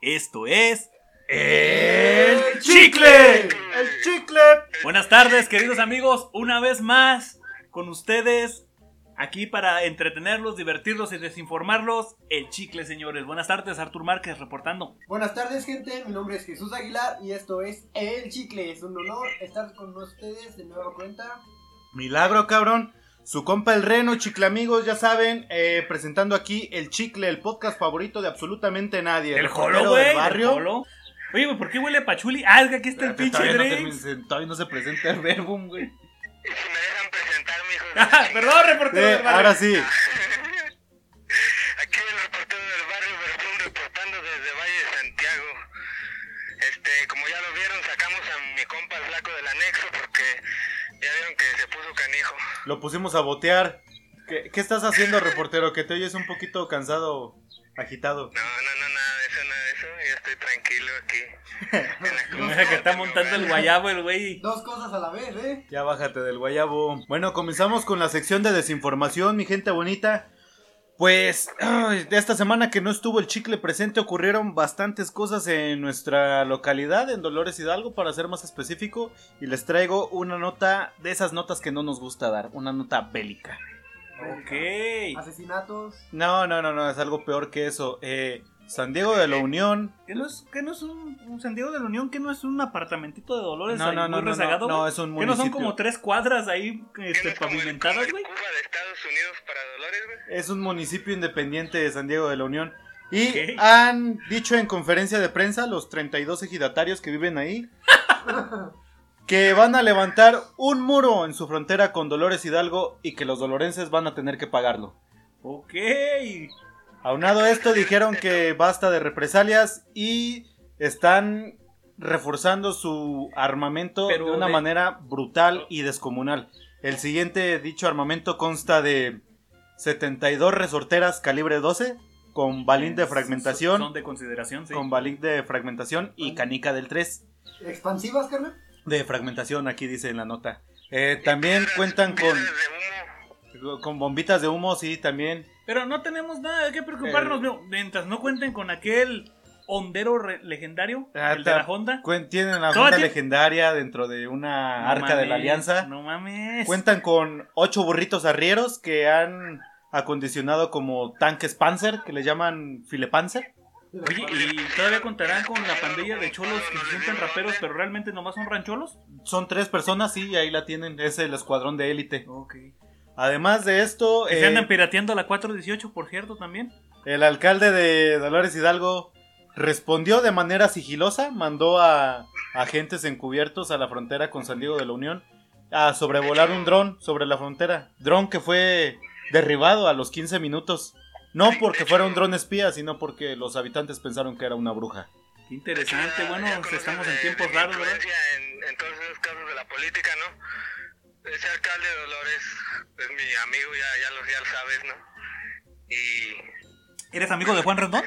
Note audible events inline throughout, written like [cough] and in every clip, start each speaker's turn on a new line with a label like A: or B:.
A: Esto es.
B: ¡El chicle! ¡El chicle!
A: Buenas tardes, queridos amigos. Una vez más con ustedes. Aquí para entretenerlos, divertirlos y desinformarlos. El chicle, señores. Buenas tardes, Artur Márquez reportando.
C: Buenas tardes, gente. Mi nombre es Jesús Aguilar y esto es El Chicle. Es un honor estar con ustedes de nueva cuenta.
B: Milagro, cabrón. Su compa el Reno, chicle amigos, ya saben, eh, presentando aquí el chicle, el podcast favorito de absolutamente nadie.
A: El jolo,
B: reportero
A: güey.
B: del
A: del
B: barrio.
A: jolo. Oye, güey, ¿por qué huele a pachuli? Ah, es que aquí está el
B: Que
A: pinche
B: todavía, no
A: Drake.
B: termine- todavía no se presenta el verbum, güey.
D: Si me dejan
A: [laughs]
D: presentarme, hijos de
A: Ah, Perdón, reportero.
B: Eh,
A: del barrio.
B: ahora sí,
D: Aquí el reportero del barrio Veracruz reportando desde Valle de Santiago. Este, como ya lo vieron, sacamos a mi compa el flaco del anexo porque ya vieron que se puso canijo.
B: lo pusimos a botear. ¿Qué, qué estás haciendo, reportero? Que te oyes un poquito cansado, agitado.
D: No, no, no, nada de eso, nada de eso. Yo estoy tranquilo
A: [laughs]
D: aquí. En la
A: Me deja que está montando el guayabo el güey.
C: Dos cosas a la vez, ¿eh?
B: Ya bájate del guayabo. Bueno, comenzamos con la sección de desinformación, mi gente bonita. Pues, ay, de esta semana que no estuvo el chicle presente, ocurrieron bastantes cosas en nuestra localidad, en Dolores Hidalgo, para ser más específico. Y les traigo una nota de esas notas que no nos gusta dar, una nota bélica.
A: Ok.
C: Asesinatos.
B: No, no, no, no, es algo peor que eso. Eh, San Diego de la Unión.
A: ¿Qué no es, qué no es un, un San Diego de la Unión? ¿Qué no es un apartamentito de Dolores
B: No,
A: ahí
B: no, no,
A: muy
B: no,
A: rezagado?
B: no,
A: güey?
B: no, es un
A: ¿Qué no son
B: municipio.
A: como tres cuadras ahí
D: ¿Qué no
A: este,
D: es como el-
A: pavimentadas,
D: como el
A: güey?
D: Cuba de Estados Unidos para Dolores, güey.
B: Es un municipio independiente de San Diego de la Unión. Y
A: Ok.
B: han dicho en conferencia de prensa los 32 ejidatarios que viven ahí que van a levantar un muro en su frontera con Dolores Hidalgo y que los dolorenses van a tener que pagarlo.
A: Ok.
B: Aunado a esto dijeron que basta de represalias y están reforzando su armamento
A: Pero
B: de una
A: de-
B: manera brutal y descomunal. El siguiente dicho armamento consta de 72 resorteras calibre 12 con balín de
A: Eh,
B: fragmentación,
A: Son, son de consideración, sí.
B: con balín de fragmentación y canica del 3
C: ¿Expansivas, carnal?
B: de fragmentación aquí dice en la nota. Eh, también cuentan con,
D: Piedras de humo.
B: con bombitas de humo, sí, también.
A: Pero no tenemos nada que preocuparnos,
B: Eh.
A: no, mientras no cuenten con aquel hondero re- legendario,
B: Ah,
A: el de la
B: ta-
A: Honda.
B: Cuen- Tienen la
A: Todavía
B: Junta
A: tiene-
B: legendaria dentro de una
A: No
B: arca de
A: mames,
B: la alianza.
A: No [laughs] mames.
B: Cuentan con ocho burritos arrieros que han acondicionado como tanques Panzer, que le llaman filepanzer.
A: Oye, ¿y todavía contarán con la pandilla de cholos que se sienten raperos, pero realmente nomás son rancholos?
B: Son tres personas, sí, y ahí la tienen. Es el escuadrón de élite.
A: Ok.
B: Además de esto,
A: Que
B: eh,
A: se andan pirateando la 418, por cierto, también.
B: el alcalde de Dolores Hidalgo respondió de manera sigilosa, mandó a agentes encubiertos a la frontera con San Diego de la Unión a sobrevolar un dron sobre la frontera. Dron que fue derribado a los 15 minutos. No porque fuera un dron espía, sino porque los habitantes pensaron que era una bruja.
A: Qué interesante,
D: Ya-
A: bueno,
D: Ah, ya
A: pues,
D: conoces
A: estamos
D: de-
A: en
D: de
A: tiempos
D: mi
A: raros, ¿verdad?
D: influencia En, en todos esos casos de la política, ¿no? Ese alcalde de Dolores es mi amigo, ya, ya, lo, ya lo sabes, ¿no? Y
A: ¿Eres amigo de Juan Rendón?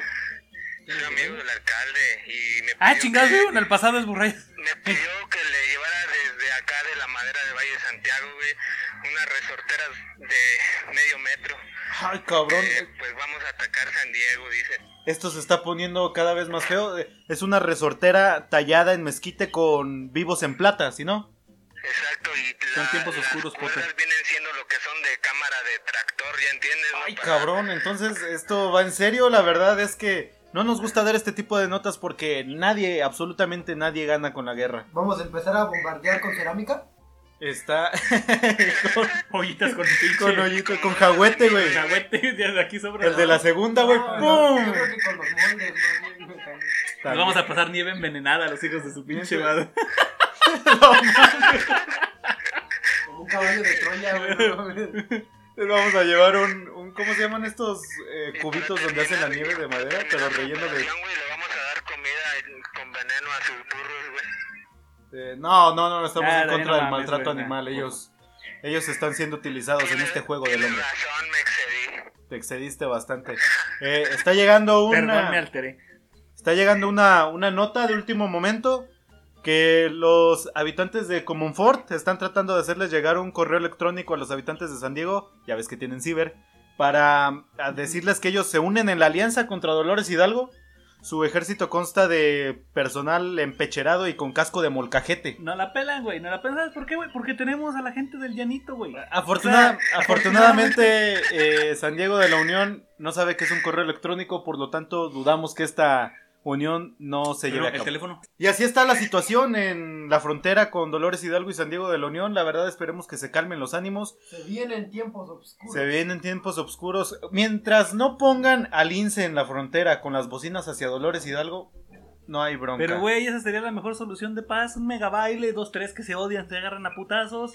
D: soy amigo del alcalde y me
A: Ah,
D: pidió
A: chingado,
D: que-
A: güey, en el pasado es
B: [laughs]
A: burray.
D: me pidió que le llevara desde acá de la madera de Valle de Santiago, güey, unas resorteras de medio metro.
B: Ay, cabrón.
D: Eh, pues vamos a atacar San Diego, dice.
B: Esto se está poniendo cada vez más feo. Eh, Es una resortera tallada en mezquite con vivos en plata, ¿sí no?
D: Exacto, y
A: Son tiempos
D: las
A: oscuros,
D: cuerdas
A: Potter.
D: vienen siendo lo que son de cámara de tractor, ¿ya entiendes? no?
B: Ay,
D: Para-
B: cabrón. Entonces, esto va en serio. La verdad es que no nos gusta dar este tipo de notas porque nadie, absolutamente nadie gana con la guerra.
C: Vamos a empezar a bombardear con cerámica.
B: Está [laughs] con,
A: Ollitas con
B: con
A: pinche
B: hoyito, con jaguete, güey.
A: [laughs] cagüete de aquí sobre.
B: El de la segunda, güey.
C: No,
B: ¡Pum!
C: no, Ah, yo creo que con los moldes, más bien, güey, carnal.
A: Nos vamos a pasar nieve envenenada a los hijos de su pinche madre.
C: Como un caballo de Troya, güey.
B: [laughs]
C: no mames.
B: Les vamos a llevar un, un- ¿Cómo se llaman estos eh,
D: Y para
B: cubitos donde hacen la
D: terminar,
B: nieve de madera?
D: terminar
B: Pero
D: la
B: relleno de
D: operación, güey, le vamos a dar comida eh, con veneno a sus burros, güey.
B: Eh, no, no, no, estamos
A: Ah,
B: en
A: no,
B: contra
A: no
B: del
A: mames,
B: maltrato
A: güey,
B: animal.
A: no.
B: Ellos, ellos están siendo utilizados en este juego del
D: Tienes
B: hombre.
D: razón, me excedí.
B: Te excediste bastante. Eh, está llegando
A: Perdón, me
B: una,
A: alteré.
B: está llegando una, una nota de último momento que los habitantes de Comonfort están tratando de hacerles llegar un correo electrónico a los habitantes de San Diego. Ya ves que tienen ciber para a decirles que ellos se unen en la alianza contra Dolores Hidalgo Su ejército consta de personal empecherado y con casco de molcajete.
A: No la pelan, güey. No la pelan. ¿Sabes por qué, güey? Porque tenemos a la gente del llanito, güey. [laughs]
B: Afortuna- afortunadamente, eh, San Diego de la Unión no sabe que es un correo electrónico, por lo tanto, dudamos que esta unión no se lleve
A: Pero
B: a
A: el
B: cabo.
A: teléfono.
B: Y así está la situación en la frontera con Dolores Hidalgo y San Diego de la Unión. La verdad, esperemos que se calmen los ánimos.
C: Se vienen tiempos oscuros.
B: Se vienen tiempos oscuros. Mientras no pongan al INSE en la frontera con las bocinas hacia Dolores Hidalgo, no hay bronca.
A: Pero, güey, esa sería la mejor solución de paz. Un mega baile, dos, tres que se odian, se agarran a
B: [laughs]
A: putazos.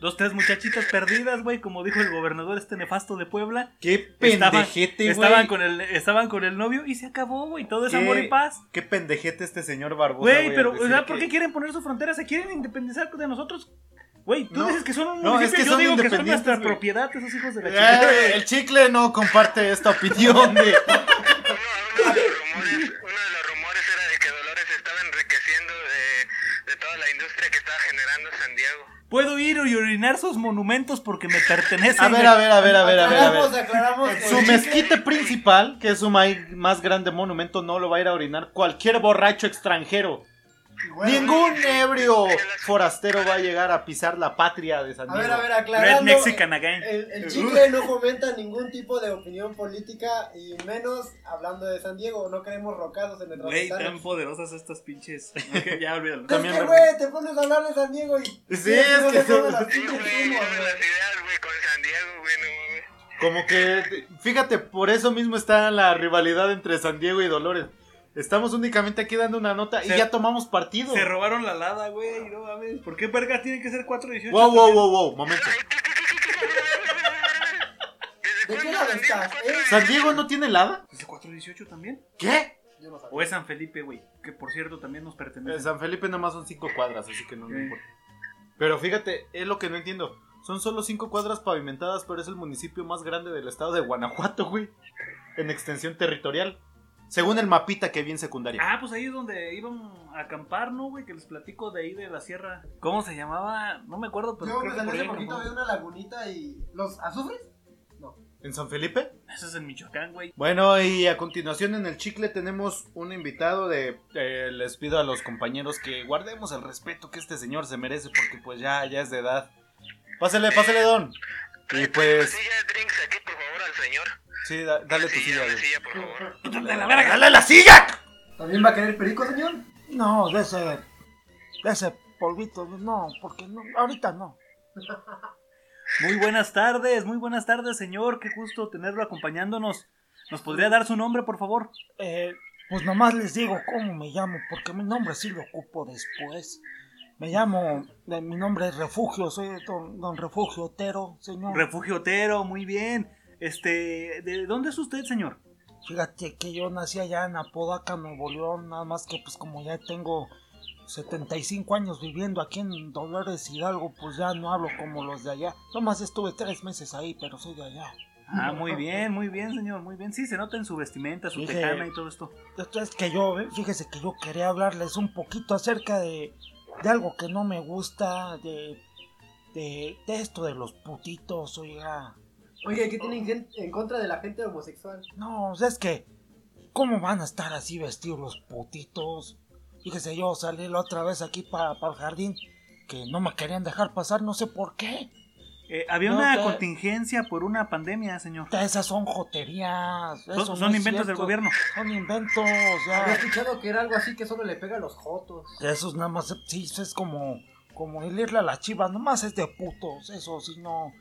A: dos, tres muchachitas perdidas, güey, como dijo el gobernador este nefasto de Puebla.
B: Qué
A: Estaban-
B: pendejete, güey.
A: Estaban con, el, estaban con el novio y se acabó, güey. Todo es
B: ¿Qué?
A: amor y paz.
B: Qué pendejete este señor Barbosa.
A: Güey,
B: al
A: pero, o
B: decir
A: sea, ¿por
B: que-
A: qué quieren poner sus fronteras? ¿Se quieren independizar de nosotros? Güey, tú
B: No,
A: dices que son un
B: no,
A: municipio,
B: es que
A: yo
B: son
A: digo que son
B: independientes,
A: nuestra
B: güey.
A: propiedad, esos hijos de la chingada.
B: Eh, el chicle no comparte esta opinión de...
A: [laughs]
D: Uno, uno de los rumores, uno de los rumores era de que Dolores estaba enriqueciendo de, de toda la industria que estaba generando San Diego.
A: Puedo ir y orinar sus monumentos porque me pertenecen.
B: A ver,
A: güey.
B: a ver, a ver, a ver, a ver, a
C: Aclaramos,
B: ver.
C: aclaramos. que
B: Su
C: el chicle-
B: mezquite principal, que es su mai- más grande monumento, no lo va a ir a orinar cualquier borracho extranjero.
C: Bueno,
B: Ningún ebrio forastero va a llegar a pisar la patria de San
C: A
B: Diego.
C: ver, a ver,
A: Red
C: aclarando.
A: Mexican again.
B: eh,
C: El, el chicle no fomenta ningún tipo de opinión política y menos hablando de San Diego. No queremos rocazos en nuestras
A: Güey, tan
C: ventanas.
A: poderosas estas
B: [laughs]
A: pinches. ya olvídalo.
C: Es
B: también
C: que,
B: me-
C: güey, te pones a hablar de San Diego y.
B: Sí, es que
C: son
B: son-
C: las
D: Sí,
C: pinches
D: güey,
C: primos,
D: una de
C: güey.
D: las ideas, güey, con San Diego, güey, no mames.
B: Como que, fíjate, por eso mismo está la rivalidad entre San Diego y Dolores. Estamos únicamente aquí dando una nota y
A: Se-
B: ya tomamos partido.
A: Se robaron la lada, güey. No mames. ¿Por qué vergas tienen que ser 418?
B: Wow, wow, wow, wow, momento.
D: ¿Desde
C: ¿De qué
D: cuándo
C: lado
D: San Diego?
C: estás,
D: cuatro
C: eh?
D: de-
B: ¿San Diego no tiene helada?
A: ¿Es el 418 también?
B: ¿Qué?
C: Yo no sabía.
A: ¿O es San Felipe, güey? Que por cierto también nos
B: Eh,
A: pertenece.
B: San Felipe nomás son cinco cuadras, así que no me
A: Sí.
B: importa. Pero fíjate, es lo que no entiendo. Son solo cinco cuadras pavimentadas, pero es el municipio más grande del estado de Guanajuato, güey. En extensión territorial. Según el mapita que vi en secundaria.
A: Ah, pues ahí es donde iban a acampar, ¿no, güey? Que les platico de ahí de la sierra. ¿Cómo se llamaba? No me acuerdo, pero
C: Yo
A: creo
C: me
A: que
C: salí
A: por
C: hace
A: ahí
C: poquito, vi
A: acampó.
C: una lagunita y. ¿Los azufres?
B: ¿En San Felipe?
A: Eso es en Michoacán, güey.
B: Bueno, y a continuación en el chicle tenemos un invitado de... eh, les pido a los compañeros que guardemos el respeto que este señor se merece porque pues ya, ya es de edad. Pásele, pásele, don. Y
D: Pues...
B: pues,
D: Silla de drinks aquí, por favor, al señor.
B: sí, da- dale tu
D: Silla,
B: silla.
D: una
B: güey.
D: silla, por favor.
A: ¡De la verga!
B: ¡Dale la silla!
C: ¿También va a querer perico, señor?
E: No, de ese, de ese polvito, no, porque no, ahorita no.
A: Muy buenas tardes, muy buenas tardes, señor. Qué gusto tenerlo acompañándonos. ¿Nos podría dar su nombre, por favor?
E: Eh, pues nomás les digo cómo me llamo, porque mi nombre sí lo ocupo después. Me llamo, eh, mi nombre es Refugio, soy don, don Refugio Otero, señor.
A: Refugio Otero, muy bien. Este, ¿de dónde es usted, señor?
E: Fíjate que yo nací allá en Apodaca, Nuevo León, nada más que pues como ya tengo 75 años viviendo aquí en Dolores Hidalgo, pues ya no hablo como los de allá. Nomás estuve tres meses ahí, pero soy de allá.
A: Ah, muy bien, muy bien, señor, muy bien. Sí, se nota en su vestimenta, su
E: Dije-
A: tejana y todo esto.
E: Esto es que yo, eh, fíjese que yo quería hablarles un poquito acerca de, de algo que no me gusta, de, de, de esto de los putitos, oiga.
C: Oye, ¿qué tienen gen- en contra de la gente homosexual?
E: No, o sea, es que, ¿cómo van a estar así vestidos los putitos? Fíjese, yo salí la otra vez aquí para el jardín, que no me querían dejar pasar, no sé por qué.
A: Eh, había
E: No,
A: una
E: te-
A: contingencia por una pandemia, señor.
E: Esas son joterías.
A: Son,
E: eso no
A: son
E: es
A: inventos del
E: cierto.
A: gobierno.
E: Son inventos,
C: Había
E: ya.
C: escuchado que era algo así que solo le pega a los jotos.
E: Eso es nada más, sí, eso es como, como el irle a la chiva, nomás es de putos, eso sí, no.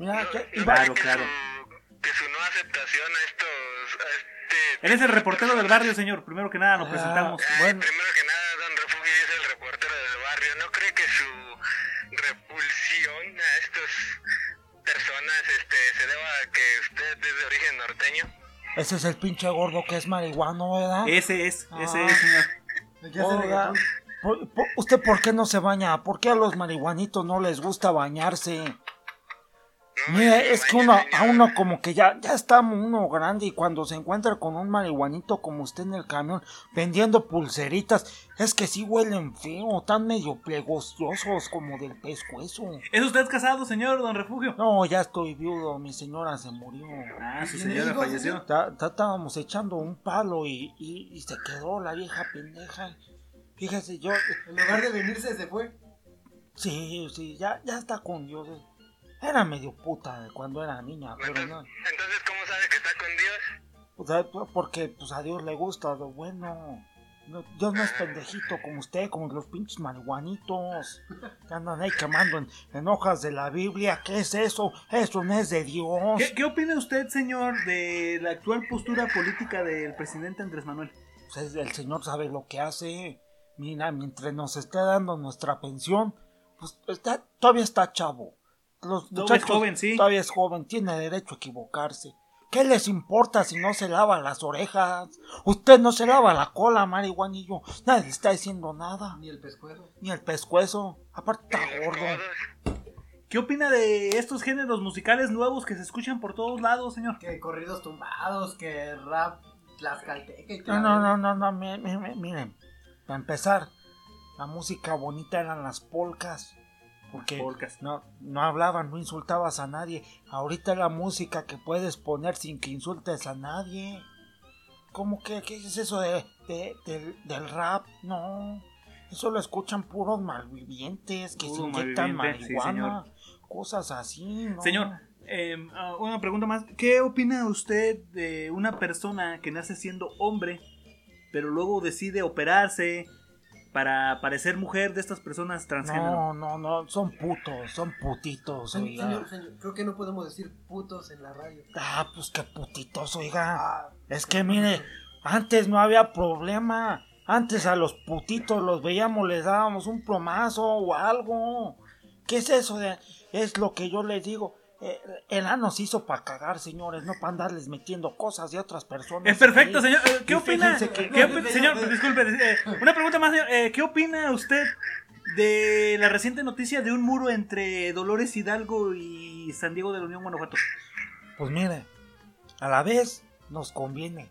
E: Mira,
D: No,
E: que-
D: no
E: iba-
A: Claro,
D: cree que
A: claro.
D: su- Que su no aceptación a estos... a este-
A: Él es el reportero del barrio, señor. Primero que nada, nos
E: Ah.
A: presentamos.
D: Ay,
E: Bueno.
D: Primero que nada, Don Refugio es el reportero del barrio. ¿No cree que su repulsión a estas personas este, se deba a que usted es de origen norteño?
E: ese es el pinche gordo que es marihuano, ¿verdad?
A: Ese es, ese
E: Ah.
A: es, señor.
C: El que hace
E: Oiga.
C: reggaetón.
E: ¿Por- por- ¿Usted por qué no se baña? ¿Por qué a los marihuanitos no les gusta bañarse?
D: No,
E: Mira,
D: y
E: es que
D: vaya
E: uno, a
D: señor.
E: uno como que ya, ya está uno grande y cuando se encuentra con un marihuanito como usted en el camión vendiendo pulseritas, es que sí huelen feo, tan medio plegociosos como del pescuezo.
A: ¿Es usted casado, señor Don Refugio?
E: No, ya estoy viudo, mi señora se murió.
A: Ah, su
C: señora
A: señora
C: falleció.
A: falleció.
E: Ta- ta- estábamos echando un palo y, y- y se quedó la vieja pendeja. Fíjese, yo,
C: En lugar de venirse, se fue.
E: sí, sí, ya, ya está con Dios. Era medio puta cuando era niña, pero no.
D: Entonces, entonces, ¿cómo sabe que está con Dios?
E: O sea, pues, porque pues a Dios le gusta lo bueno. No, Dios no es pendejito como usted, como los pinches marihuanitos que andan ahí quemando en, en hojas de la Biblia. ¿Qué es eso? Eso no es de Dios.
A: ¿Qué, qué opina usted, señor, de la actual postura política del presidente Andrés Manuel?
E: Pues, es- el Señor sabe lo que hace. Mira, mientras nos está dando nuestra pensión, pues está, todavía está chavo.
A: Todavía
E: Los
A: es
E: muchachos-
A: joven, sí.
E: Todavía es joven, tiene derecho a equivocarse. ¿Qué les importa si no se lava las orejas? Usted no se lava la cola, marihuanillo. Nadie le está diciendo nada.
C: Ni el pescuezo.
E: Ni el pescuezo. Aparte está
D: Los
E: gordo.
D: codos.
A: ¿Qué opina de estos géneros musicales nuevos que se escuchan por todos lados, señor?
C: Que corridos tumbados, que rap, tlaxcalteca y que
E: No,
C: la-
E: no, no, no, no, mi- mi- mi- miren, para empezar, la música bonita eran las polcas, porque
A: Polcas.
E: no, no hablaban, no insultabas a nadie, ahorita la música que puedes poner sin que insultes a nadie, ¿cómo que qué es eso de, de- del, del rap? No, eso lo escuchan puros malvivientes que
A: Puro
E: se inyectan
A: malviviente, sí,
E: marihuana, cosas así, ¿no?
A: Señor, eh, ah, una pregunta más. ¿Qué opina usted de una persona que nace siendo hombre, pero luego decide operarse para parecer mujer de estas personas transgénero?
E: No, no, no, son putos, son putitos,
C: Señor,
E: oiga.
C: señor, señor, creo que no podemos decir putos en la radio.
E: Ah, pues qué putitos, oiga. Ah, Es que mire, antes no había problema. Antes a los putitos los veíamos, les dábamos un plomazo o algo. ¿Qué es eso? De... Es lo que yo les digo. Eh, El ano se hizo para cagar, señores, no para andarles metiendo cosas de otras personas.
A: Es perfecto,
E: ahí.
A: señor. Eh, ¿Qué
E: Y
A: opina?
E: fíjense que-
A: ¿Qué opi- señor, disculpe. eh, una pregunta más, señor. Eh, ¿Qué opina usted de la reciente noticia de un muro entre Dolores Hidalgo y San Diego de la Unión, Guanajuato?
E: Pues mire, a la vez nos conviene.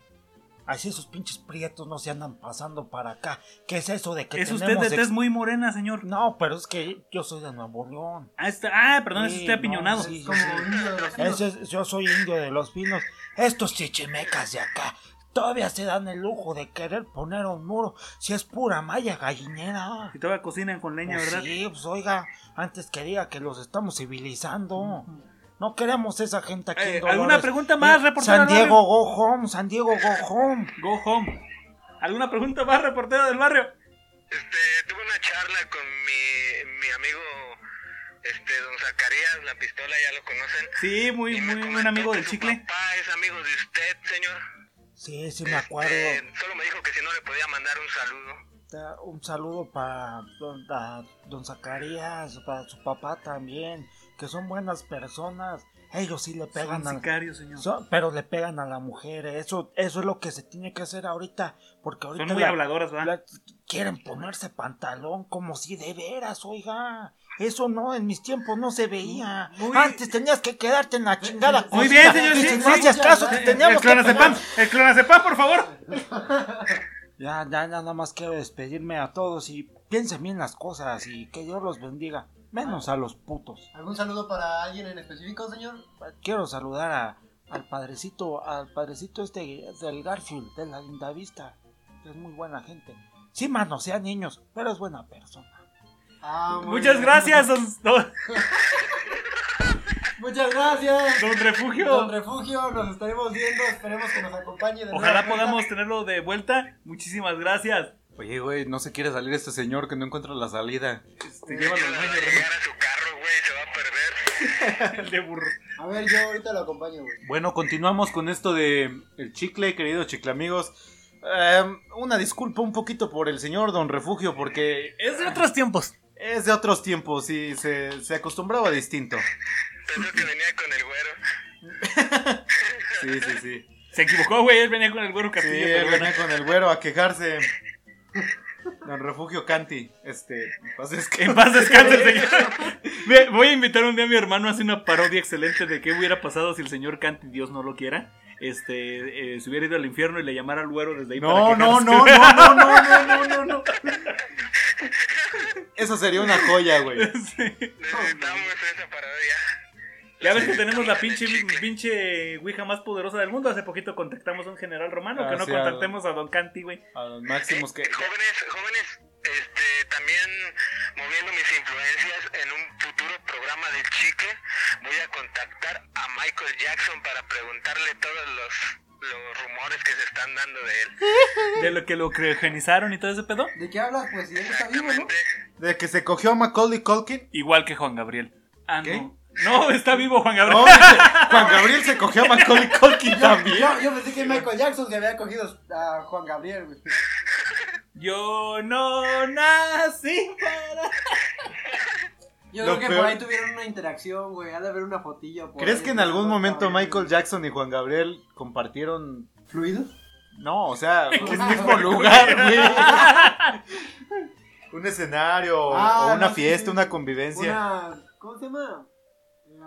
E: Así esos pinches prietos no se andan pasando para acá. ¿Qué es eso de que
A: Es usted
E: tenemos
A: de
E: ex-
A: tez muy morena, señor.
E: No, pero es que yo soy de Nuevo León.
A: Ah, está- ah, perdón, es
E: Sí,
A: usted apiñonado.
E: no, sí,
C: Como
E: sí.
C: un niño de los
E: Ese es- yo soy indio de los pinos. Estos chichimecas de acá todavía se dan el lujo de querer poner un muro si es pura malla gallinera.
A: Y todavía cocinan con leña,
E: Pues
A: ¿verdad?
E: sí, pues oiga, antes que diga que los estamos civilizando. No queremos esa gente aquí. en
A: Mm. Eh,
E: Dolores.
A: ¿alguna pregunta más, reportero del
E: San
A: barrio?
E: Diego, go home, San Diego, go home.
A: Go home. ¿Alguna pregunta más, reportero del barrio?
D: Este, tuve una charla con mi, mi amigo, este, don Zacarías, la pistola ya lo conocen.
A: Sí, muy,
D: Y me
A: muy buen
D: comentó
A: amigo
D: que
A: del
D: su
A: chicle.
D: Papá es amigo de usted, señor.
E: Sí, sí, me acuerdo.
D: Eh, solo me dijo que si no le podía mandar un saludo.
E: Da Un saludo para don, a don Zacarías, para su papá también, que son buenas personas. Ellos sí le pegan
A: Son
E: a
A: sicarios, señor. Son,
E: son- pero le pegan a la mujer. Eso, eso es lo que se tiene que hacer ahorita, porque ahorita
A: muy
E: la-
A: habladoras, ¿verdad?
E: la- quieren ponerse pantalón como si de veras, oiga. Eso no, en mis tiempos no se veía.
A: Muy-
E: Antes tenías que quedarte en la chingada.
A: Muy bien,
E: cosita,
A: señor,
E: y
A: sí,
E: si
A: sí,
E: no hacías
C: ya,
E: caso,
C: ya,
E: te
C: ya.
E: teníamos
A: el
E: que
A: clonazepam,
E: poner-
A: el clonazepam, por favor.
E: Ya, ya, ya, nada más quiero despedirme a todos y piensen bien las cosas y que Dios los bendiga, menos a los putos.
C: ¿Algún saludo para alguien en específico, señor?
E: Quiero saludar a, al padrecito, al padrecito este del Garfield, de la linda vista, que es muy buena gente. Sí, más no sea niños, pero es buena persona.
C: Ah, muy
A: Muchas
C: bien.
A: gracias, don, don-
C: Muchas gracias.
A: don
C: Don
A: Refugio.
C: Refugio, nos estaremos viendo. Esperemos que nos acompañe. De
A: Ojalá
C: nueva cuenta.
A: podamos tenerlo de vuelta. Muchísimas gracias.
B: Oye, güey, no se quiere salir este señor que no encuentra la salida.
A: Este,
C: Sí,
A: llévalo al
D: Quiero
A: baño,
D: llegar a su carro, güey, se va a perder.
A: el de burro.
C: A ver, yo ahorita lo acompaño, güey.
B: Bueno, continuamos con esto de el chicle, queridos chiclamigos. Em, una disculpa un poquito por el señor Don Refugio, porque
A: Es de otros tiempos.
B: es de otros tiempos y se, se acostumbraba distinto.
D: Pensó que venía con el güero.
B: Sí, sí, sí.
A: Se equivocó, güey. Él venía con el güero
B: Sí,
A: Castillo.
B: él
A: pero bueno.
B: venía con el güero a quejarse. Don Refugio Canti. Este, en paz descanse.
A: En paz descanse, señor. Ve, Voy a invitar un día a mi hermano a hacer una parodia excelente de qué hubiera pasado si el señor Canti, Dios no lo quiera, este, eh, se hubiera ido al infierno y le llamara al güero desde ahí.
B: [laughs] No,
A: para
B: no,
A: quejarse.
B: no, no, no, no, no, no, no, no. Eso sería una joya, güey.
A: Sí.
D: Necesitamos esa parodia.
A: Ya ves que tenemos la pinche, pinche Ouija más poderosa del mundo. Hace poquito contactamos a un general romano, que
B: Ah,
A: no
B: sí,
A: contactemos a Don Canti, güey.
B: A los máximos que.
D: Eh, Jóvenes, jóvenes, este, también moviendo mis influencias en un futuro programa del chicle, voy a contactar a Michael Jackson para preguntarle todos los, los rumores que se están dando de él.
A: De lo que lo criogenizaron y todo ese pedo.
C: ¿De qué hablas? Pues si él está vivo, ¿no?
D: Exactamente.
B: De que se cogió a Macaulay [laughs] Culkin.
A: Igual que Juan Gabriel. Ah,
B: ¿Qué?
A: no. No, está vivo Juan Gabriel.
B: No, dice, Juan Gabriel se cogió a Macaulay Culkin también. [laughs]
C: Yo, yo pensé que Michael Jackson se había cogido a Juan Gabriel, güey.
A: Yo no nací para.
C: Yo
B: Lo
C: creo que
B: peor-
C: por ahí tuvieron una interacción, güey. Ha de haber una fotillo. Por
B: ¿Crees
C: ahí
B: que en
C: entre
B: algún
C: los
B: momento
C: cabrones.
B: Michael Jackson y Juan Gabriel compartieron.
C: ¿Fluidos?
B: No, o [laughs] sea,
C: el
B: un
C: mismo
B: mismo lugar, [laughs] güey. Un escenario, o-
C: Ah,
B: o una
C: no, sí,
B: fiesta,
C: sí.
B: una convivencia.
C: Una. ¿Cómo se llama?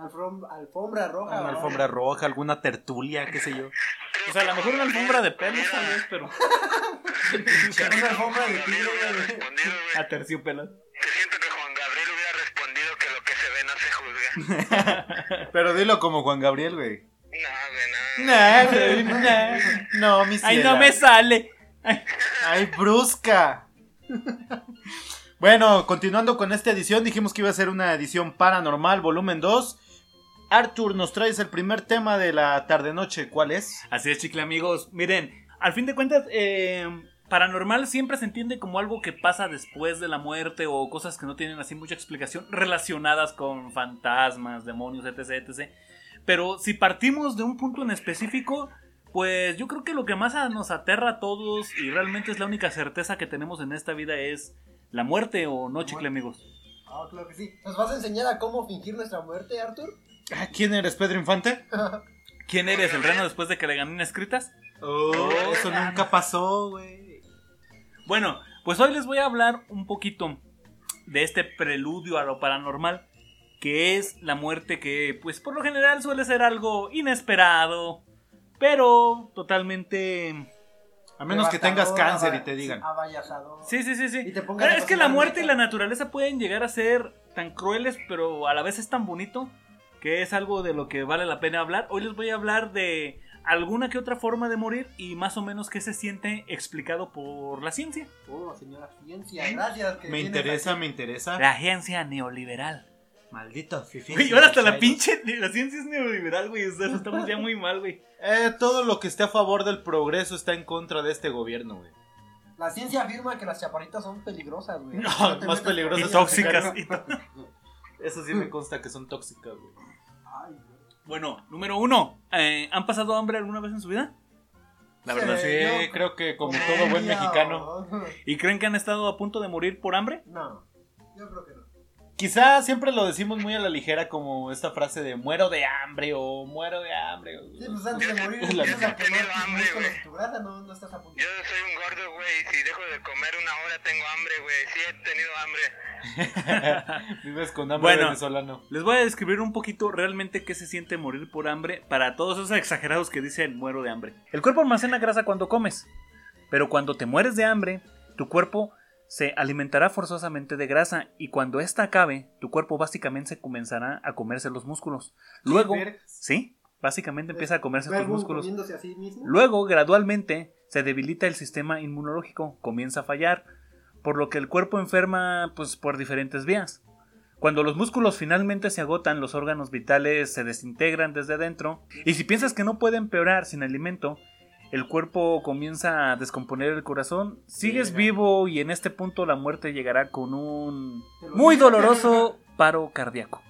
C: Alfom- alfombra roja.
B: Una
C: ¿no?
B: alfombra roja, alguna tertulia, qué sé yo.
A: O sea, a lo mejor una alfombra de pelo, tal vez, pero.
C: [laughs] Una alfombra de
D: Gabriel
C: tiro,
D: hubiera
C: güey.
D: respondido, güey.
A: A terciopelo.
D: Yo siento que Juan Gabriel hubiera respondido que lo que se ve no se juzga.
B: Pero dilo como Juan Gabriel, güey.
D: No, güey, no.
B: Nah, güey, nah. No, mi
A: Ay,
B: ciela.
A: no me sale.
B: ¡Ay, brusca! bueno, continuando con esta edición, dijimos que iba a ser una edición paranormal, volumen 2. Arthur, nos traes el primer tema de la tarde-noche. ¿Cuál es?
A: Así es, chicle amigos. Miren, al fin de cuentas, eh, paranormal siempre se entiende como algo que pasa después de la muerte o cosas que no tienen así mucha explicación relacionadas con fantasmas, demonios, etc. etc. Pero si partimos de un punto en específico, pues yo creo que lo que más a- nos aterra a todos y realmente es la única certeza que tenemos en esta vida es la muerte o no, chicle amigos.
C: Ah, claro que sí. ¿Nos vas a enseñar a cómo fingir nuestra muerte, Arthur?
B: Ah, ¿Quién eres, Pedro Infante?
A: ¿Quién eres, el reno después de que le gané unas escritas?
B: Oh, eso nunca pasó, güey.
A: Bueno, pues hoy les voy a hablar un poquito de este preludio a lo paranormal, que es la muerte que, pues por lo general suele ser algo inesperado, pero totalmente...
B: A menos que tengas
C: Devastador,
B: cáncer y
C: aba-
B: te digan.
C: Abayazador.
A: Sí, sí, sí, sí.
C: Y te pongas
A: Pero
C: a
A: es que la
C: cocinar
A: muerte y
C: ahorita.
A: la naturaleza pueden llegar a ser tan crueles, pero a la vez es tan bonito que es algo de lo que vale la pena hablar. Hoy les voy a hablar de alguna que otra forma de morir y más o menos qué se siente explicado por la ciencia.
C: Oh, señora ciencia, gracias. que
B: Me
C: vienes
B: interesa, me interesa.
A: La ciencia neoliberal.
B: Maldito fifi.
A: Güey, ahora hasta la pinche. La ciencia es neoliberal, güey. O sea, estamos ya muy mal, güey.
B: Eh, todo lo que esté a favor del progreso está en contra de este gobierno, güey.
C: aquí. La ciencia afirma que las chaparritas son peligrosas, güey.
B: No,
C: te
B: más
C: metas
B: peligrosas
C: con
A: Y [laughs]
C: ellas,
A: tóxicas.
C: güey.
A: y tó-
B: Eso sí me
C: Mm.
B: consta que son tóxicas, güey.
C: Ay, güey.
A: bueno, número uno. eh, ¿Han pasado hambre alguna vez en su vida? La verdad,
C: Sí,
A: sí.
B: Sí,
C: yo-
B: creo que como
C: Como
B: todo buen
C: niña,
B: mexicano.
C: o-
A: ¿Y creen que han estado a punto de morir por hambre?
C: No, yo creo que no.
B: Quizá siempre lo decimos muy a la ligera como esta frase de muero de hambre o muero de
A: [laughs]
B: hambre. o-
C: Sí, pues antes de [laughs] morir,
B: Es la
C: empiezas a
B: misma.
C: quemar
D: Tenido
C: tus
D: hambre,
C: músculos,
D: güey.
C: tu grasa, no, no estás a punto.
D: Yo soy un gordo, güey. y Si dejo de comer una hora, tengo hambre, güey. Sí, he tenido hambre.
B: Vives con hambre
A: Bueno.
B: venezolano.
A: Les voy a describir un poquito realmente qué se siente morir por hambre para todos esos exagerados que dicen muero de hambre. El cuerpo almacena grasa cuando comes, pero cuando te mueres de hambre, tu cuerpo se alimentará forzosamente de grasa y cuando esta acabe, tu cuerpo básicamente se comenzará a comerse los músculos. Luego, sí, básicamente empieza a comerse tus
C: Luego,
A: músculos.
C: comiéndose a sí mismo.
A: Luego, gradualmente, se debilita el sistema inmunológico, comienza a fallar, por lo que el cuerpo enferma pues, por diferentes vías. Cuando los músculos finalmente se agotan, los órganos vitales se desintegran desde dentro, y si piensas que no puede empeorar sin alimento, el cuerpo comienza a descomponer el corazón, sigues
B: Verga.
A: vivo y en este punto la muerte llegará con un
C: Te lo
A: muy
C: digo.
A: doloroso paro cardíaco.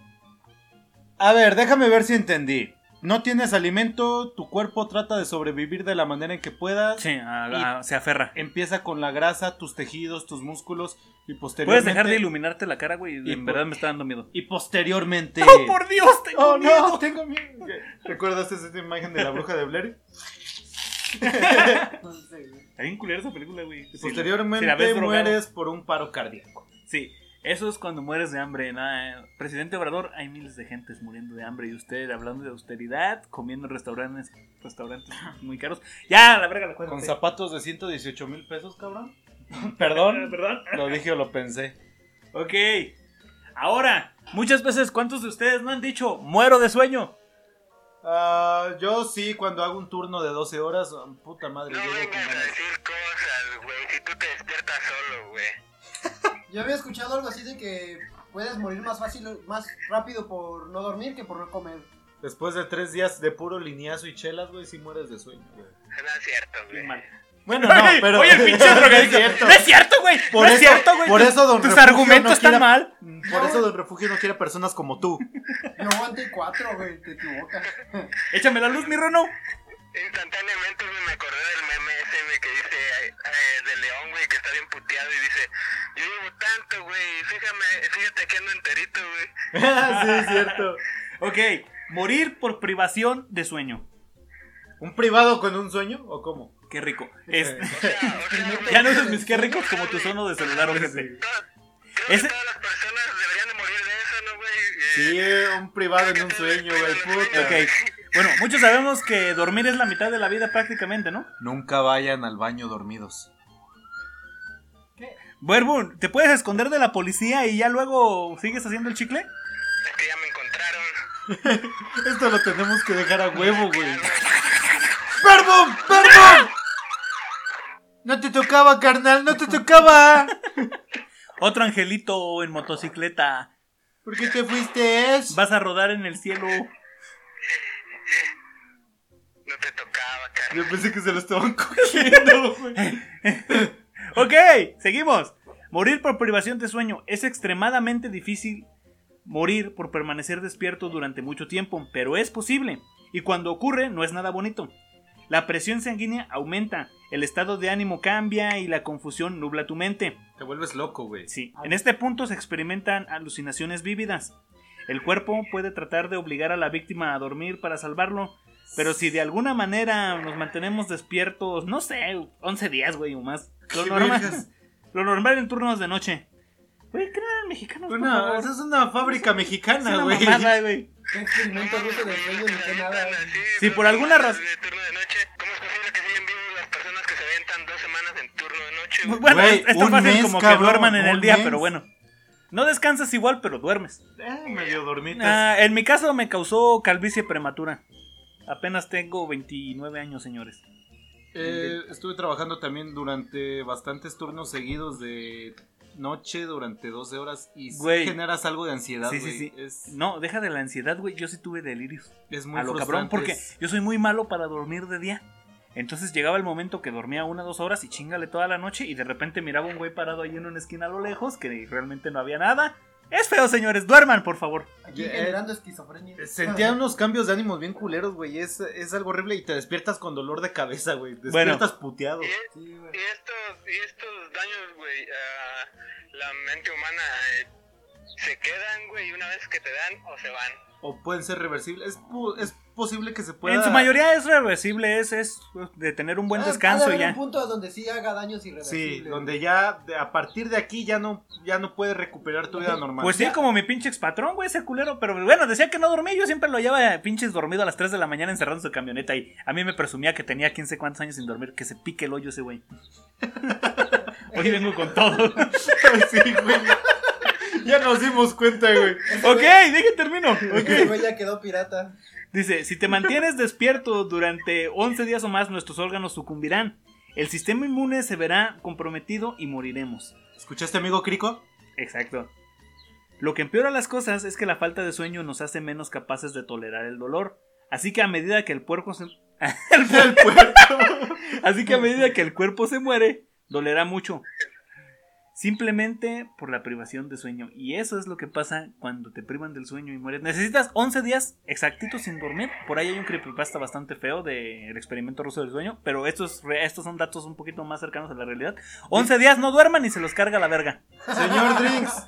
B: A ver, déjame ver si entendí. No tienes alimento, tu cuerpo trata de sobrevivir de la manera en que puedas.
A: Sí, a- a- se aferra.
B: Empieza con la grasa, tus tejidos, tus músculos y
A: Puedes
B: posteriormente.
A: dejar de iluminarte la cara, güey.
B: Y
A: En
B: por-
A: verdad me está dando miedo.
B: Y posteriormente.
A: [laughs] ¡Oh, por Dios! Tengo
B: Oh,
A: miedo!
B: no, tengo miedo.
A: [laughs]
B: ¿Recuerdas esa imagen de la bruja de Blair?
C: No sé, güey.
A: Está bien culera esa película, güey. Si la- si la
B: Posteriormente
A: ves drogado.
B: mueres por un paro cardíaco.
A: Sí, eso es cuando mueres de hambre. nada, eh. Presidente Obrador, hay miles de gentes muriendo de hambre y usted hablando de austeridad, comiendo en restaurantes, restaurantes muy caros. Ya, la verga la cuenta.
B: Con zapatos de 118 mil pesos, cabrón. Perdón,
A: [laughs] Perdón.
B: lo dije o lo pensé.
A: Ok. Ahora, muchas veces, ¿cuántos de ustedes no han dicho muero de sueño?
B: Ah, yo sí, cuando hago un turno de 12 horas, ah, puta madre,
D: No
B: llego con
D: vengas a
B: ganas.
D: decir cosas, güey, si tú te despiertas solo, güey.
C: Yo había escuchado algo así de que puedes morir más fácil, más rápido por no dormir que por no comer.
B: Después de tres días de puro lineazo y chelas, güey, sí mueres de sueño, güey.
D: No es cierto, güey.
A: Mal.
B: Bueno, no, pero.
A: Oye, el pinche
B: [laughs] No es
A: drogadicto.
B: cierto.
A: No es cierto, güey.
B: Por
A: no es
B: eso-
A: cierto, güey.
B: por eso, don
A: Tus
B: Refugio,
A: argumentos
B: no
A: están
B: quiera-
A: mal.
B: [laughs] Por eso Don Refugio no quiere personas como tú. [laughs]
C: Yo aguanté cuatro, güey, te equivocas.
A: Échame la luz, mi Rono.
D: Instantáneamente güey, me acordé del meme ese, güey, que dice eh, eh, de León, güey, que está bien puteado y dice, yo llevo tanto, güey, y fíjame, fíjate que ando enterito, güey.
B: sí, es cierto.
A: Ok, morir por privación de sueño.
B: ¿Un privado con un sueño o cómo? Eh,
A: Qué rico. Es- [laughs]
D: O sea, o sea, güey,
A: ya no uses mis qué ricos como tu sono de celular, ojete.
D: to- Creo
A: Ese-
D: que todas las personas deberían de morir de eso, ¿no, güey? Eh,
B: Sí, un privado en un sueño, güey, puta.
A: Ok. Bueno, muchos sabemos que dormir es la mitad de la vida prácticamente, ¿no?
B: Nunca vayan al baño dormidos.
A: Verbun, ¿te puedes esconder de la policía y ya luego sigues haciendo el chicle?
D: Es que ya me encontraron.
B: Esto lo tenemos que dejar a huevo, güey. ¡Perdón! ¡Perdón! No te tocaba, carnal, no te tocaba.
A: Otro angelito en motocicleta.
B: ¿Por qué te fuiste?
A: Vas a rodar en el cielo.
D: No te tocaba, cara.
B: Yo pensé que se lo estaban cogiendo, güey.
A: Ok, seguimos. Morir por privación de sueño. Es extremadamente difícil morir por permanecer despierto durante mucho tiempo, pero es posible. Y cuando ocurre no es nada bonito. La presión sanguínea aumenta, el estado de ánimo cambia y la confusión nubla tu mente.
B: Te vuelves loco, güey.
A: Sí, en este punto se experimentan alucinaciones vívidas. El cuerpo puede tratar de obligar a la víctima a dormir para salvarlo, pero si de alguna manera nos mantenemos despiertos, no sé, 11 días, güey, o más. Lo
B: Sí,
A: normal,
B: vergas.
A: [laughs] lo normal en turnos de noche. Güey, ¿qué no eran mexicanos? por
B: Una,
A: favor?
B: esa es una fábrica
A: Es
B: mexicana,
A: una
B: güey. [laughs]
A: mamada, güey.
C: Qué experimento ruso de sueño ni qué nada.
A: Si por alguna razón-
D: pues, De turno de noche, ¿cómo es posible que sigan vivos las personas que se avientan dos semanas en turno de noche? güey?
A: Bueno,
B: Güey,
A: es- es tan
B: un
A: fácil
B: mes,
A: como que
B: cabrón,
A: duerman en
B: un
A: el día,
B: mes.
A: pero bueno. No descansas igual, pero duermes.
B: Eh, medio dormitas.
A: Ah, en mi caso me causó calvicie prematura. Apenas tengo 29 años, señores.
B: Eh, estuve trabajando también durante bastantes turnos seguidos de noche durante 12 horas y sí
A: Güey.
B: generas algo de ansiedad,
A: Sí,
B: güey.
A: sí, sí.
B: Es,
A: No, deja de la ansiedad, güey. Yo sí tuve delirios.
B: es muy
A: a lo cabrón,
B: frustrante,
A: porque
B: es-
A: yo soy muy malo para dormir de día. Entonces llegaba el momento que dormía una o dos horas y chingale toda la noche y de repente miraba un güey parado ahí en una esquina a lo lejos que realmente no había nada. Es feo, señores. Duerman, por favor.
C: Aquí
B: Eh,
C: generando esquizofrenia.
B: Sentía unos cambios de ánimos bien culeros, güey. Es, es algo horrible y te despiertas con dolor de cabeza, güey. Despiertas puteado.
D: Y,
C: Sí, güey.
D: y estos, y estos daños, güey, a la mente humana eh, se quedan, güey, y una vez que te dan o se van.
B: O pueden ser reversibles. Es, po- es posible que se pueda.
A: En su mayoría es reversible, es, es de tener un buen
C: Ah, ha
A: descanso
C: de
A: y
C: haber
A: ya.
C: un punto donde sí haga daños irreversibles.
B: Sí, donde ya de- a partir de aquí ya no, ya no puedes recuperar tu vida normal.
A: Pues sí,
B: Ya-
A: como mi pinche expatrón, güey, ese culero. Pero bueno, decía que no dormía. Yo siempre lo llevaba pinches dormido a las 3 de la mañana encerrado en su camioneta. Y a mí me presumía que tenía 15 cuantos años sin dormir. Que se pique el hoyo ese güey. Hoy vengo con todo.
B: Sí, güey. Ya nos dimos cuenta, güey.
A: ok, deje termino.
C: Ese
A: Ok.
C: güey ya quedó pirata.
A: Dice: Si te mantienes despierto durante 11 días o más, nuestros órganos sucumbirán. El sistema inmune se verá comprometido y moriremos.
B: ¿Escuchaste, amigo Crico?
A: Exacto. Lo que empeora las cosas es que la falta de sueño nos hace menos capaces de tolerar el dolor. Así que a medida que el puerco se... [laughs] el puer-
B: El puerto. [laughs]
A: Así que a medida que el cuerpo se muere, dolerá mucho. Simplemente por la privación de sueño. Y eso es lo que pasa cuando te privan del sueño y mueres. Necesitas 11 días exactitos sin dormir. Por ahí hay un creepypasta bastante feo del experimento ruso del sueño. Pero estos, re- estos son datos un poquito más cercanos a la realidad. 11 días no duerman y se los carga la verga.
B: Señor Drinks,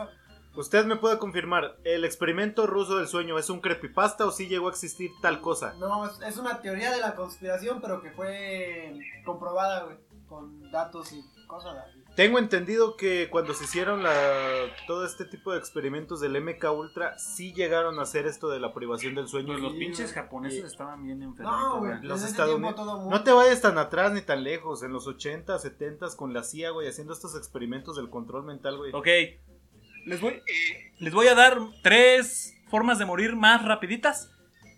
B: usted me puede confirmar, ¿el experimento ruso del sueño es un creepypasta o sí llegó a existir tal cosa?
C: No, es- es una teoría de la conspiración, pero que fue comprobada, güey. con datos y cosas así.
B: Tengo entendido que cuando se hicieron la- todo este tipo de experimentos del MK Ultra, sí llegaron a hacer esto de la privación del sueño.
A: Pues los
C: Sí,
A: pinches
C: güey.
A: japoneses
B: Sí.
A: estaban bien enfermos.
C: No, güey,
B: los
C: desde ese
B: Estados
C: tiempo
B: Unidos-
C: todo mundo.
B: No te vayas tan atrás ni tan lejos. En los 80, 70 con la CIA, güey, haciendo estos experimentos del control mental, güey.
A: Ok. Les voy, les voy a dar tres formas de morir más rapiditas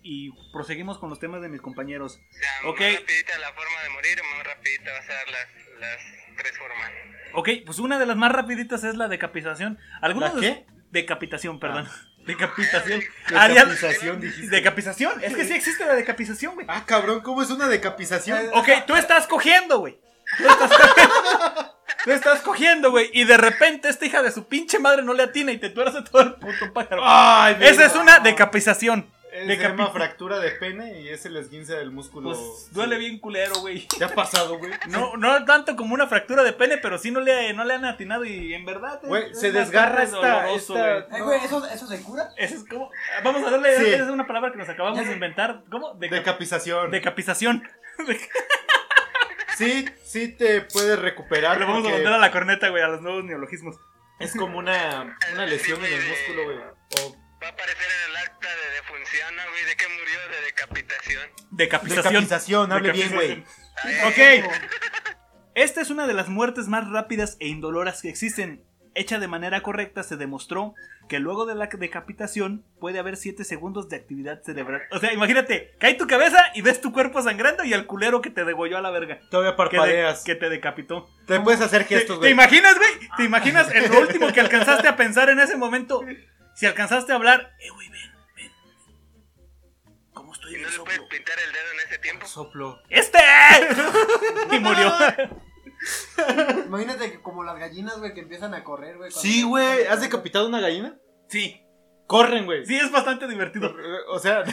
A: y proseguimos con los temas de mis compañeros.
D: O sea,
A: Ok.
D: más rapidita la forma de morir, más rapidita vas a dar las, las tres formas.
A: Ok, pues una de las más rapiditas es la decapitación. ¿Alguna
B: ¿La
A: de-
B: qué? Ah,
A: Decapitación, perdón. [laughs] Decapitación.
B: Decapitación, dijiste.
A: Decapitación. Es que sí existe la decapitación, güey.
B: Ah, cabrón, ¿cómo es una decapitación?
A: Ok, tú estás cogiendo, güey. Tú estás [laughs] cogiendo. Tú estás cogiendo, güey. Y de repente esta hija de su pinche madre no le atina y te tuerce todo el puto pájaro.
B: Ay,
A: Esa
B: mira.
A: es una decapitación.
B: Eh, Se
A: decapi-
B: llama fractura de pene y es el esguince del músculo.
A: Pues duele bien culero, güey.
B: ¿Te ha pasado, güey?
A: No, no tanto como una fractura de pene, pero sí no le, no le han atinado y en verdad. es-
B: Güey,
A: es
B: se
A: bastante
B: desgarra esta- esta-
A: güey.
C: Eh, güey, ¿eso, ¿eso se cura?
A: Eso es como. Vamos a darle.
B: Sí.
A: esa Es una palabra que nos acabamos de inventar. ¿Cómo? Deca- [laughs]
B: Decapitación.
A: decapitación.
B: Sí, sí te puedes recuperar.
A: Pero vamos a
B: porque
A: mandar a la corneta, güey, a los nuevos neologismos.
B: Es como una, una lesión en el músculo, güey. O
D: Va a aparecer en el acta de defunción, ¿no, güey? ¿De qué murió? De decapitación.
A: Decapitación.
B: decapitación, hable bien, güey.
A: Ok. Esta es una de las muertes más rápidas e indoloras que existen. Hecha de manera correcta, se demostró que luego de la decapitación puede haber 7 segundos de actividad cerebral. O sea, imagínate, cae tu cabeza y ves tu cuerpo sangrando y al culero que te degolló a la verga. Que,
B: Todavía
A: de-
B: parpadeas.
A: que te decapitó.
B: Te puedes hacer
A: ¿Te,
B: gestos,
A: te
B: güey. Ah.
A: imaginas, güey? ¿Te imaginas
B: [laughs]
A: el último que alcanzaste a pensar en ese momento? Si alcanzaste a hablar, eh, güey, ven, ven. ¿Cómo estoy
D: ¿Y
A: en
D: no
A: el
D: le puedes
A: soplo?
D: pintar el dedo en ese tiempo?
B: Soplo. [laughs]
A: ¡Este! y murió.
C: Imagínate que como las gallinas, güey, que empiezan a correr, güey. cuando-
B: Sí, güey. ¿Has decapitado una gallina?
A: Sí,
B: Corren, güey.
A: sí, es bastante divertido.
B: O sea,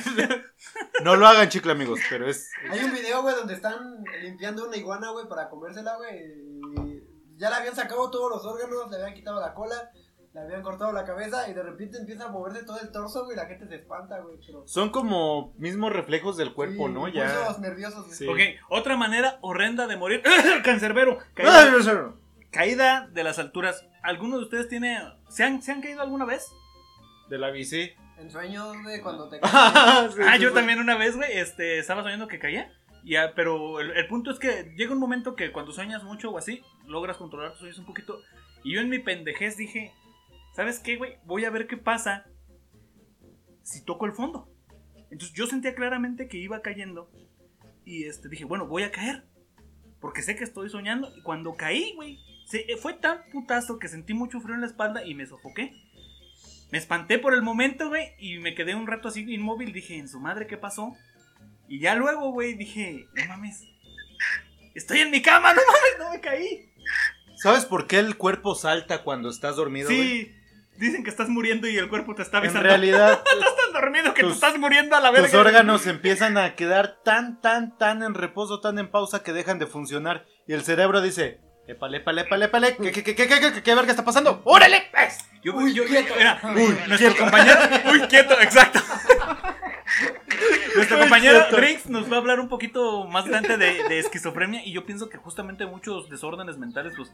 B: [laughs] no lo hagan, chicle, amigos, pero es.
C: Hay un video, güey, donde están limpiando una iguana, güey, para comérsela, güey. y Ya le habían sacado todos los órganos, le habían quitado la cola, le habían cortado la cabeza y de repente empieza a moverse todo el torso, güey, y la gente se espanta, güey. Pero...
B: Son como mismos reflejos del cuerpo,
C: Sí,
B: ¿no? Ya.
C: impulsos nerviosos, güey.
B: Sí.
A: Ok, otra manera horrenda de morir. [laughs] Cancerbero.
B: Ay,
A: Caída,
B: no sé.
A: caída de las alturas. ¿Alguno de ustedes tiene. ¿Se han, ¿se han caído alguna vez?
B: De la bici.
C: En sueños, güey, cuando
B: [laughs]
C: te
A: Ah, yo también una vez, güey, este, estaba soñando que caía. Ya, pero el, el punto es que llega un momento que cuando sueñas mucho o así, logras controlar tus sueños un poquito. Y yo en mi pendejez dije, ¿sabes qué, güey? Voy a ver qué pasa si toco el fondo. Entonces yo sentía claramente que iba cayendo. Y este, dije, bueno, voy a caer. Porque sé que estoy soñando. Y cuando caí, güey, se- fue tan putazo que sentí mucho frío en la espalda y me sofoqué. Me espanté por el momento, güey, y me quedé un rato así inmóvil. Dije, en su madre, ¿qué pasó? Y ya luego, güey, dije, no mames. Estoy en mi cama, no mames, no me caí.
B: ¿Sabes por qué el cuerpo salta cuando estás dormido? güey?
A: Sí, dicen que estás muriendo y el cuerpo te está
B: En
A: avisando. [laughs]
B: realidad,
A: Estás dormido que
B: tus-
A: te estás muriendo a la verga.
B: tus órganos empiezan a quedar tan, tan, tan en reposo, tan en pausa que dejan de funcionar. Y el cerebro dice: Épale, épale, épale, épale. ¿Qué, qué, qué, qué, qué, qué, qué, qué verga está pasando? ¡Órale! pues!
A: Yo,
C: Uy,
A: yo-
C: quieto.
A: mira,
B: Uy,
A: nuestro [laughs] compañero, muy quieto, [laughs] exacto. Nuestro
B: Muy
A: compañero
B: quieto.
A: Drix nos va a hablar un poquito más grande de, de esquizofrenia y yo pienso que justamente muchos desórdenes mentales, pues,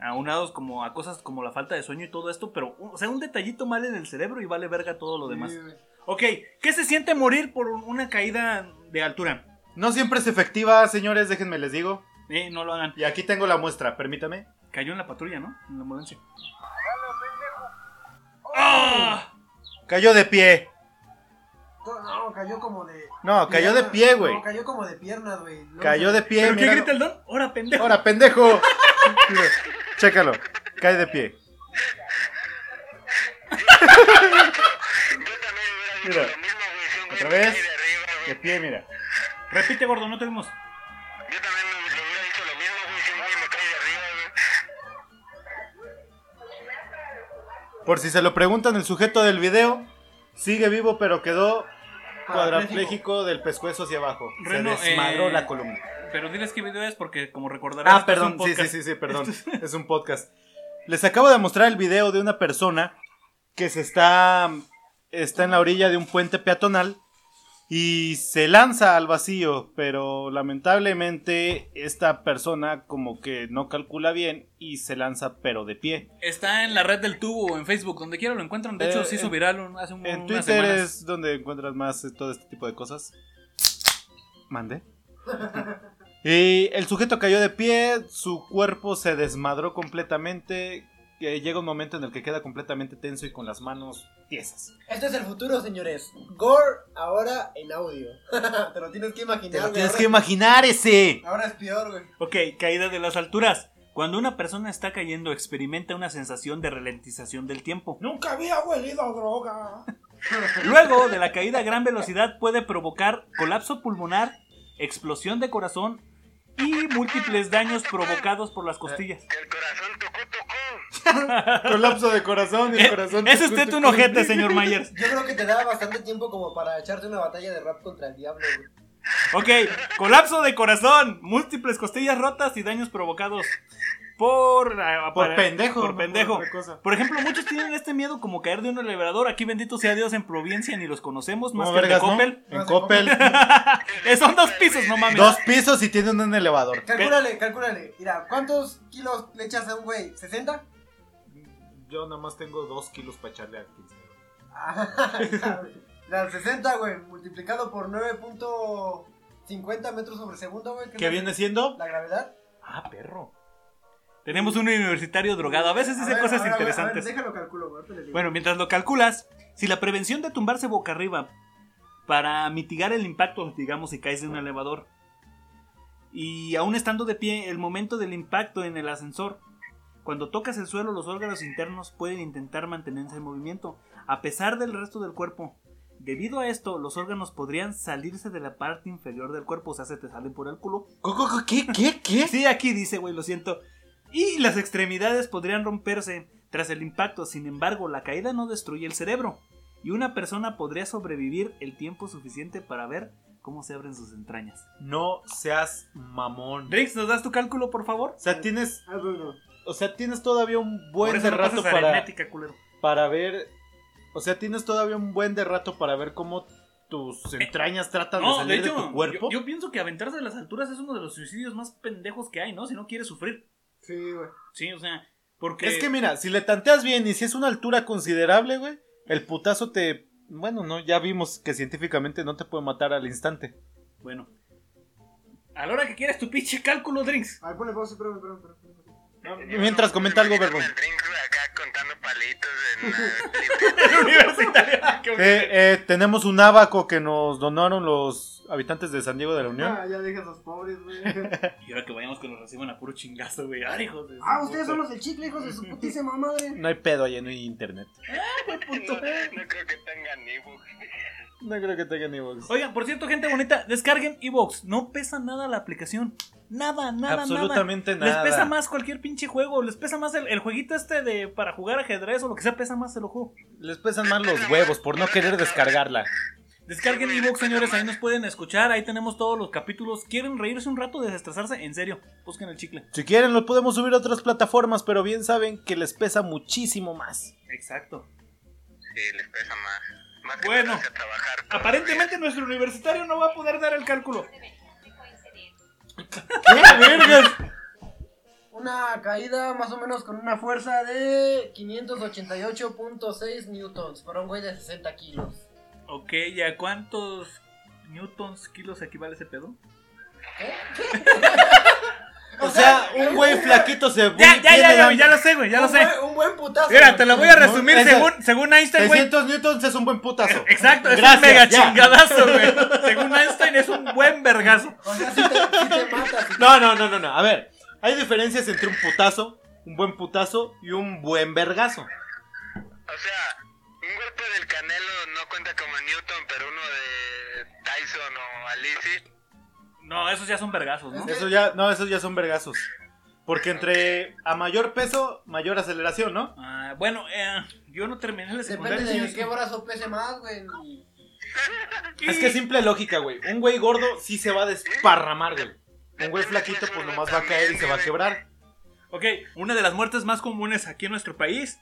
A: aunados como a cosas como la falta de sueño y todo esto, pero, o sea, un detallito mal en el cerebro y vale verga todo lo demás.
C: Sí, güey.
A: Ok, ¿qué se siente morir por una caída de altura?
B: No siempre es efectiva, señores, déjenme les digo.
A: Eh, no lo hagan.
B: Y aquí tengo la muestra, permítame.
A: Cayó en la patrulla, ¿no? En la ambulancia. ¡Ah!
B: Cayó de pie.
C: No, cayó como de.
B: No, cayó de pie, güey.
C: No, cayó como de piernas, güey. Luego
B: Cayó
C: se-
B: de pie.
A: ¿Pero qué
B: mira.
A: grita el don? ¡Hora, pendejo!
B: Ahora, pendejo. Chécalo. Cae de pie.
D: Yo también hubiera dicho
B: Mira.
D: lo mismo, güey. Si un güey
B: Otra
D: me
B: vez.
D: cae de arriba,
B: De
D: güey.
B: pie, mira.
A: Repite, gordo, no te vimos.
D: Yo también me me hubiera dicho lo mismo, güey. Si un güey me cae de arriba, güey.
B: Por si se lo preguntan, el sujeto del video sigue vivo, pero quedó cuadrapléjico del pescuezo hacia abajo.
A: Reno,
B: se desmadró
A: eh,
B: la columna.
A: Pero diles qué video es porque, como recordarás,
B: Ah,
A: este es
B: perdón.
A: un
B: Sí, sí,
A: podcast.
B: sí, sí, perdón. Es un podcast. Les acabo de mostrar el video de una persona que se está está en la orilla de un puente peatonal y se lanza al vacío, pero lamentablemente esta persona como que no calcula bien y se lanza pero de pie.
A: Está en la red del tubo, en Facebook, donde quiera lo encuentran. De hecho,
B: Eh,
A: se hizo
B: en-
A: viral un- hace un,
B: En
A: unas
B: Twitter
A: semanas.
B: es donde encuentras más eh, todo este tipo de cosas.
A: [laughs]
B: Mande. Y el sujeto cayó de pie, su cuerpo se desmadró completamente. que llega un momento en el que queda completamente tenso y con las manos tiesas.
C: Este es el futuro, señores. Gore ahora en audio. [laughs] Te lo tienes que imaginar.
B: Te lo
C: güey.
B: tienes que
C: ahora,
B: imaginar ese.
C: ahora es peor, güey.
A: Ok, caída de las alturas. Cuando una persona está cayendo, experimenta una sensación de ralentización del tiempo.
E: Nunca había huelido a droga.
A: Luego de la caída a gran velocidad puede provocar colapso pulmonar, explosión de corazón y múltiples daños provocados por las costillas.
B: Eh,
D: Que el corazón tocó, tocó.
B: Colapso de corazón y el corazón.
A: Ese Eh, es usted un ojete, señor Myers.
C: Yo creo que te da bastante tiempo como para echarte una batalla de rap contra el diablo, güey.
A: Ok, colapso de corazón, múltiples costillas rotas y daños provocados por... ah,
B: Por
A: para-
B: pendejo.
A: Por
B: no
A: pendejo.
B: otra cosa.
A: Por ejemplo, muchos tienen este miedo como caer de un elevador. Aquí bendito sea Dios en Provincia ni los conocemos más
B: ¿Cómo
A: que el de
B: vergas, no?
A: Coppel.
B: En Coppel. [laughs]
A: Eh, Son dos pisos, no mames.
B: Dos pisos y tienen un elevador.
C: [laughs] Calcúlale, calcúlale. Mira, ¿cuántos kilos le echas a un güey? ¿60?
B: Yo nada más tengo dos kilos para echarle a
C: Ah, [laughs] Las 60, güey, multiplicado por 9.50 metros sobre segundo, güey.
B: ¿Qué viene siendo?
C: La gravedad.
B: Ah, perro.
A: Tenemos un universitario drogado. A veces
C: A
A: dice
C: ver,
A: cosas
C: a ver, a ver,
A: interesantes.
C: a ver, déjalo calculo, güey. ahorita le digo.
A: Bueno, mientras lo calculas, si la prevención de tumbarse boca arriba para mitigar el impacto, digamos, si caes de un elevador, y aún estando de pie, el momento del impacto en el ascensor, cuando tocas el suelo, los órganos internos pueden intentar mantenerse en movimiento, a pesar del resto del cuerpo. Debido a esto, los órganos podrían salirse de la parte inferior del cuerpo, o sea, se te salen por el culo,
B: Co- co- co- ¿Qué? ¿Qué? ¿Qué?
A: Sí, aquí dice, güey, lo siento. Y las extremidades podrían romperse tras el impacto, sin embargo, la caída no destruye el cerebro. Y una persona podría sobrevivir el tiempo suficiente para ver cómo se abren sus entrañas.
B: No seas mamón.
A: Drix, ¿nos das tu cálculo, por favor?
B: O sea, tienes,
C: Ah, bueno.
B: o sea, tienes todavía un
A: por
B: buen
A: eso
B: de
A: no
B: rato
A: pasas
B: para,
A: aritmética, culero.
B: para ver. O sea, tienes todavía un buen de rato para ver cómo tus entrañas tratan de
A: No, de
B: salir de,
A: hecho,
B: tu cuerpo.
A: Yo, yo pienso que aventarse de las alturas es uno de los suicidios más pendejos que hay, ¿no? Si no quieres sufrir.
C: Sí, güey.
A: Sí, o sea, porque...
B: Es que mira, si le tanteas bien y si es una altura considerable, güey, el putazo te. Bueno, no, ya vimos que científicamente no te puede matar al instante.
A: Bueno. A la hora que quieras tu pinche cálculo,
B: [laughs]
A: Drix.
C: A ver, ponle pausa, espérame, espérame, espérame. espérame.
B: Mientras comenta algo,
D: Imagínate
B: Verbón.
D: el drink, güey, acá contando palitos en la
A: El
D: [laughs]
A: universitario.
B: Eh, eh, tenemos un abaco que nos donaron los habitantes de San Diego de la Unión.
C: Ah, ya deja a esos pobres, güey. [laughs]
A: Y ahora que vayamos que nos reciban a puro chingazo, güey. Ah, hijos de.
C: ah, ustedes son los del chicle, hijos
A: [laughs]
C: de su putísima madre.
B: No hay pedo allá, no hay internet.
D: No, no creo que tengan ebook.
B: No creo que tengan
A: [laughs]
B: Evox.
A: Oigan, por cierto, gente bonita, descarguen Evox. No pesa nada la aplicación. Nada, nada,
B: Absolutamente
A: nada.
B: nada.
A: Les pesa más cualquier pinche juego. Les pesa más el, el jueguito este de para jugar ajedrez o lo que sea, pesa más el ojo.
B: Les pesan más los huevos por no querer descargarla.
A: Descarguen Evox, señores. Ahí nos pueden escuchar. Ahí tenemos todos los capítulos. ¿Quieren reírse un rato, desestresarse? En serio, busquen el chicle.
B: Si quieren, lo podemos subir a otras plataformas, pero bien saben que les pesa muchísimo más.
A: Exacto.
D: Sí, les pesa más. Más que
A: Bueno.
D: ponerse a trabajar. todo el
A: Aparentemente nuestro universitario no va a poder dar el cálculo.
C: Una caída más o menos con una fuerza de 588.6 newtons para un güey de 60 kilos.
A: Ok, ¿y a cuántos newtons, kilos equivale ese pedo?
B: O sea, un güey flaquito se.
A: Ya, ya, ya, ya,
B: tiene-
A: ya lo sé, güey, ya lo
C: Un
A: sé.
C: buen- un buen putazo.
A: Mira, te lo voy a resumir
B: Ese-
A: según, según Einstein, güey.
B: 300 newtons es un buen putazo.
A: Exacto, es
B: Gracias,
A: un mega
B: ya.
A: chingadazo, güey. Según Einstein es un buen vergazo.
C: O sea, si te, sí te matas.
B: No, no, no, no, no. A ver, hay diferencias entre un putazo, un buen putazo y un buen vergazo.
D: O sea, un golpe del Canelo no cuenta como Newton, pero uno de Tyson o Alice.
A: No, esos ya son vergazos, ¿no?
B: Eso ya, no, esos ya son vergazos. Porque entre a mayor peso, mayor aceleración, ¿no?
A: Ah, bueno, eh, yo no terminé la secundaria.
C: Depende de
A: señores.
C: qué brazo pese más, güey.
A: Y-
B: Es que es simple lógica, güey. Un güey gordo sí se va a desparramar, güey. Un güey flaquito, pues nomás va a caer y se va a quebrar.
A: Ok, una de las muertes más comunes aquí en nuestro país.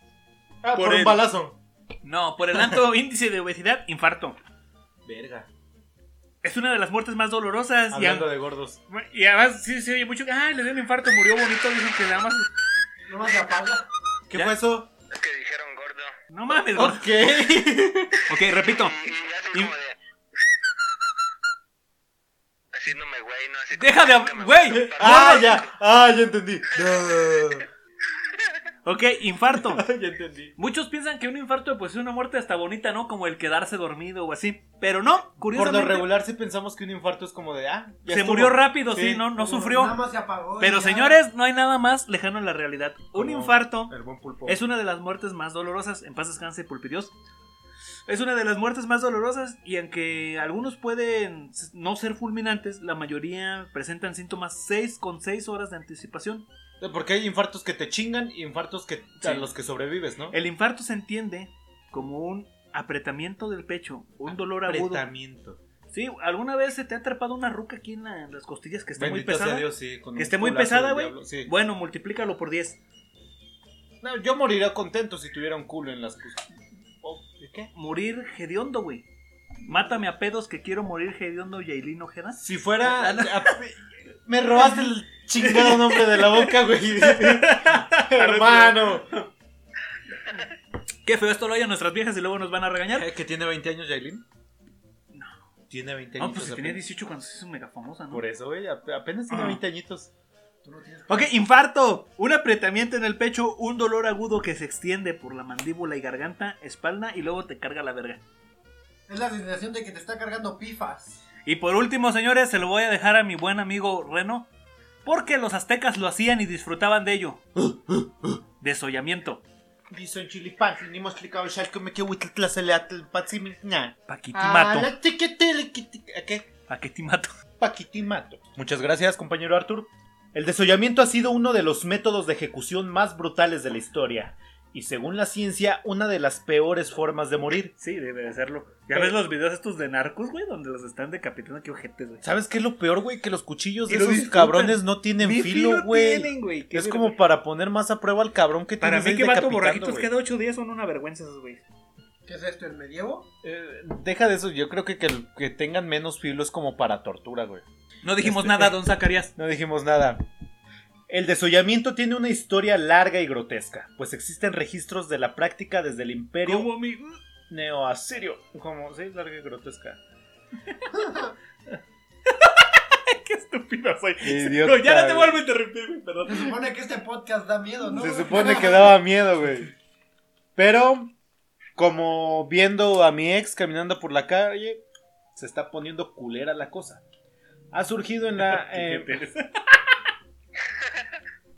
B: Ah,
A: Por
B: por,
A: el-
B: un balazo. [laughs]
A: No, por el alto índice de obesidad, infarto.
B: Verga.
A: Es una de las muertes más dolorosas. Y,
B: Hablando de gordos.
A: a- y además, sí se oye mucho. Ah, le dio un infarto, murió bonito. Dicen que nada más.
C: No más se apaga.
B: ¿Qué
A: Ya.
B: fue eso?
D: Es que dijeron gordo.
A: No mames, güey.
B: [laughs] Ok.
A: Ok, repito.
D: Y, y así
A: Y-
D: como de. Así no me güey, no así.
A: Deja de
D: como-
A: hab- güey.
B: ah, ya. Ah, ya entendí.
A: Ok, infarto.
B: [laughs] ya entendí.
A: Muchos piensan que un infarto pues es una muerte hasta bonita, ¿no? Como el quedarse dormido o así. Pero no,
B: Por lo
A: curiosamente.
B: regular sí pensamos que un infarto es como de, ah, ya
A: se
B: estuvo.
A: murió rápido, sí,
B: Sí.
A: no, no
C: Nada
A: sufrió.
C: más se apagó. y
A: Pero
C: ya.
A: señores, no hay nada más lejano en la realidad. Un
B: Como
A: infarto
B: El buen pulpo.
A: es una de las muertes más dolorosas. En paz descanse, Pulpirios. Es una de las muertes más dolorosas y aunque algunos pueden s- no ser fulminantes, la mayoría presentan síntomas 6 con 6 horas de anticipación.
B: Porque hay infartos que te chingan y infartos que a
A: Sí.
B: los que sobrevives, ¿no?
A: El infarto se entiende como un apretamiento del pecho, un dolor agudo.
B: Apretamiento.
A: Sí, ¿alguna vez se te ha atrapado una ruca aquí en, la- en las costillas que esté muy
B: Bendito
A: pesada?
B: sea Dios, sí. con
A: Que
B: un
A: esté muy
B: culazo
A: pesada,
B: del
A: güey.
B: diablo, sí.
A: Bueno, multiplícalo por 10.
B: No, yo moriría contento si tuviera un culo en las... Oh, ¿de ¿Qué?
A: Morir hediondo, güey. Mátame a pedos que quiero morir hediondo, Yailin Ojeda.
B: Si fuera... Me robaste el chingado nombre de la boca, [laughs] güey. Hermano.
A: Qué feo esto lo oyen nuestras viejas y luego nos van a regañar.
B: ¿Que tiene 20 años, Jailin? No. Tiene 20
A: No,
B: años.
A: pues si tenía 18 cuando se hizo mega famosa, ¿no?
B: Por eso, güey, ap- apenas tiene
A: Ah.
B: 20 añitos.
C: Tú no tienes-
A: Ok, infarto. Un apretamiento en el pecho, un dolor agudo que se extiende por la mandíbula y garganta, espalda y luego te carga la verga.
C: Es la sensación de que te está cargando pifas.
A: Y por último, señores, se lo voy a dejar a mi buen amigo Reno, porque los aztecas lo hacían y disfrutaban de ello. Desollamiento.
B: Dicen chilipán, tenemos explicado ya que me quedo tlacelatl, patzimiña.
A: Paquitimato.
B: ¿Qué?
A: Paquitimato. [laughs]
B: Paquitimato. Muchas gracias, compañero Arthur. El desollamiento ha sido uno de los métodos de ejecución más brutales de la historia. Y según la ciencia, una de las peores formas de morir.
A: Sí, debe de serlo. ¿Ya ves los videos estos de narcos, güey? Donde los están decapitando, qué ojetes, güey.
B: ¿Sabes qué es lo peor, güey? Que los cuchillos
A: Y
B: de
A: lo
B: esos
A: disfrutan.
B: cabrones no tienen
A: Ni
B: filo, güey.
A: tienen, güey. Qué
B: Es
A: verga.
B: como para poner más a prueba al cabrón que
A: Para
B: tienes
A: mí
B: ahí
A: que vato
B: decapitando,
A: borrajitos
B: güey.
A: cada ocho días son una vergüenza esos, güey.
C: ¿Qué es esto, el medievo?
B: Eh, deja de eso, yo creo que, que el- que tengan menos filo es como para tortura, güey.
A: No dijimos
B: Este-
A: nada, don Zacarías.
B: No dijimos nada. El desollamiento tiene una historia larga y grotesca, pues existen registros de la práctica desde el imperio
A: Como mi... [laughs]
B: neoasirio. Como, sí, larga y grotesca.
A: Qué estúpida soy.
B: Idiota,
A: No, ya no te
B: güey.
A: vuelvo a interrumpir, güey, perdón.
C: Se supone que este podcast da miedo, ¿no?
B: Se supone que daba miedo, güey. Pero, como viendo a mi ex caminando por la calle, se está poniendo culera la cosa. Ha surgido en la... eh, [laughs]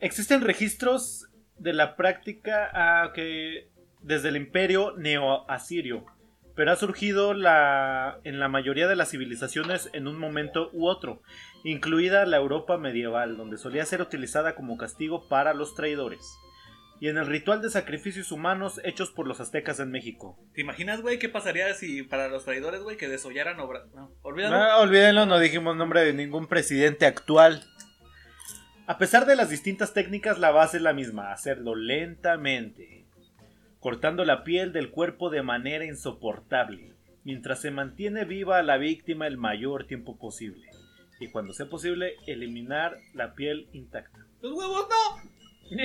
B: Existen registros de la práctica ah, que desde el imperio neoasirio, pero ha surgido la, en la mayoría de las civilizaciones en un momento u otro, incluida la Europa medieval, donde solía ser utilizada como castigo para los traidores, y en el ritual de sacrificios humanos hechos por los aztecas en México.
A: ¿Te imaginas, güey, qué pasaría si para los traidores, güey, que desollaran obra... No, olvídalo.
B: No, olvídenlo, no dijimos nombre de ningún presidente actual. A pesar de las distintas técnicas, la base es la misma, hacerlo lentamente, cortando la piel del cuerpo de manera insoportable, mientras se mantiene viva a la víctima el mayor tiempo posible, y cuando sea posible, eliminar la piel intacta.
A: ¡Los huevos no!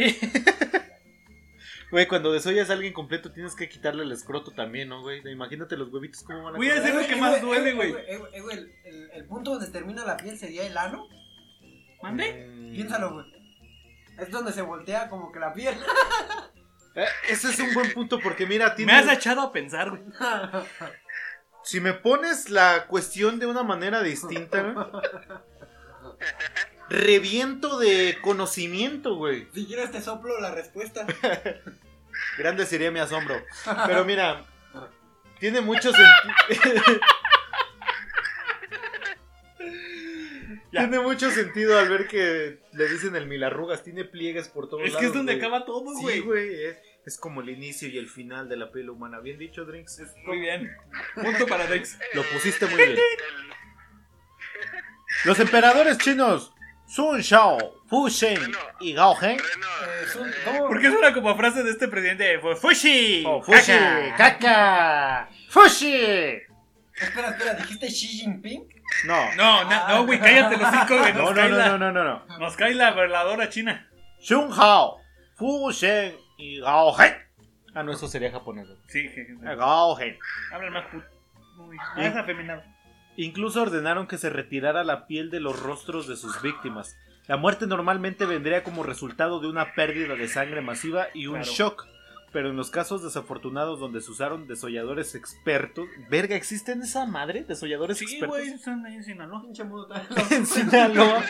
B: Güey, cuando desollas a alguien completo tienes que quitarle el escroto también, ¿no, güey? Imagínate los huevitos cómo van a...
A: Güey,
B: correr.
A: es lo que
C: Eh,
A: más
C: eh,
A: duele,
C: eh,
A: güey.
C: eh, eh, güey, el- el- El punto donde termina la piel sería el ano.
A: ¿Mande?
B: Mm.
C: Piénsalo, güey. Es donde se voltea como que la piel. [laughs]
B: Eh, Ese es un buen punto porque mira,
A: Me
B: tiene-
A: has echado a pensar, güey.
B: si me pones la cuestión de una manera distinta, güey, reviento de conocimiento, güey.
C: Si quieres te soplo la respuesta.
B: Grande sería mi asombro. Pero mira, tiene mucho [laughs] sentido. Tiene mucho sentido al ver que le dicen el milarrugas, tiene pliegues por todos
A: Es
B: lados.
A: que es donde
B: güey.
A: acaba todo,
B: Sí,
A: güey.
B: güey, es, es como el inicio y el final de la piel humana. Bien dicho, Drinks.
A: Muy bien. Punto para Dex.
B: Lo pusiste muy bien.
D: El-
B: Los emperadores chinos Sun Shao, Fu Shen y Gao Heng
D: Reno,
C: Eh, es un-
D: eh,
C: ¿Cómo?
A: Porque es una como frase de este presidente. Fue Fushi.
B: o Oh, Fushi,
A: Caca.
B: Caca, Fushi.
C: Espera, espera, ¿dijiste Xi Jinping?
B: No.
A: No, na- no, güey, cállate los cinco, güey. Nos
B: No, no,
A: cae la-
B: no, no, no, no, no.
A: Nos cae la veladora china.
B: Shun Hao. Fu Shen y Gao He. Ah, no, eso sería japonés. güey.
A: Sí, je- je-
B: Eh, Gao He.
A: habla más puto. Uy,
B: ¿Eh?
A: más afeminado.
B: Incluso ordenaron que se retirara la piel de los rostros de sus víctimas. La muerte normalmente vendría como resultado de una pérdida de sangre masiva y un
A: Claro.
B: shock. Pero en los casos desafortunados donde se usaron desolladores expertos. Verga, ¿existen esa madre? ¿Desolladores
A: Sí,
B: expertos?
A: güey, están ahí en Sinaloa.
C: Pinche [laughs] mundo tan-
B: [laughs] en Sinaloa.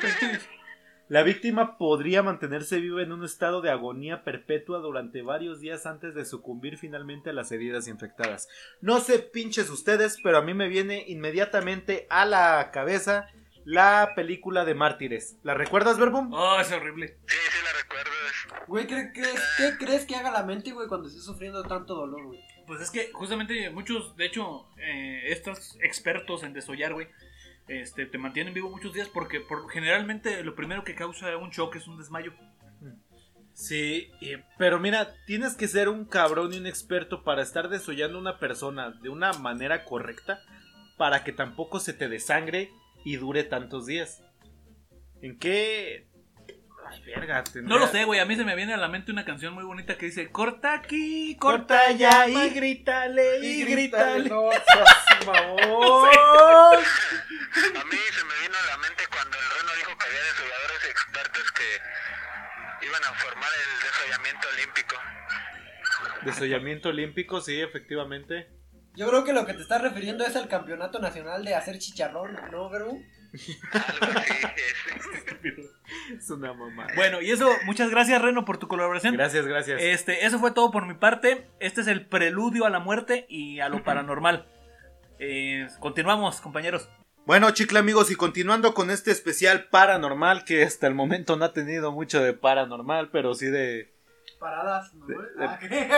B: La víctima podría mantenerse viva en un estado de agonía perpetua durante varios días antes de sucumbir finalmente a las heridas infectadas. No sé pinches ustedes, pero a mí me viene inmediatamente a la cabeza la película de Mártires. ¿La recuerdas, Verbum?
A: [laughs] Oh, es horrible.
D: Sí, sí la recuerdo.
C: Güey, ¿qué, crees- qué crees que haga la mente, güey, cuando esté sufriendo tanto dolor, güey?
A: Pues es que justamente muchos, de hecho, eh, estos expertos en desollar, güey, este, te mantienen vivo muchos días porque por, generalmente lo primero que causa un shock es un desmayo.
B: Sí, y- pero mira, tienes que ser un cabrón y un experto para estar desollando a una persona de una manera correcta para que tampoco se te desangre y dure tantos días. ¿En qué? Ay, verga,
A: No lo
B: tendría-
A: sé, güey, a mí se me viene a la mente una canción muy bonita que dice, corta aquí, corta.
B: Corta ya y grítale y grítale.
C: No, seas mamón.
D: A mí se me vino a la mente cuando el reno dijo que había desolladores expertos que iban a formar el desollamiento olímpico.
B: Desollamiento olímpico, sí, efectivamente.
C: Yo creo que lo que te estás refiriendo es al campeonato nacional de hacer chicharrón, ¿no, bro?
D: Algo así. [laughs] este, es.
B: Es una mamá.
A: Bueno, y eso, muchas gracias, Reno, por tu colaboración.
B: Gracias, gracias.
A: Este, eso fue todo por mi parte. Este es el preludio a la muerte y a lo paranormal. Eh, continuamos, compañeros.
B: Bueno, chicle amigos, y continuando con este especial paranormal, que hasta el momento no ha tenido mucho de paranormal, pero sí de.
C: Paradas, ¿no? güey?
B: de-
C: Ah, jeje.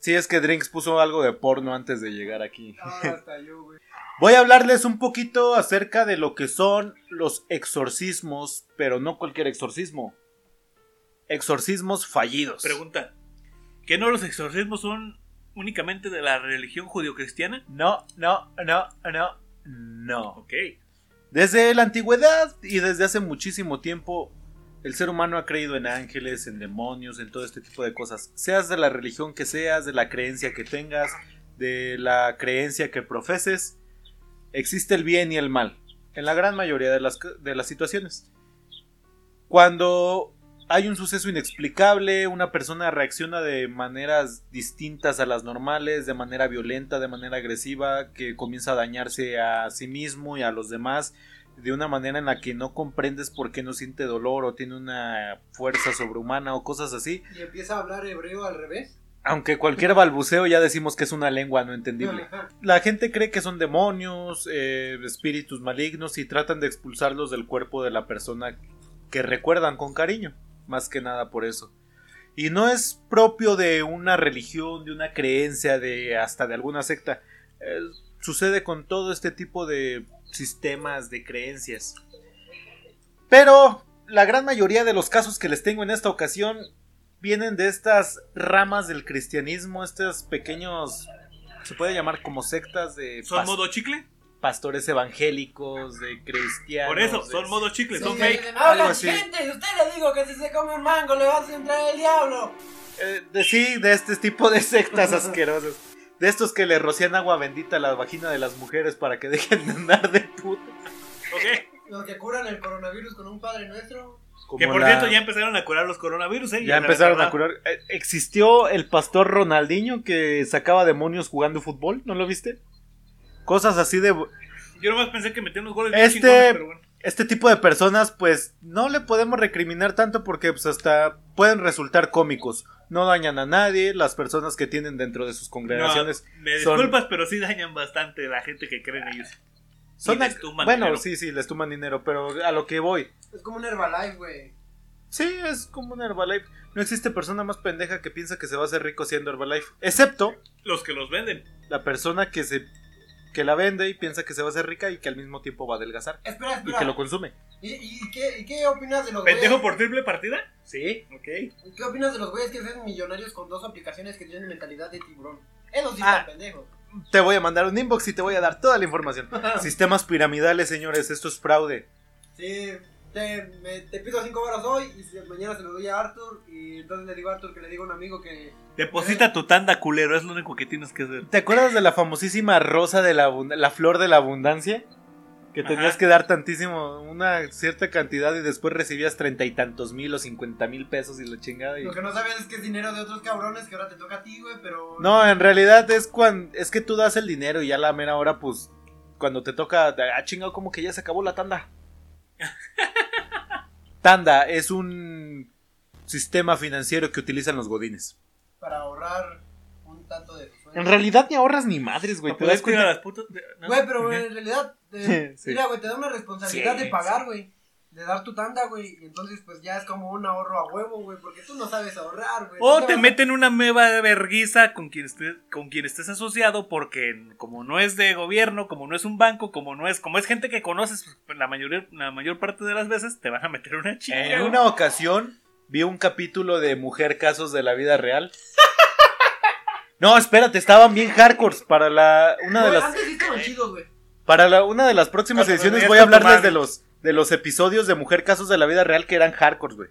B: Sí es que Drinks puso algo de porno antes de llegar aquí.
C: [laughs] Ahora Ah, hasta yo, güey.
B: Voy a hablarles un poquito acerca de lo que son los exorcismos, pero no cualquier exorcismo. Exorcismos fallidos.
A: Pregunta: ¿Que no los exorcismos son únicamente de la religión judio-cristiana?
B: No, no, no, no, no.
A: Ok.
B: Desde la antigüedad y desde hace muchísimo tiempo, el ser humano ha creído en ángeles, en demonios, en todo este tipo de cosas. Seas de la religión que seas, de la creencia que tengas, de la creencia que profeses, existe el bien y el mal. En la gran mayoría de las, de las situaciones. Cuando hay un suceso inexplicable, una persona reacciona de maneras distintas a las normales, de manera violenta, de manera agresiva, que comienza a dañarse a sí mismo y a los demás de una manera en la que no comprendes por qué no siente dolor o tiene una fuerza sobrehumana o cosas así.
C: Y empieza a hablar hebreo al revés.
B: Aunque cualquier balbuceo ya decimos que es una lengua no entendible.
C: Ajá.
B: La gente cree que son demonios, eh, espíritus malignos y tratan de expulsarlos del cuerpo de la persona que recuerdan con cariño, más que nada por eso. Y no es propio de una religión, de una creencia, de hasta de alguna secta. Eh, sucede con todo este tipo de sistemas de creencias. Pero la gran mayoría de los casos que les tengo en esta ocasión vienen de estas ramas del cristianismo, estos pequeños se puede llamar como sectas de
A: ¿Son
B: pas-
A: modo chicle?
B: pastores evangélicos, de cristianos.
A: Por eso,
B: de-
A: son modo chicle,
C: Sí,
A: son
C: que
A: fake.
C: dicen, "Habla,
B: algo así.
C: gente, usted le digo que si se come un mango le vas a entrar el diablo.
B: Eh, de sí, de este tipo de sectas asquerosas. De estos que le rocían agua bendita a la vagina de las mujeres para que dejen de andar de puta.
A: Ok.
C: Los que curan el coronavirus con un padre nuestro.
B: Como
A: Que por
B: la-
A: cierto, ya empezaron a curar los coronavirus, ¿eh?
B: ya
A: se la
B: empezaron a
A: acabaron.
B: curar. Eh, Existió el pastor Ronaldinho que sacaba demonios jugando fútbol, ¿no lo viste? Cosas así de...
A: Yo nomás pensé que metían unos goles
B: Este-
A: bien chingones, pero bueno.
B: Este tipo de personas, pues, no le podemos recriminar tanto porque, pues, hasta pueden resultar cómicos. No dañan a nadie, las personas que tienen dentro de sus congregaciones
A: No, me
B: son-
A: disculpas, pero sí dañan bastante la gente que cree en ellos.
B: Son
A: Y les
B: ac-
A: tuman
B: bueno,
A: dinero.
B: sí, sí, les tuman dinero, pero a lo que voy.
C: Es como un Herbalife, güey.
B: Sí, es como un Herbalife. No existe persona más pendeja que piensa que se va a hacer rico siendo Herbalife. Excepto
A: Los que los venden.
B: la persona que se que la vende y piensa que se va a hacer rica y que al mismo tiempo va a adelgazar.
C: Espera,
B: Y que
C: espera.
B: lo consume.
C: ¿Y, y qué, y qué opinas de los
A: ¿Pendejo
C: güeyes-
A: por triple partida?
B: Sí.
A: Ok.
C: ¿Qué opinas de los güeyes que se hacen millonarios con dos aplicaciones que tienen mentalidad de tiburón? Esos sí están
B: Ah.
C: pendejos.
B: te voy a mandar un inbox y te voy a dar toda la información. Sistemas piramidales, señores, esto es fraude.
C: Sí, te, me- te pido 5 horas hoy y si- mañana se lo doy a Arthur. Y entonces le digo a Arthur que le digo a un amigo que.
A: Deposita tu tanda, culero, es lo único que tienes que hacer.
B: ¿Te acuerdas de la famosísima rosa de la, abund- la flor de la abundancia? Que tenías
A: Ajá.
B: que dar tantísimo, una cierta cantidad y después recibías treinta y tantos mil o cincuenta mil pesos y la chingada. y-
C: Lo que no sabes es que es dinero de otros cabrones que ahora te toca a ti, güey, pero.
B: No, en realidad es cuan- es que tú das el dinero y ya a la mera hora, pues, cuando te toca, te- ah, chingado, como que ya se acabó
A: [laughs]
B: la tanda. tanda es un sistema financiero que utilizan los godines.
C: Para ahorrar un tanto de.
B: En realidad ni ahorras ni madres, güey.
A: Para
B: ¿Te das
A: poder cuidar a
B: cuenta?
A: las putas de- no.
C: Güey, pero güey, en realidad, eh,
B: [laughs] Sí.
C: mira, güey, te da una responsabilidad
A: Sí,
C: de pagar, güey. De dar tu tanda, güey. Y entonces, pues ya es como un ahorro a huevo, güey. Porque tú no sabes ahorrar, güey.
A: O
C: Tú
A: te
C: vas-
A: meten una meba de verguiza con quien estés, con quien estés asociado, porque como no es de gobierno, como no es un banco, como no es, como es gente que conoces pues, la mayoría, la mayor parte de las veces, te van a meter una chinga.
B: En
A: güey.
B: una ocasión vi un capítulo de Mujer Casos de la Vida Real.
A: [laughs]
B: No, espérate, estaban bien hardcores. Para la una de
C: Güey,
B: las Eh.
C: Antes sí estaban chidos, güey.
B: Para la- una de las próximas
A: Cuando
B: ediciones
A: veas
B: voy a
A: con tu
B: hablarles
A: madre.
B: de los, de los episodios de Mujer Casos de la Vida Real que eran hardcore, güey.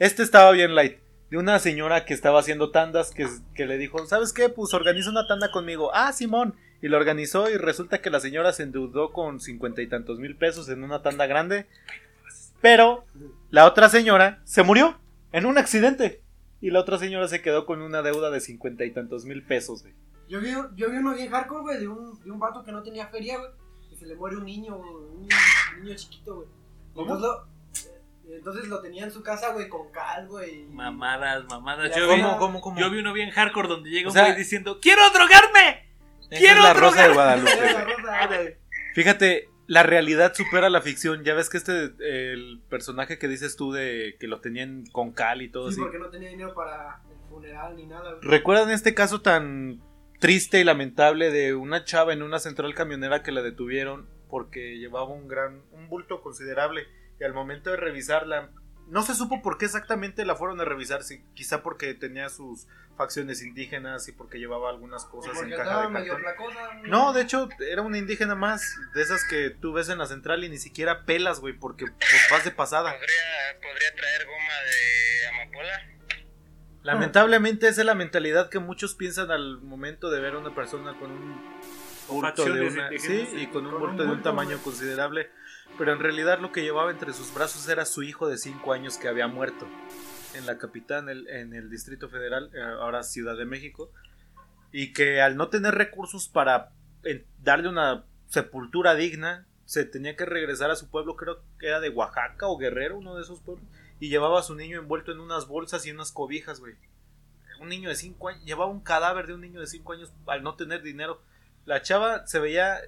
B: Este estaba bien light. De una señora que estaba haciendo tandas que, que le dijo, ¿sabes qué? Pues organiza una tanda conmigo. Ah, Simón. Y lo organizó y resulta que la señora se endeudó con cincuenta y tantos mil pesos en una tanda grande. Pero la otra señora se murió en un accidente. Y la otra señora se quedó con una deuda de cincuenta y tantos mil pesos, güey.
C: Yo vi, yo vi uno bien hardcore, güey, de un, de un vato que no tenía feria, güey. Que se le muere un niño, güey, un niño chiquito, güey.
B: ¿Cómo?
C: Entonces lo, eh, entonces lo tenía en su casa, güey, con cal, güey.
A: Mamadas, mamadas.
C: Ya,
A: Yo vi,
C: ¿cómo,
A: yo vi uno bien hardcore donde llega
B: O
A: un
B: sea-
A: güey diciendo, ¡Quiero drogarme!
B: Esa
A: ¡Quiero
B: es la rosa de
A: drogar!
B: Guadalupe. güey.
C: La rosa, güey.
B: Fíjate, la realidad supera la ficción. Ya ves que este, el personaje que dices tú de que lo tenían con cal y [laughs] todo
C: Sí,
B: así.
C: porque no tenía dinero para el funeral ni nada, güey.
B: ¿Recuerdan este caso tan triste y lamentable de una chava en una central camionera que la detuvieron porque llevaba un gran, un bulto considerable y al momento de revisarla, no se supo por qué exactamente la fueron a revisar, si, quizá porque tenía sus facciones indígenas y porque llevaba algunas cosas en
C: Porque
B: caja
C: estaba
B: de
C: medio
B: cartón.
C: placosa, güey.
B: No, de hecho, era una indígena más, de esas que tú ves en la central y ni siquiera pelas, güey, porque pues, vas de pasada.
D: ¿Podría, podría traer goma de amapola.
B: Lamentablemente esa es la mentalidad que muchos piensan al momento de ver a una persona con un bulto de
A: Facciones
B: una, sí,
A: indígenas, sí,
B: y con un
C: con un
B: bulto de un
C: bulto,
B: tamaño
C: güey.
B: considerable, pero en realidad lo que llevaba entre sus brazos era su hijo de 5 años que había muerto en la capital, en el, en el Distrito Federal, eh, ahora Ciudad de México, y que al no tener recursos para en- darle una sepultura digna, se tenía que regresar a su pueblo, creo que era de Oaxaca o Guerrero, uno de esos pueblos, y llevaba a su niño envuelto en unas bolsas y unas cobijas, güey. Un niño de 5 años, llevaba un cadáver de un niño de 5 años al no tener dinero. La chava se veía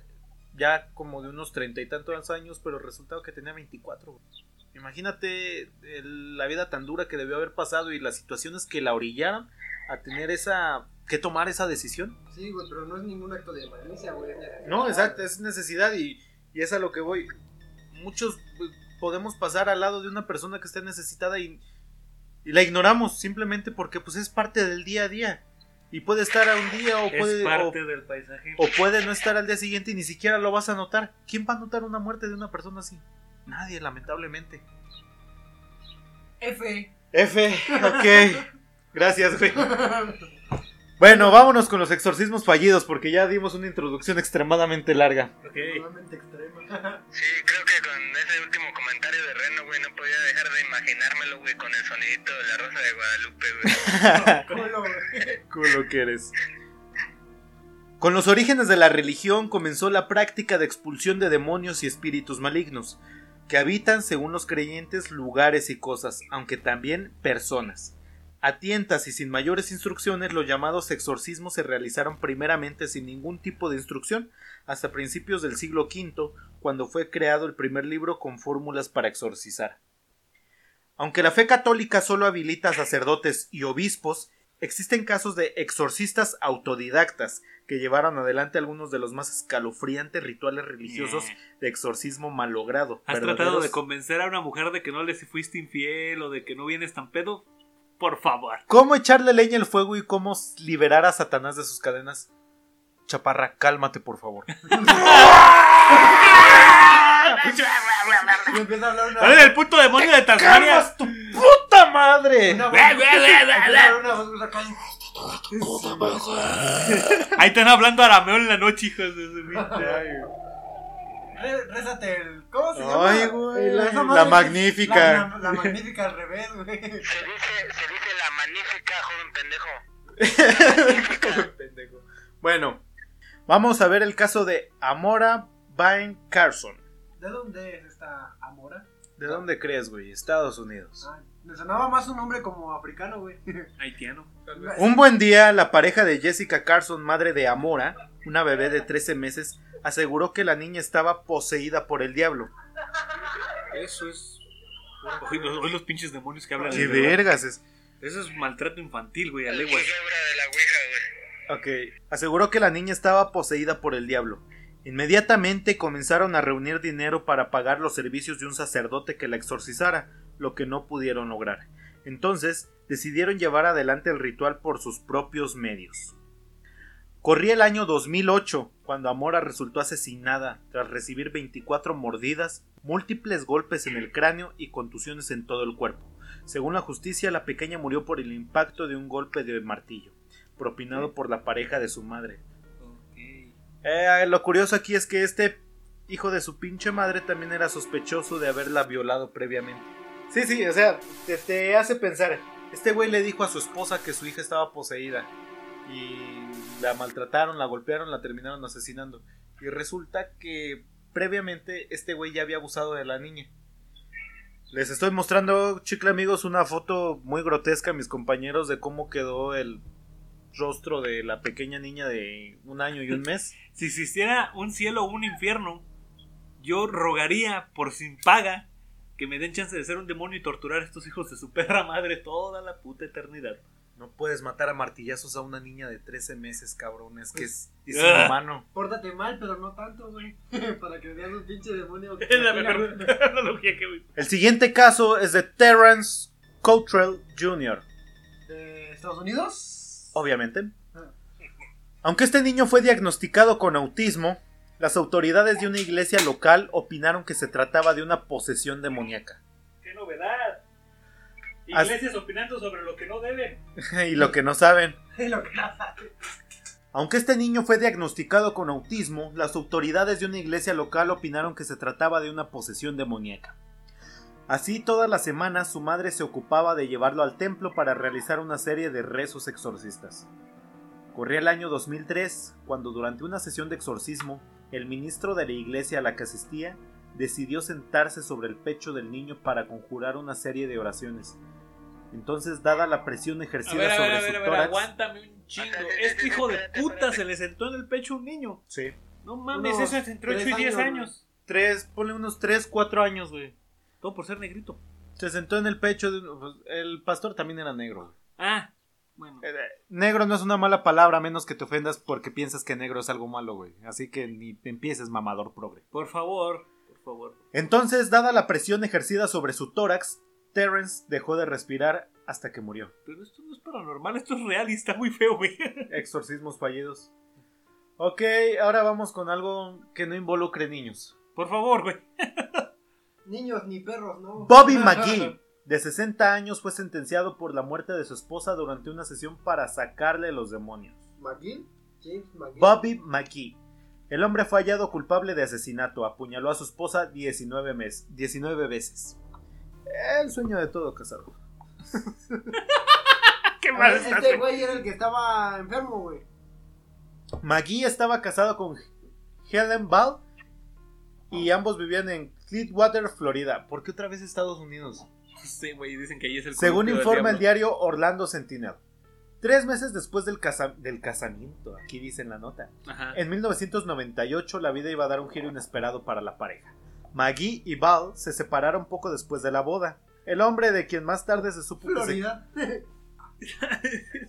B: ya como de unos treinta y tantos años, pero resultaba que tenía 24. güey. Imagínate el- la vida tan dura que debió haber pasado y las situaciones que la orillaron a tener esa que tomar esa decisión.
C: Sí, güey, pero no es ningún acto de malicia, güey. es necesidad.
B: No, exacto, es necesidad y, y es a lo que voy. Muchos pues, podemos pasar al lado de una persona que esté necesitada y, y la ignoramos simplemente porque pues es parte del día a día. Y puede estar a un día o puede,
A: Es
B: o,
A: parte del paisaje.
B: o puede no estar al día siguiente y ni siquiera lo vas a notar. ¿Quién va a notar una muerte de una persona así? Nadie, lamentablemente.
C: F.
B: F, ok. [laughs] Gracias, güey.
C: [laughs]
B: Bueno, vámonos con los exorcismos fallidos porque ya dimos una introducción extremadamente [laughs] larga.
A: Ok.
B: [laughs]
C: Normalmente extrema.
D: Sí, creo que con ese último comentario de Reno, güey, no podía dejar de imaginármelo, güey, con el sonidito de la Rosa de Guadalupe, güey.
C: Culo, güey.
B: Culo que eres. Con los orígenes de la religión comenzó la práctica de expulsión de demonios y espíritus malignos, que habitan, según los creyentes, lugares y cosas, aunque también personas. A tientas y sin mayores instrucciones, los llamados exorcismos se realizaron primeramente sin ningún tipo de instrucción, hasta principios del siglo V, cuando fue creado el primer libro con fórmulas para exorcizar. Aunque la fe católica solo habilita a sacerdotes y obispos, Existen casos de exorcistas autodidactas que llevaron adelante algunos de los más escalofriantes rituales religiosos de exorcismo malogrado.
A: ¿Has tratado de
B: verdaderos-
A: convencer a una mujer de que no le fuiste infiel o de que no vienes tan pedo? Por favor.
B: ¿Cómo echarle leña al fuego y cómo s- liberar a Satanás de sus cadenas?
F: Chaparra, cálmate, por
A: [laughs]
F: favor.
C: Y empieza a hablar una,
A: Parece el puto demonio de Tasmania.
F: ¡Calmas tu puta [laughs] madre!
B: [laughs]
C: una voz. [laughs] empieza a hablar una voz acá.
A: Ahí están hablando arameo en la noche, hijos de su pinche.
C: Re- Rézate el. ¿Cómo se llama?
B: Ay, güey.
C: El- esa madre
B: La
C: que- La,
B: magnífica.
C: la- la magnífica al revés, güey.
D: Se dice, se dice la magnífica, joven pendejo.
F: Pendejo. Bueno,
B: Vamos a ver el caso de Amora Vine Carson.
C: ¿De dónde es esta Amora?
B: ¿De dónde crees, güey? Estados Unidos.
C: Ah, me sonaba más un nombre como africano, güey.
A: Haitiano.
B: Un buen día, la pareja de Jessica Carson, madre de Amora, una bebé de 13 meses, aseguró que la niña estaba poseída por el diablo.
A: Eso es. Hoy los, hoy los pinches demonios que hablan.
B: ¡Qué
A: de verdad.
B: vergas es!
A: Eso es maltrato infantil, güey, a
D: El
A: leguas.
D: quiebra de la ouija, güey.
B: Ok. Aseguró que la niña estaba poseída por el diablo. Inmediatamente comenzaron a reunir dinero para pagar los servicios de un sacerdote que la exorcizara, lo que no pudieron lograr. Entonces decidieron llevar adelante el ritual por sus propios medios. Corría el año 2008 cuando Amora resultó asesinada tras recibir 24 mordidas, múltiples golpes en el cráneo y contusiones en todo el cuerpo. Según la justicia, la pequeña murió por el impacto de un golpe de martillo propinado por la pareja de su madre. Eh, lo curioso aquí es que este hijo de su pinche madre también era sospechoso de haberla violado previamente. Sí, sí, o sea, te, te hace pensar. Este güey le dijo a su esposa que su hija estaba poseída y la maltrataron, la golpearon, la terminaron asesinando. Y resulta que previamente este güey ya había abusado de la niña. Les estoy mostrando, chicle amigos, una foto muy grotesca a mis compañeros de cómo quedó el rostro de la pequeña niña de un año y un mes.
A: Si existiera un cielo o un infierno, yo rogaría por sin paga que me den chance de ser un demonio y torturar a estos hijos de su perra madre toda la puta eternidad. [laughs]
B: No puedes matar a martillazos a una niña de 13 meses, cabrón. Es que es, es
A: Ah.
B: inhumano.
C: Pórtate mal, pero no tanto, güey. [laughs] Para que veas un pinche demonio.
A: [laughs] Es la mejor analogía que voy.
B: El siguiente caso es de Terrence Cottrell Jr.,
C: ¿De Estados Unidos? [laughs]
B: obviamente. Aunque este niño fue diagnosticado con autismo, las autoridades de una iglesia local opinaron que se trataba de una posesión demoníaca. [laughs]
A: ¡Qué novedad!
B: As-
A: Iglesias opinando sobre lo que no deben.
B: y lo que no saben.
C: Lo que pasa.
B: Aunque este niño fue diagnosticado con autismo, las autoridades de una iglesia local opinaron que se trataba de una posesión demoníaca. Así, todas las semanas su madre se ocupaba de llevarlo al templo para realizar una serie de rezos exorcistas. Corría el año 2003, cuando durante una sesión de exorcismo, el ministro de la iglesia a la que asistía decidió sentarse sobre el pecho del niño para conjurar una serie de oraciones. Entonces, dada la presión
A: A
B: ejercida
A: ver, a ver,
B: sobre
A: a ver,
B: su
A: a ver,
B: tórax,
A: aguántame un chingo. Este hijo de puta se le sentó en el pecho a un niño.
B: Sí.
A: No mames,
C: Unos
A: eso es entre 8 y
C: tres
A: 10
C: años,
A: años.
B: tres, ponle unos tres, cuatro años, güey.
A: Todo por ser negrito.
B: Se sentó en el pecho de un- pues, El pastor también era negro.
A: Ah, bueno.
B: güey. Eh, eh, negro no es una mala palabra, a menos que te ofendas porque piensas que negro es algo malo, güey. Así que ni te empieces mamador progre.
A: Por favor, por favor.
B: Entonces, dada la presión ejercida sobre su tórax, Terrence dejó de respirar hasta que [laughs] murió.
A: Pero esto no es paranormal, esto es real y está muy feo, güey. [laughs]
B: Exorcismos fallidos. Ok, ahora vamos con algo que no involucre niños.
A: Por favor, güey.
C: Niños ni perros, ¿no? [laughs]
B: Bobby McGee, de 60 años, fue sentenciado por la muerte de su esposa durante una sesión para sacarle los demonios.
C: ¿McGee? James McGee.
B: Bobby McGee. El hombre fue hallado culpable de asesinato. Apuñaló a su esposa 19, mes- 19 veces. El sueño de todo casado.
A: Qué
C: A ver,
A: mal estás,
C: Este
A: güey.
C: güey era el que estaba enfermo, güey.
B: McGee estaba casado con Helen Ball y ambos vivían en Clearwater, Florida. ¿Por qué otra vez Estados Unidos?
A: Sí, güey, dicen que ahí es el
B: Según
A: columpio del
B: informa el
A: diablo.
B: diario Orlando Sentinel. Tres meses después del, casa- del casamiento, aquí dice en la nota,
A: Ajá.
B: En 1998 la vida iba a dar un giro inesperado para la pareja. Maggie y Val se separaron poco después de la boda. El hombre de quien más tarde se supo que se...
C: Florida.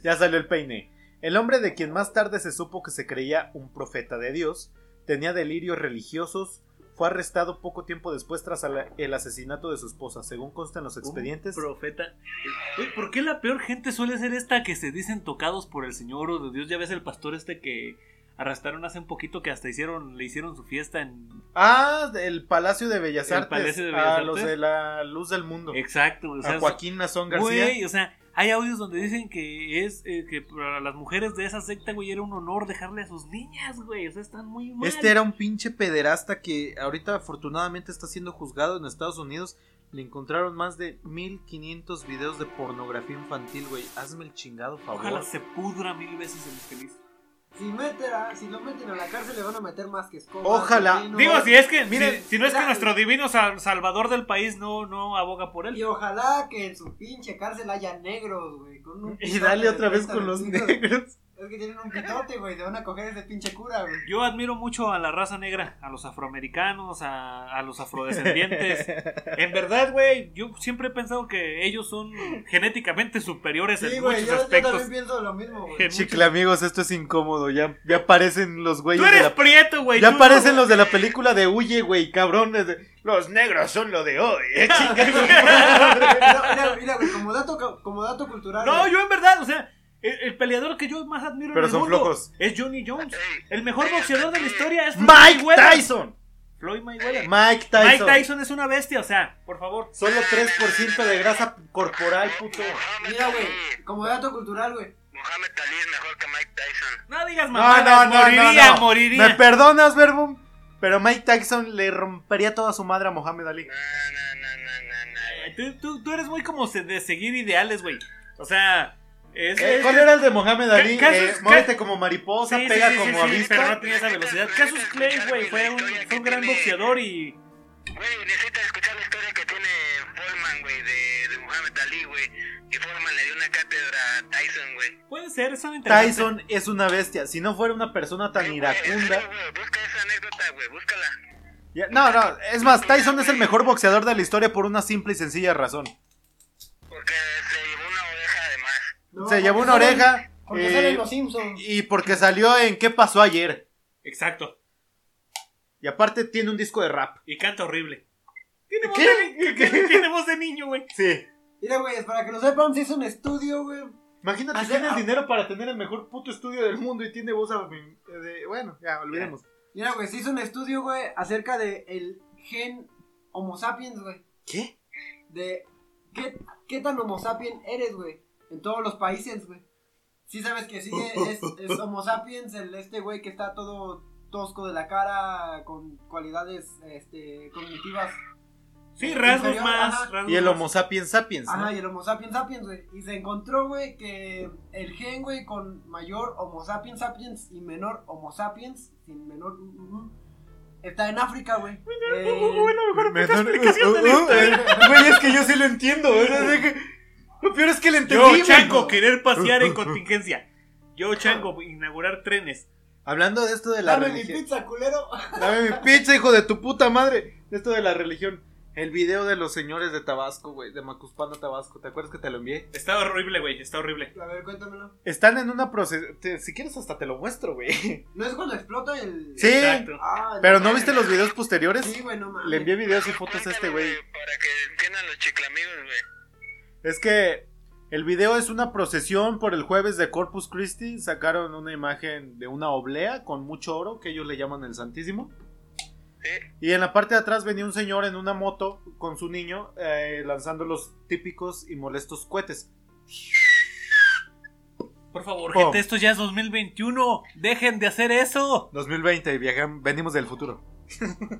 B: Ya salió el peine. El hombre de quien más tarde se supo que se creía un profeta de Dios, tenía delirios religiosos, fue arrestado poco tiempo después tras ala- el asesinato de su esposa, según constan los expedientes.
A: Un profeta. Güey, ¿por qué la peor gente suele ser esta que se dicen tocados por el Señor o de Dios? Ya ves el pastor este que arrastraron hace un poquito que hasta hicieron, le hicieron su fiesta en.
B: Ah, el Palacio de Bellas
A: El
B: Artes.
A: Palacio de Bellas
B: a los
A: Artes.
B: de la Luz del Mundo.
A: Exacto, o sea,
B: a Joaquín Nazón García.
A: güey, o sea, hay audios donde dicen que es eh, que para las mujeres de esa secta, güey, era un honor dejarle a sus niñas, güey, o sea, están muy mal.
B: Este era un pinche pederasta que ahorita afortunadamente está siendo juzgado en Estados Unidos. Le encontraron más de 1500 videos de pornografía infantil, güey. Hazme el chingado favor.
A: Ojalá se pudra mil veces el infeliz.
C: Si, meten a- si lo meten a la cárcel, le van a meter más que escoba.
B: Ojalá.
A: Digo, si es que,
B: Miren,
A: si, si no es que
C: ya-
A: nuestro divino sal- salvador del país no, no aboga por
C: Y
A: él.
C: ojalá que en su pinche cárcel haya negros, güey. con un
B: Y
C: pitote
B: dale
C: de
B: otra vez
C: 30
B: con los
C: centímetros.
B: negros.
C: Es que tienen un pitote, güey. Se van a coger ese pinche cura, güey.
A: Yo admiro mucho a la raza negra, a los afroamericanos, a, a los afrodescendientes. en verdad, güey, yo siempre he pensado que ellos son genéticamente superiores
C: Sí,
A: en
C: güey.
A: muchos
C: Yo, yo
A: aspectos.
C: también pienso lo mismo, güey.
A: En
B: Chicle, amigos, esto es incómodo. Ya, ya aparecen los
A: muchos-
B: güeyes
A: Tú
B: de
A: eres
B: la...
A: prieto, güey.
B: Ya
A: tú
B: aparecen
A: no-
B: los de la película de Huye, güey, cabrones. de- Los negros son lo de hoy.
A: [laughs]
B: eh, chinga.
C: [laughs] Mira, mira, mira, güey. Como dato, ca- como dato cultural.
A: No,
C: güey,
A: yo en verdad, o sea, el, el peleador que yo más admiro en
B: Pero
A: el
B: son
A: mundo
B: flojos.
A: es Johnny Jones.
D: Ey,
A: El mejor boxeador de la historia es Floyd
B: Mike
A: Mayweather.
B: Tyson.
A: Floyd Mayweather.
B: Mike Tyson.
A: Mike Tyson es una bestia, o sea, por favor.
B: Solo 3% de grasa corporal, puto.
D: Mohamed
C: Mira,
D: Ali.
C: güey. Como dato cultural, güey.
D: Mohamed Ali es mejor que Mike Tyson.
A: No digas
B: No,
A: mamadas,
B: no, no,
A: moriría,
B: no, no.
A: moriría.
B: ¿Me perdonas, Verbum? Pero Mike Tyson le rompería toda su madre a Mohamed Ali.
D: No, no, no, no, no, no.
A: Eh, tú, tú- tú eres muy como se- de seguir ideales, güey. O sea, es,
B: Eh,
A: es-
B: ¿Cuál era el de Mohamed Ali?
A: Ca- casos-
B: Eh,
A: ca-
B: muévete como mariposa,
A: Sí, sí,
B: pega
A: sí, sí,
B: como
A: sí,
B: avispa.
A: pero no tenía esa velocidad. Casus Clay, güey, fue un, fue un gran boxeador y
D: Güey, necesitas escuchar la historia que tiene Foreman, güey, de, de Muhammad Ali, güey. Que Foreman le dio una cátedra a Tyson, güey.
A: puede ser, son interesantes.
B: Tyson es una bestia. Si no fuera una persona tan
D: Güey, en serio,
B: iracunda.
D: güey, [laughs] Busca esa anécdota, güey, búscala.
B: Ya- No, no, es más, Tyson es el mejor boxeador de la historia por una simple y sencilla razón.
D: Porque se llevó una oreja de más.
C: No,
B: Se llevó
C: porque
B: una
C: salen-
B: oreja.
C: Porque
B: eh,
C: salen los Simpsons.
B: y porque salió en ¿Qué pasó ayer?
A: Exacto.
B: Y aparte tiene un disco de rap.
A: Y canta horrible. Tiene voz,
B: ¿Qué?
A: De, ni- [laughs] tiene voz de niño, güey.
B: Sí.
C: Mira, güey, para que lo sepan, se hizo un estudio, güey.
A: Ah,
B: Imagínate,
C: Hacer-
B: tiene el dinero para tener el mejor puto estudio del mundo y tiene voz a- de- Bueno, ya, olvidemos.
C: Mira, güey, se hizo un estudio, güey, acerca de el gen Homo sapiens, güey.
B: ¿Qué?
C: De qué, qué tan Homo sapiens eres, güey. En todos los países, güey. Sí sabes
B: [laughs]
C: que sí eh, es, es Homo sapiens el este güey que está todo tosco de la cara con cualidades este cognitivas.
A: Sí, rasgos
C: Inferior,
A: más.
C: ajá.
A: rasgos
B: Y el
A: más.
B: Homo sapiens sapiens.
C: Ajá,
B: ¿no?
C: y el Homo sapiens sapiens, güey. Y se encontró, güey, que el gen, güey, con mayor Homo sapiens sapiens y menor Homo sapiens, sin menor. uh, uh, uh, está en África, güey.
A: Uh,
C: Eh,
B: Me
A: puta
B: da-
A: explicación de la
B: Uh, uh, eh, Güey, es que yo sí lo entiendo. o sea, es que- Lo peor es que le entendí.
A: Yo,
B: güey.
A: Chango, querer pasear
B: [laughs]
A: en contingencia. Yo, Chango, inaugurar trenes.
B: Hablando de esto de la
C: Dame mi
B: religión.
C: pizza, culero. [laughs]
B: Dame mi pizza, hijo de tu puta madre. De esto de la religión. El video de los señores de Tabasco, güey, de Macuspana, Tabasco. ¿Te acuerdas que te lo envié?
A: Está horrible, güey, está horrible.
C: A ver, cuéntamelo.
B: Están en una procesión. Si quieres, hasta te lo muestro, güey. Sí,
C: ¿No es cuando explota el.
A: Exacto.
C: Ah,
B: pero ¿no
C: no mames.
B: viste los videos posteriores?
C: Sí, güey, no mames.
B: Le envié videos y fotos a
D: Cuéntalo,
B: este güey.
D: Para que entiendan los chiclamigos, güey.
B: Es que el video es una procesión por el jueves de Corpus Christi. Sacaron una imagen de una oblea con mucho oro, que ellos le llaman el Santísimo.
D: Sí.
B: Y en la parte de atrás venía un señor en una moto con su niño eh, lanzando los típicos y molestos cohetes.
A: Por favor,
B: Pum.
A: gente, esto ya es 2021. Dejen de hacer eso.
B: 2020, y viajan, venimos del futuro. [laughs]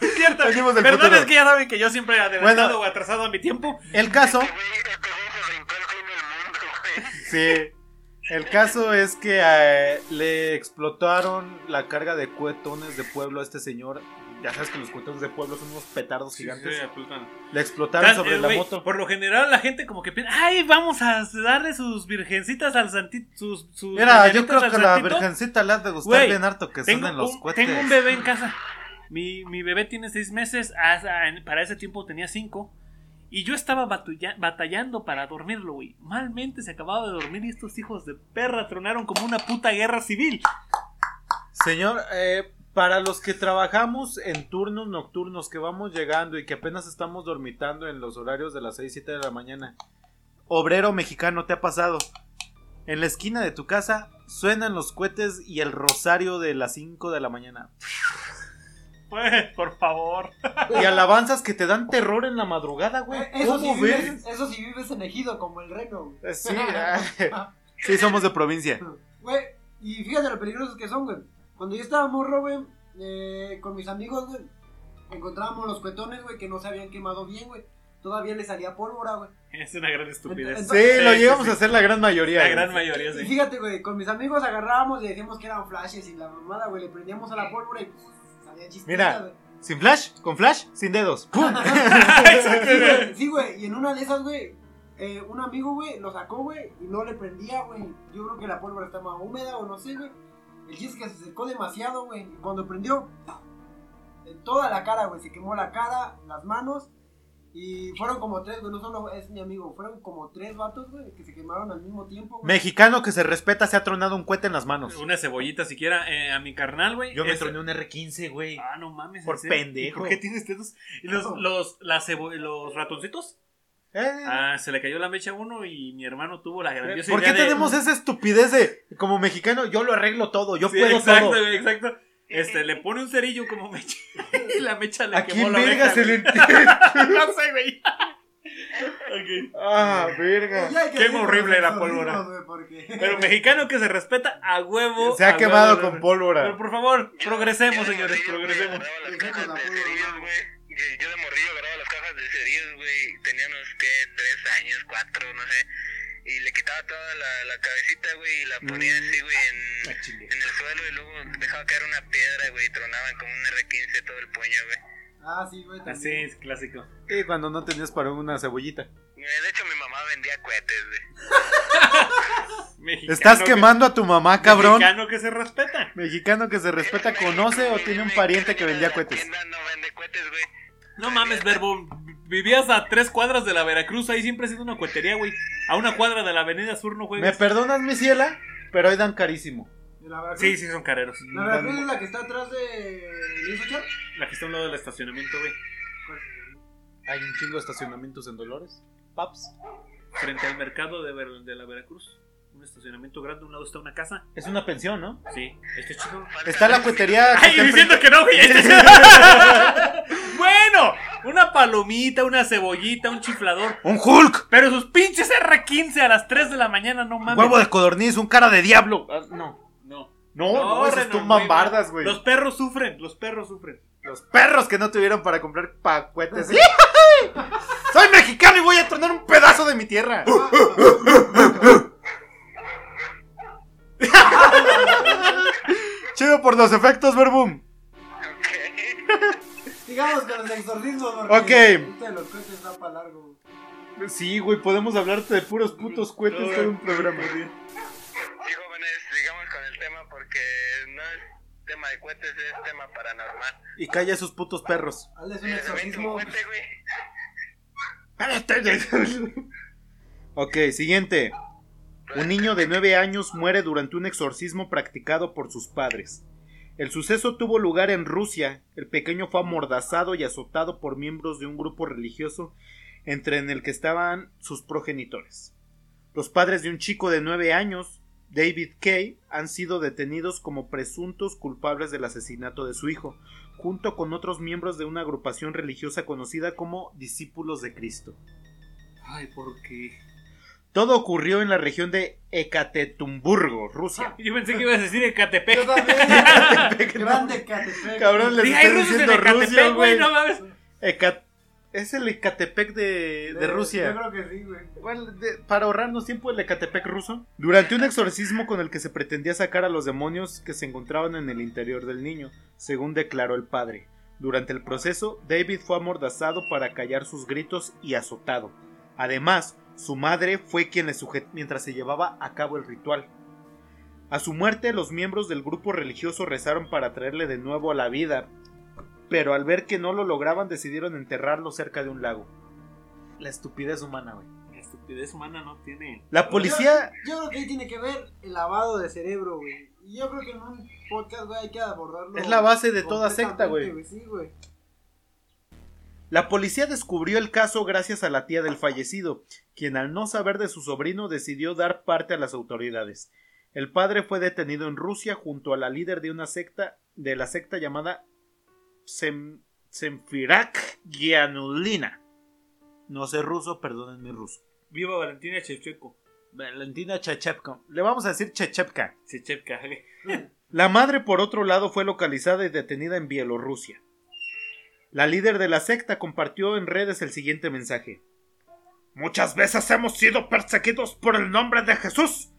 A: Es cierto.
B: Venimos del
A: Perdón,
B: futuro.
A: es que ya saben que yo siempre adelantado
B: Bueno.
A: o atrasado a mi tiempo.
B: El caso,
D: Este güey, este güey se brincó el fin del mundo, güey.
B: sí. El caso es que eh, le explotaron la carga de cuetones de pueblo a este señor. Ya sabes que los cuetones de pueblo son unos petardos gigantes. Le explotaron
A: Tan-
B: sobre
A: eh,
B: la
A: güey,
B: moto.
A: Por lo general la gente como que piensa, ay, vamos a darle sus virgencitas al santito, sus, sus
B: Mira, yo
A: mañanitas
B: creo
A: al
B: que a la
A: santito".
B: virgencita le ha de gustar
A: Güey,
B: bien harto que
A: Tengo
B: suenen los
A: un,
B: cohetes.
A: tengo un bebé en casa. Mi, mi bebé tiene seis meses. hasta- en- para ese tiempo tenía cinco. Y yo estaba batulla- batallando para dormirlo, güey. Malmente se acababa de dormir y estos hijos de perra tronaron como una puta guerra civil.
B: Señor, eh, para los que trabajamos en turnos nocturnos, que vamos llegando y que apenas estamos dormitando en los horarios de las 6, 7 de la mañana, obrero mexicano, ¿te ha pasado? En la esquina de tu casa Suenan los cohetes y el rosario de las 5 de la mañana.
A: Pues, por favor. [laughs]
B: Y alabanzas que te dan terror en la madrugada, güey.
C: Eh, Eso si,
B: ¿Cómo ves?
C: vives, eso si vives en Ejido, como el reno, güey.
B: Sí, ah, sí, [laughs] somos de provincia.
C: Güey, y fíjate lo peligrosos que son, güey. Cuando yo estaba morro, güey, eh, con mis amigos, güey, encontrábamos los cuetones, güey, que no se habían quemado bien, güey. Todavía les salía pólvora, güey.
A: Es una gran estupidez.
C: Entonces-
B: Sí, lo llegamos
A: sí,
B: a hacer la gran mayoría.
A: La
B: güey.
A: gran mayoría,
C: Y
A: sí.
C: fíjate, güey, con mis amigos agarrábamos y decíamos que eran flashes y la mamada, güey. Le prendíamos a la pólvora y pues, salía chistosa,
B: Mira.
C: güey.
B: Sin flash, con flash,
A: [laughs]
B: sin dedos. ¡Pum!
C: Sí, güey, Sí, güey, y en una de esas, güey, eh, un amigo, güey, lo sacó, güey, y no le prendía, güey. Yo creo que la pólvora estaba húmeda o no sé, güey. El chiste es que se secó demasiado, güey. Y cuando prendió, ¡pah! en toda la cara, güey, se quemó la cara, las manos. Y fueron como tres, güey, no solo es mi amigo, fueron como tres vatos, güey, que se quemaron al mismo tiempo, güey.
B: Mexicano que se respeta se ha tronado un cohete en las manos.
A: Una cebollita siquiera eh, a mi carnal, güey.
B: Yo me
A: Ese-
B: troné un R15, güey.
A: Ah, no mames. ¿en
B: Por
A: serio?
B: pendejo.
A: ¿Y ¿Por qué tienes dedos? ¿Y los, los, las cebo- los ratoncitos?
B: Eh,
A: Ah, se le cayó la mecha a uno y mi hermano tuvo la grandiosa
B: ¿Por
A: idea
B: qué
A: de-
B: tenemos esa estupidez de, como mexicano, yo lo arreglo todo, yo
A: Sí,
B: puedo
A: exacto,
B: todo?
A: güey, exacto. Este, le pone un cerillo como mecha [laughs] y la mecha le
B: ¿A
A: quemó
B: quién
A: la
B: verga
A: oreja.
B: se le
A: güey.
B: entiende?
A: No sé, güey. [laughs] Ok. [laughs]
B: Ah, verga.
C: Y hay que
A: Qué
C: decir,
A: horrible
C: güey,
A: la
C: son
A: pólvora.
C: ricos, güey, porque-
A: Pero mexicano que se respeta a huevo.
B: Se ha
A: a
B: quemado
A: huevo,
B: con
A: Pero
B: pólvora.
A: por favor,
D: Yo-
A: progresemos,
D: yo de
A: señores,
D: morrillo, güey,
A: progresemos.
D: agarraba las
C: Hijo de
D: cajas
C: la
D: de
C: puta
D: cerillos,
C: madre.
D: güey. Yo- Yo de morrillo agarraba las cajas de cerillos, güey. Teníamos que tres años, cuatro, no sé. Y le quitaba toda la, la cabecita, güey, y la ponía así, güey, en,
B: Ah,
D: en el suelo. Y luego dejaba caer una piedra, güey, y tronaban como un R15 todo el puño, güey.
C: [laughs] Ah, sí, güey. también.
A: Así es, clásico.
B: Y cuando no tenías para una cebollita.
D: Eh, De hecho, mi mamá vendía cohetes, güey.
A: Mexicano
B: ¿Estás
A: que-
B: quemando a tu mamá, cabrón?
A: Mexicano que se respeta.
B: Mexicano que se respeta,
D: México,
B: conoce o
D: güey,
B: tiene un
D: me
B: pariente que
D: caga
B: vendía
D: la
B: cohetes.
D: tienda, no vende cohetes, güey.
A: No mames, verbo. Vivías a tres cuadras de la Veracruz, ahí siempre ha sido una cuetería, güey. A una cuadra de la Avenida Sur no
B: ¿Me
A: juegas.
B: perdonas, mi ciela? Pero hoy dan carísimo.
C: De la Veracruz.
A: Sí, sí, son carreros.
C: La Veracruz es la que está atrás de. ¿Luis Ochoa?
A: [laughs] La que está a un lado del estacionamiento, güey.
B: Hay un chingo de estacionamientos en Dolores. Paps.
A: Frente al mercado de, Ver- de la Veracruz. Un estacionamiento grande, a un lado está una casa.
B: Es una pensión, ¿no?
A: Sí, este chico.
D: Falta
B: Está la
D: de-
B: cuetería.
A: [laughs]
B: que
A: ¡Ay,
B: está
A: diciendo
B: enfrente-
A: que no, güey! este [laughs] bueno, una palomita, una cebollita, un chiflador.
B: ¡Un Hulk!
A: Pero sus pinches R15 a las 3 de la mañana, no mames.
B: ¡Huevo de codorniz! ¡Un cara de diablo! Ah, No.
A: No.
B: No, no, esas
A: Renan,
B: tumban
A: güey,
B: bardas, güey.
A: Los
B: Los...
A: perros sufren, los perros sufren.
B: perros que no tuvieron para comprar pacuetes.
A: [laughs]
B: [laughs] ¡Soy mexicano y voy a tronar un pedazo de
A: [laughs]
B: mi tierra! Chido por los efectos, Verbum.
D: [laughs]
C: Digamos que los exorcismos, porque
B: Ok.
C: esto de los cohetes está para largo.
B: Sí, güey, podemos hablarte de puros putos cohetes todo un programa.
D: Sí, jóvenes, sigamos con el tema porque no es tema de cohetes, es tema paranormal.
B: Y calla esos putos perros.
C: Hazles un
D: Eh, se vende un
C: exorcismo.
D: cohete, güey.
B: [laughs] ok, siguiente. Un niño de 9 años muere durante un exorcismo practicado por sus padres. El suceso tuvo lugar en Rusia. El pequeño fue amordazado y azotado por miembros de un grupo religioso entre en el que estaban sus progenitores. Los padres de un chico de 9 años, David Kay, han sido detenidos como presuntos culpables del asesinato de su hijo, junto con otros miembros de una agrupación religiosa conocida como Discípulos de Cristo.
A: Ay, ¿por qué?
B: Todo ocurrió en la región de Ekatetumburgo, Rusia.
A: Yo pensé que ibas a decir
C: Yo
A: Ecatepec.
B: [laughs]
A: Ah,
C: también. Grande Catepec.
B: Cabrón, les
A: Sí, hay
B: estoy
A: rusos en
B: diciendo Rusia,
A: Ecatepec, güey, no
B: güey.
A: mames.
B: Eca- Es el Ecatepec de, de Rusia.
C: Yo creo que sí, güey.
B: Bueno, de- para ahorrarnos tiempo, el Ecatepec ruso. Durante un exorcismo con el que se pretendía sacar a los demonios que se encontraban en el interior del niño, según declaró el padre. Durante el proceso, David fue amordazado para callar sus gritos y azotado. Además, su madre fue quien le sujetó mientras se llevaba a cabo el ritual. A su muerte, los miembros del grupo religioso rezaron para traerle de nuevo a la vida, pero al ver que no lo lograban decidieron enterrarlo cerca de un lago. La estupidez humana, güey.
A: La estupidez humana no tiene.
B: La policía.
C: Yo, yo creo que ahí tiene que ver el lavado de cerebro, güey. Y yo creo que en un podcast, güey, hay que abordarlo.
B: Es la base de toda secta,
C: completamente,
B: güey.
C: Sí, güey.
B: La policía descubrió el caso gracias a la tía del fallecido, quien al no saber de su sobrino decidió dar parte a las autoridades. El padre fue detenido en Rusia junto a la líder de una secta, de la secta llamada Sem, Semfirak Gianulina. No sé ruso, perdonen mi ruso.
A: Viva Valentina Shevchenko.
B: Valentina Chechepka. Le vamos a decir Chechepka.
A: Shevchenko.
B: La madre, por otro lado, fue localizada y detenida en Bielorrusia. La líder de la secta compartió en redes el siguiente mensaje. Muchas veces hemos sido perseguidos por el nombre de Jesús,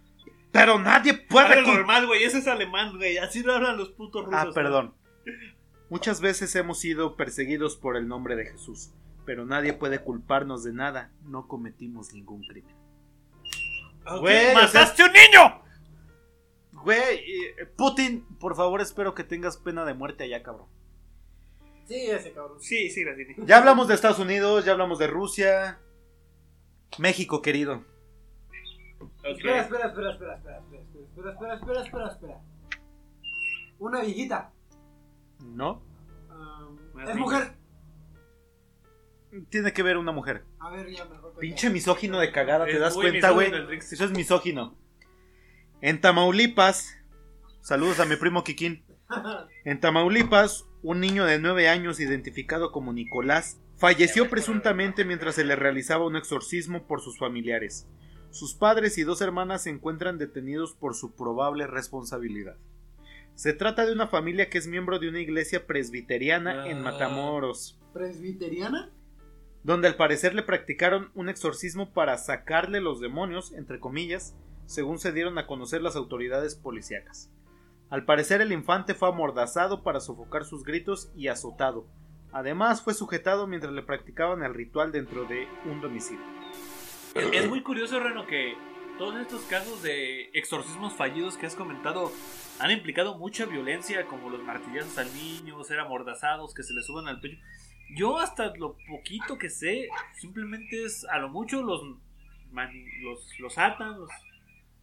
B: pero nadie puede...
A: Habla
B: con-
A: normal, güey. Ese es alemán, güey. Así lo hablan los putos rusos.
B: Ah, perdón. Muchas veces hemos sido perseguidos por el nombre de Jesús, pero nadie puede culparnos de nada. No cometimos ningún crimen.
A: Ah, ok.
B: Güey, o sea-
A: ¡Mataste un niño!
B: Güey, eh, Putin, por favor, espero que tengas pena de muerte allá, cabrón.
C: Sí, ese cabrón.
A: Sí, sí, la tiene.
B: Ya hablamos de Estados Unidos, ya hablamos de Rusia. México, querido.
C: Espera, espera, espera, espera, espera, espera, espera, espera, espera, espera, espera. Una viejita.
B: ¿No?
C: ah,
A: Una
C: es
A: vieja.
C: mujer.
B: Tiene que ver una mujer.
C: A ver, ya mejor. cuenta.
B: Pinche misógino de cagada, ¿te
A: Es
B: das
A: muy
B: cuenta, güey?
A: misógino el Rix.
B: Eso es misógino. En Tamaulipas, saludos a mi primo Kikín. En Tamaulipas, un niño de 9 años identificado como Nicolás falleció presuntamente mientras se le realizaba un exorcismo por sus familiares. Sus padres y dos hermanas se encuentran detenidos por su probable responsabilidad. Se trata de una familia que es miembro de una iglesia presbiteriana en
A: Ah.
B: Matamoros
C: [laughs] ¿Presbiteriana?
B: donde al parecer le practicaron un exorcismo para sacarle los demonios, entre comillas, según se dieron a conocer las autoridades policíacas. Al parecer el infante fue amordazado para sofocar sus gritos y azotado. Además fue sujetado mientras le practicaban el ritual dentro de un domicilio.
A: Es muy curioso, Reno, que todos estos casos de exorcismos fallidos que has comentado han implicado mucha violencia, como los martillazos al niño, ser amordazados, que se le suban al pecho. Yo hasta lo poquito que sé, simplemente es a lo mucho los mani- los, los atan, los,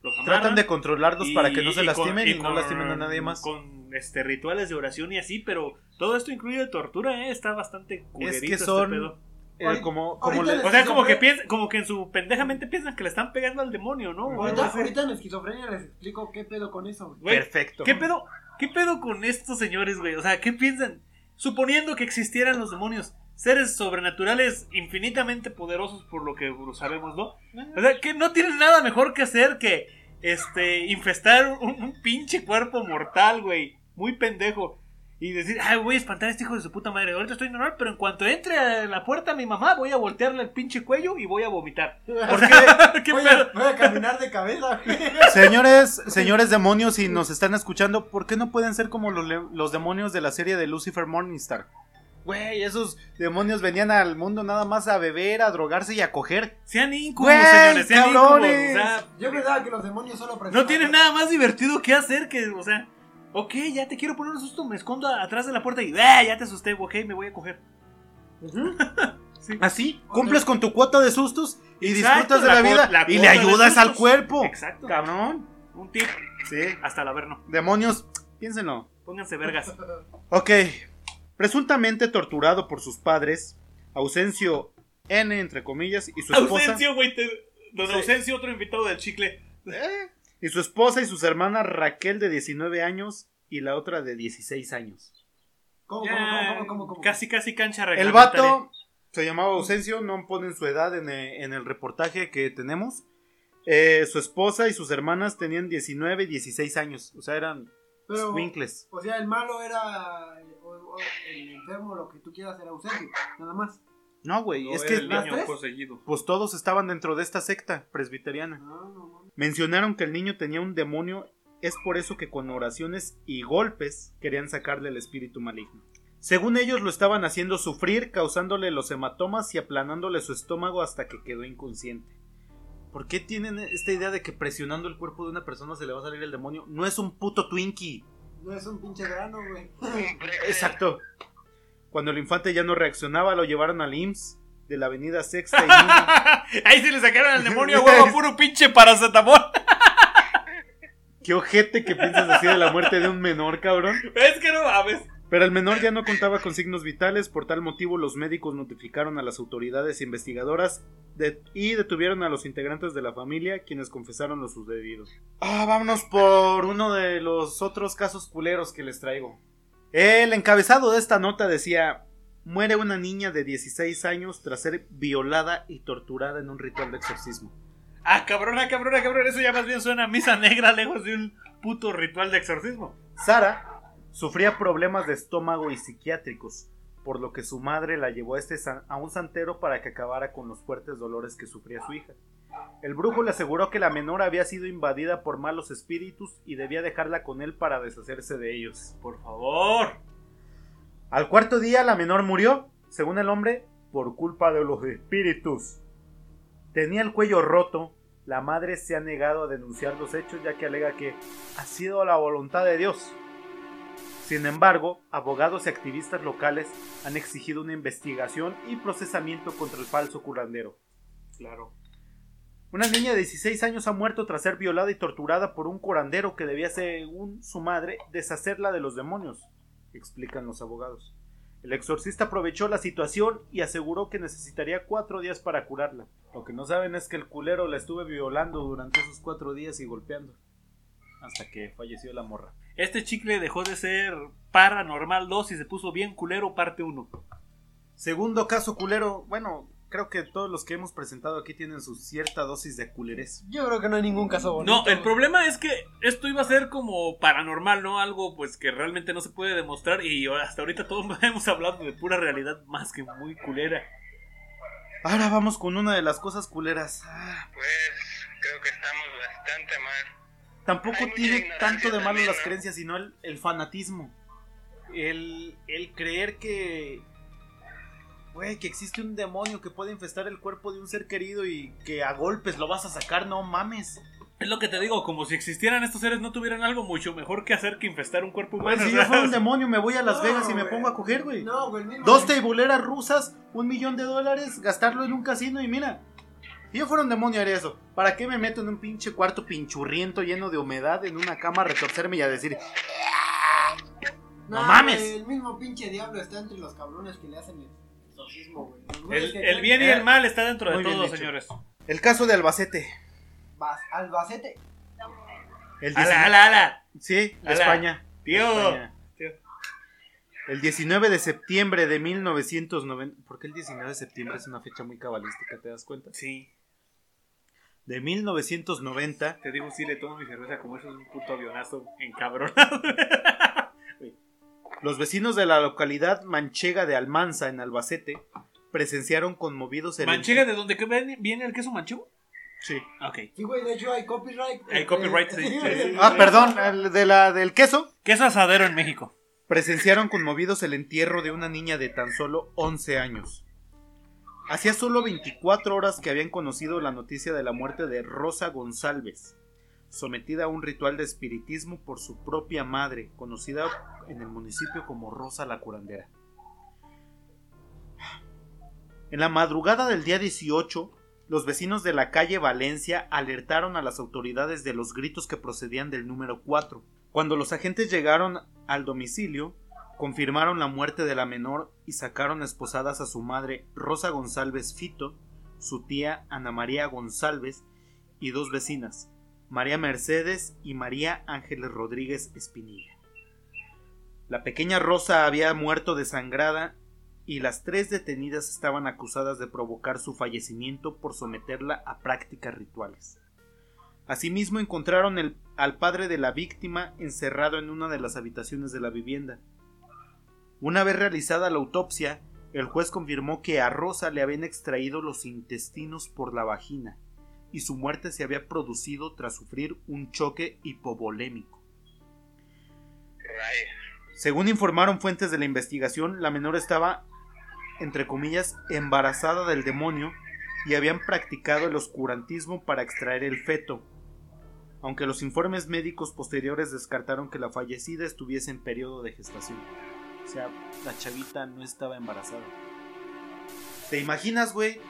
A: los
B: Tratan
A: amarran
B: de controlarlos para que no
A: y-
B: se
A: y con-
B: lastimen y, no
A: con-
B: lastimen a nadie más.
A: Con este rituales de oración y así, pero todo esto incluye tortura, ¿eh? está bastante culerito este
B: son-
A: pedo.
B: Eh,
C: Ahorita-
B: como, como
C: ahorita
B: le-
A: O sea, como que piensa- como que en su pendejamente piensan que le están pegando al demonio, ¿no? O algo
C: Ahorita,
A: así.
C: ahorita en esquizofrenia les explico qué pedo con eso. güey.
A: Güey,
B: Perfecto.
A: ¿Qué pedo? ¿Qué pedo con estos señores, güey? O sea, ¿qué piensan? Suponiendo que existieran los demonios, seres sobrenaturales infinitamente poderosos por lo que sabemos, ¿no? O sea, que no tienen nada mejor que hacer que este infestar un, un pinche cuerpo mortal, güey, muy pendejo. Y decir, ay, voy a espantar a este hijo de su puta madre. Ahorita estoy normal, pero en cuanto entre a la puerta mi mamá, voy a voltearle el pinche cuello y voy a vomitar. O sea, [laughs] ¿Qué
C: voy,
A: pedo?
C: a, voy a caminar de cabeza, güey.
B: Señores, señores demonios, si nos están escuchando, ¿por qué no pueden ser como los, le- los demonios de la serie de Lucifer Morningstar? Güey, esos demonios venían al mundo nada más a beber, a drogarse y a coger.
A: Sean incubos,
B: Güey,
A: señores, sean
B: cabrones.
A: incubos. O sea,
C: Yo pensaba que los demonios solo
A: No
C: presionan.
A: tienes nada más divertido que hacer que, o sea, ok, ya te quiero poner un susto, me escondo a- atrás de la puerta y "Ah, ya te asusté, ok, me voy a coger.
B: Así, cumples con tu cuota de sustos y
A: Exacto,
B: disfrutas de la,
A: cu-
B: vida
A: la
B: y le
A: cuota de
B: ayudas al
A: sustos.
B: cuerpo.
A: Exacto.
B: Cabrón.
A: Un tip
B: Sí.
A: hasta el averno.
B: Demonios, piénsenlo.
A: Pónganse vergas.
B: Ok. Presuntamente torturado por sus padres, Ausencio N, entre comillas, y su esposa.
A: Ausencio, güey. te- Don Ausencio, otro invitado del chicle.
B: Y su esposa y sus hermanas Raquel de 19 años y la otra de 16 años.
C: ¿Cómo, cómo,
A: Ya,
C: cómo, cómo, cómo?
A: Casi, casi cancha
B: El
A: reglamentaria.
B: vato se llamaba Ausencio, no ponen su edad en e- en el, reportaje que tenemos. Eh, su esposa y sus hermanas tenían 19 y 16 años, o sea, eran
C: Pero,
B: squinkles.
C: o sea, el malo era... o- o el enfermo, lo que tú quieras, era ausente. Nada más.
B: No, güey,
A: No,
B: es
A: era
B: que
A: el
C: ¿las
A: niño
C: tres?
A: poseído.
B: pues todos estaban dentro de esta secta presbiteriana.
C: No, no, no.
B: Mencionaron que el niño tenía un demonio, es por eso que con oraciones y golpes querían sacarle el espíritu maligno. Según ellos lo estaban haciendo sufrir, causándole los hematomas y aplanándole su estómago hasta que quedó inconsciente. ¿Por qué tienen esta idea de que presionando el cuerpo de una persona se le va a salir el demonio? No es un puto Twinkie.
C: No es un pinche grano, güey.
B: Exacto. Cuando el infante ya no reaccionaba, lo llevaron al IMSS de la avenida Sexta y Nina.
A: [laughs] Ahí se le sacaron al demonio, huevo, puro pinche paracetamol.
B: Qué ojete que piensas así de la muerte de un menor, cabrón.
A: Es que no mames.
B: Pero el menor ya no contaba con signos vitales, por tal motivo los médicos notificaron a las autoridades investigadoras de- y detuvieron a los integrantes de la familia, quienes confesaron lo sucedido. Ah, vámonos por uno de los otros casos culeros que les traigo. El encabezado de esta nota decía, muere una niña de 16 años tras ser violada y torturada en un ritual de exorcismo.
A: Ah, cabrona, cabrona, cabrón. Eso ya más bien suena a misa negra lejos de un puto ritual de exorcismo.
B: Sara sufría problemas de estómago y psiquiátricos, por lo que su madre la llevó a, este san- a un santero para que acabara con los fuertes dolores que sufría su hija. El brujo le aseguró que la menor había sido invadida por malos espíritus y debía dejarla con él para deshacerse de ellos.
A: Por favor.
B: Al cuarto día la menor murió, según el hombre, por culpa de los espíritus. Tenía el cuello roto, la madre se ha negado a denunciar los hechos ya que alega que ha sido la voluntad de Dios. Sin embargo, abogados y activistas locales han exigido una investigación y procesamiento contra el falso curandero. Claro. Una niña de 16 años ha muerto tras ser violada y torturada por un curandero que debía, según su madre, deshacerla de los demonios explican los abogados. El exorcista aprovechó la situación y aseguró que necesitaría cuatro días para curarla. Lo que no saben es que el culero la estuve violando durante esos cuatro días y golpeando. Hasta que falleció la morra.
A: Este chicle dejó de ser paranormal 2 y se puso bien culero parte 1.
B: Segundo caso culero. Bueno, creo que todos los que hemos presentado aquí tienen su cierta dosis de culerez.
C: Yo creo que no hay ningún caso bonito.
A: No, el
C: güey.
A: problema es que esto iba a ser como paranormal, ¿no? Algo pues que realmente no se puede demostrar y hasta ahorita todos [laughs] hemos hablado de pura realidad más que muy culera.
B: Ahora vamos con una de las cosas culeras. Ah,
D: Pues creo que estamos bastante mal.
B: tampoco
D: Hay mucha
B: tiene
D: ignorancia
B: tanto de malo
D: también,
B: las
D: ¿no?
B: creencias, sino el, el fanatismo. El, el creer que. Güey, que existe un demonio que puede infestar el cuerpo de un ser querido y que a golpes lo vas a sacar, no mames.
A: Es lo que te digo, como si existieran estos seres no tuvieran algo mucho mejor que hacer que infestar un cuerpo
B: Güey,
A: humano. [laughs]
B: si
A: o
B: yo
A: sea,
B: fuera un demonio, me voy a Las
C: No,
B: Vegas y me
C: güey.
B: pongo a coger, güey.
C: No, güey, el mismo.
B: Dos teiboleras rusas, un millón de dólares, gastarlo en un casino y mira. Si yo fuera un demonio haría eso. ¿Para qué me meto en un pinche cuarto pinchurriento lleno de humedad en una cama a retorcerme y a decir,
C: No,
B: ¡No mames!
C: güey, El mismo pinche diablo está entre los cabrones que le hacen el exorcismo, güey. Los güeyes
A: el,
C: que
A: el
C: creen-
A: bien y el mal está dentro de
B: Muy bien
A: todos,
B: dicho.
A: señores.
B: El caso de Albacete.
C: Bas- Albacete.
B: El 19
A: ¡Ala, ala, ala!
B: Sí,
A: Ala.
B: España.
A: ¡Tío!
B: España.
A: Tío.
B: El 19 de septiembre de 1990. ¿Por qué el 19 de septiembre es una fecha muy cabalística? ¿Te das cuenta?
A: Sí,
B: De 1990.
A: te digo, sí, le tomo mi cerveza como eso es un puto avionazo encabrón.
B: [laughs] Los vecinos de la localidad manchega de Almanza, en Albacete, presenciaron conmovidos el.
A: ¿Manchega de donde viene el queso manchego? Ah,
B: Sí.
A: Ok.
C: Sí, güey, de hecho hay copyright. Eh,
A: Hay copyright,
C: [laughs]
A: sí, sí, sí.
B: Ah, perdón, el de la, del queso.
A: Queso asadero en México.
B: presenciaron conmovidos el entierro de una niña de tan solo 11 años. Hacía solo 24 horas que habían conocido la noticia de la muerte de Rosa González, sometida a un ritual de espiritismo por su propia madre, conocida en el municipio como Rosa la Curandera. En la madrugada del día 18, los vecinos de la calle Valencia alertaron a las autoridades de los gritos que procedían del número 4. Cuando los agentes llegaron al domicilio, confirmaron la muerte de la menor y sacaron esposadas a su madre Rosa González Fito, su tía Ana María González y dos vecinas, María Mercedes y María Ángeles Rodríguez Espinilla. La pequeña Rosa había muerto desangrada y las tres detenidas estaban acusadas de provocar su fallecimiento por someterla a prácticas rituales. Asimismo encontraron el- al padre de la víctima encerrado en una de las habitaciones de la vivienda. Una vez realizada la autopsia, el juez confirmó que a Rosa le habían extraído los intestinos por la vagina y su muerte se había producido tras sufrir un choque hipovolémico.
D: Rayos.
B: Según informaron fuentes de la investigación, la menor estaba, entre comillas, embarazada del demonio y habían practicado el oscurantismo para extraer el feto, aunque los informes médicos posteriores descartaron que la fallecida estuviese en periodo de gestación. O sea, la chavita no estaba embarazada. ¿Te imaginas, güey?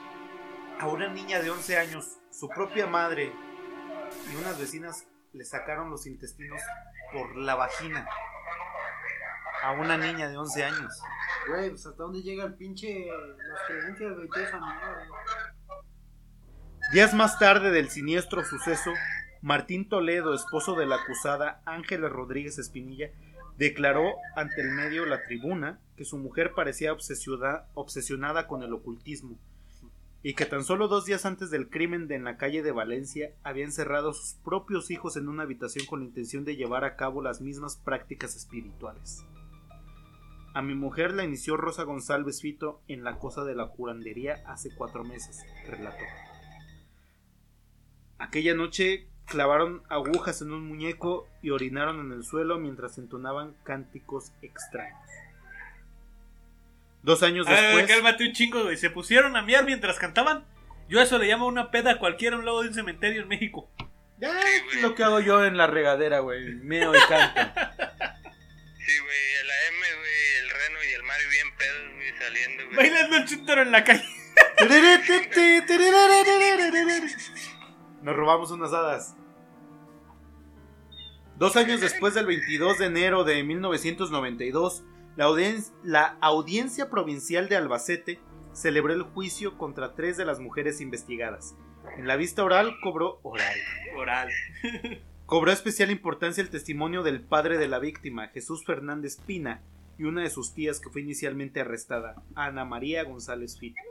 B: A una niña de 11 años, su propia madre y unas vecinas le sacaron los intestinos por la vagina a una niña de 11 años.
C: Güey, pues hasta dónde llega el pinche. Las creencias, güey, te dejan mal, güey.
B: Días más tarde del siniestro suceso, Martín Toledo, esposo de la acusada Ángela Rodríguez Espinilla, declaró ante el medio La Tribuna que su mujer parecía obsesiona- obsesionada con el ocultismo y que tan solo dos días antes del crimen de en la calle de Valencia había encerrado a sus propios hijos en una habitación con la intención de llevar a cabo las mismas prácticas espirituales. A mi mujer la inició Rosa González Fito en la cosa de la curandería hace cuatro meses, relató. Aquella noche clavaron agujas en un muñeco y orinaron en el suelo mientras entonaban cánticos extraños. Dos años
A: A ver, a ver,
B: después...
A: cálmate un chingo, güey. Se pusieron a miar mientras cantaban. Yo a eso le llamo una peda a cualquiera a un lado de un cementerio en
B: [laughs]
A: México.
B: Ya
D: Sí, güey.
B: lo que hago yo en la regadera, güey. Meo y canto.
D: Sí, güey, el AM, güey, el Reno y el Mario bien pedos, güey, saliendo, güey.
A: Bailando el chutero en la calle.
B: Nos robamos unas hadas. Dos años después del 22 de enero de 1992, la, audien- la audiencia provincial de Albacete celebró el juicio contra tres de las mujeres investigadas. En la vista oral cobró oral.
A: Oral.
B: Cobró especial importancia el testimonio del padre de la víctima, Jesús Fernández Pina, y una de sus tías que fue inicialmente arrestada, Ana María González Fito.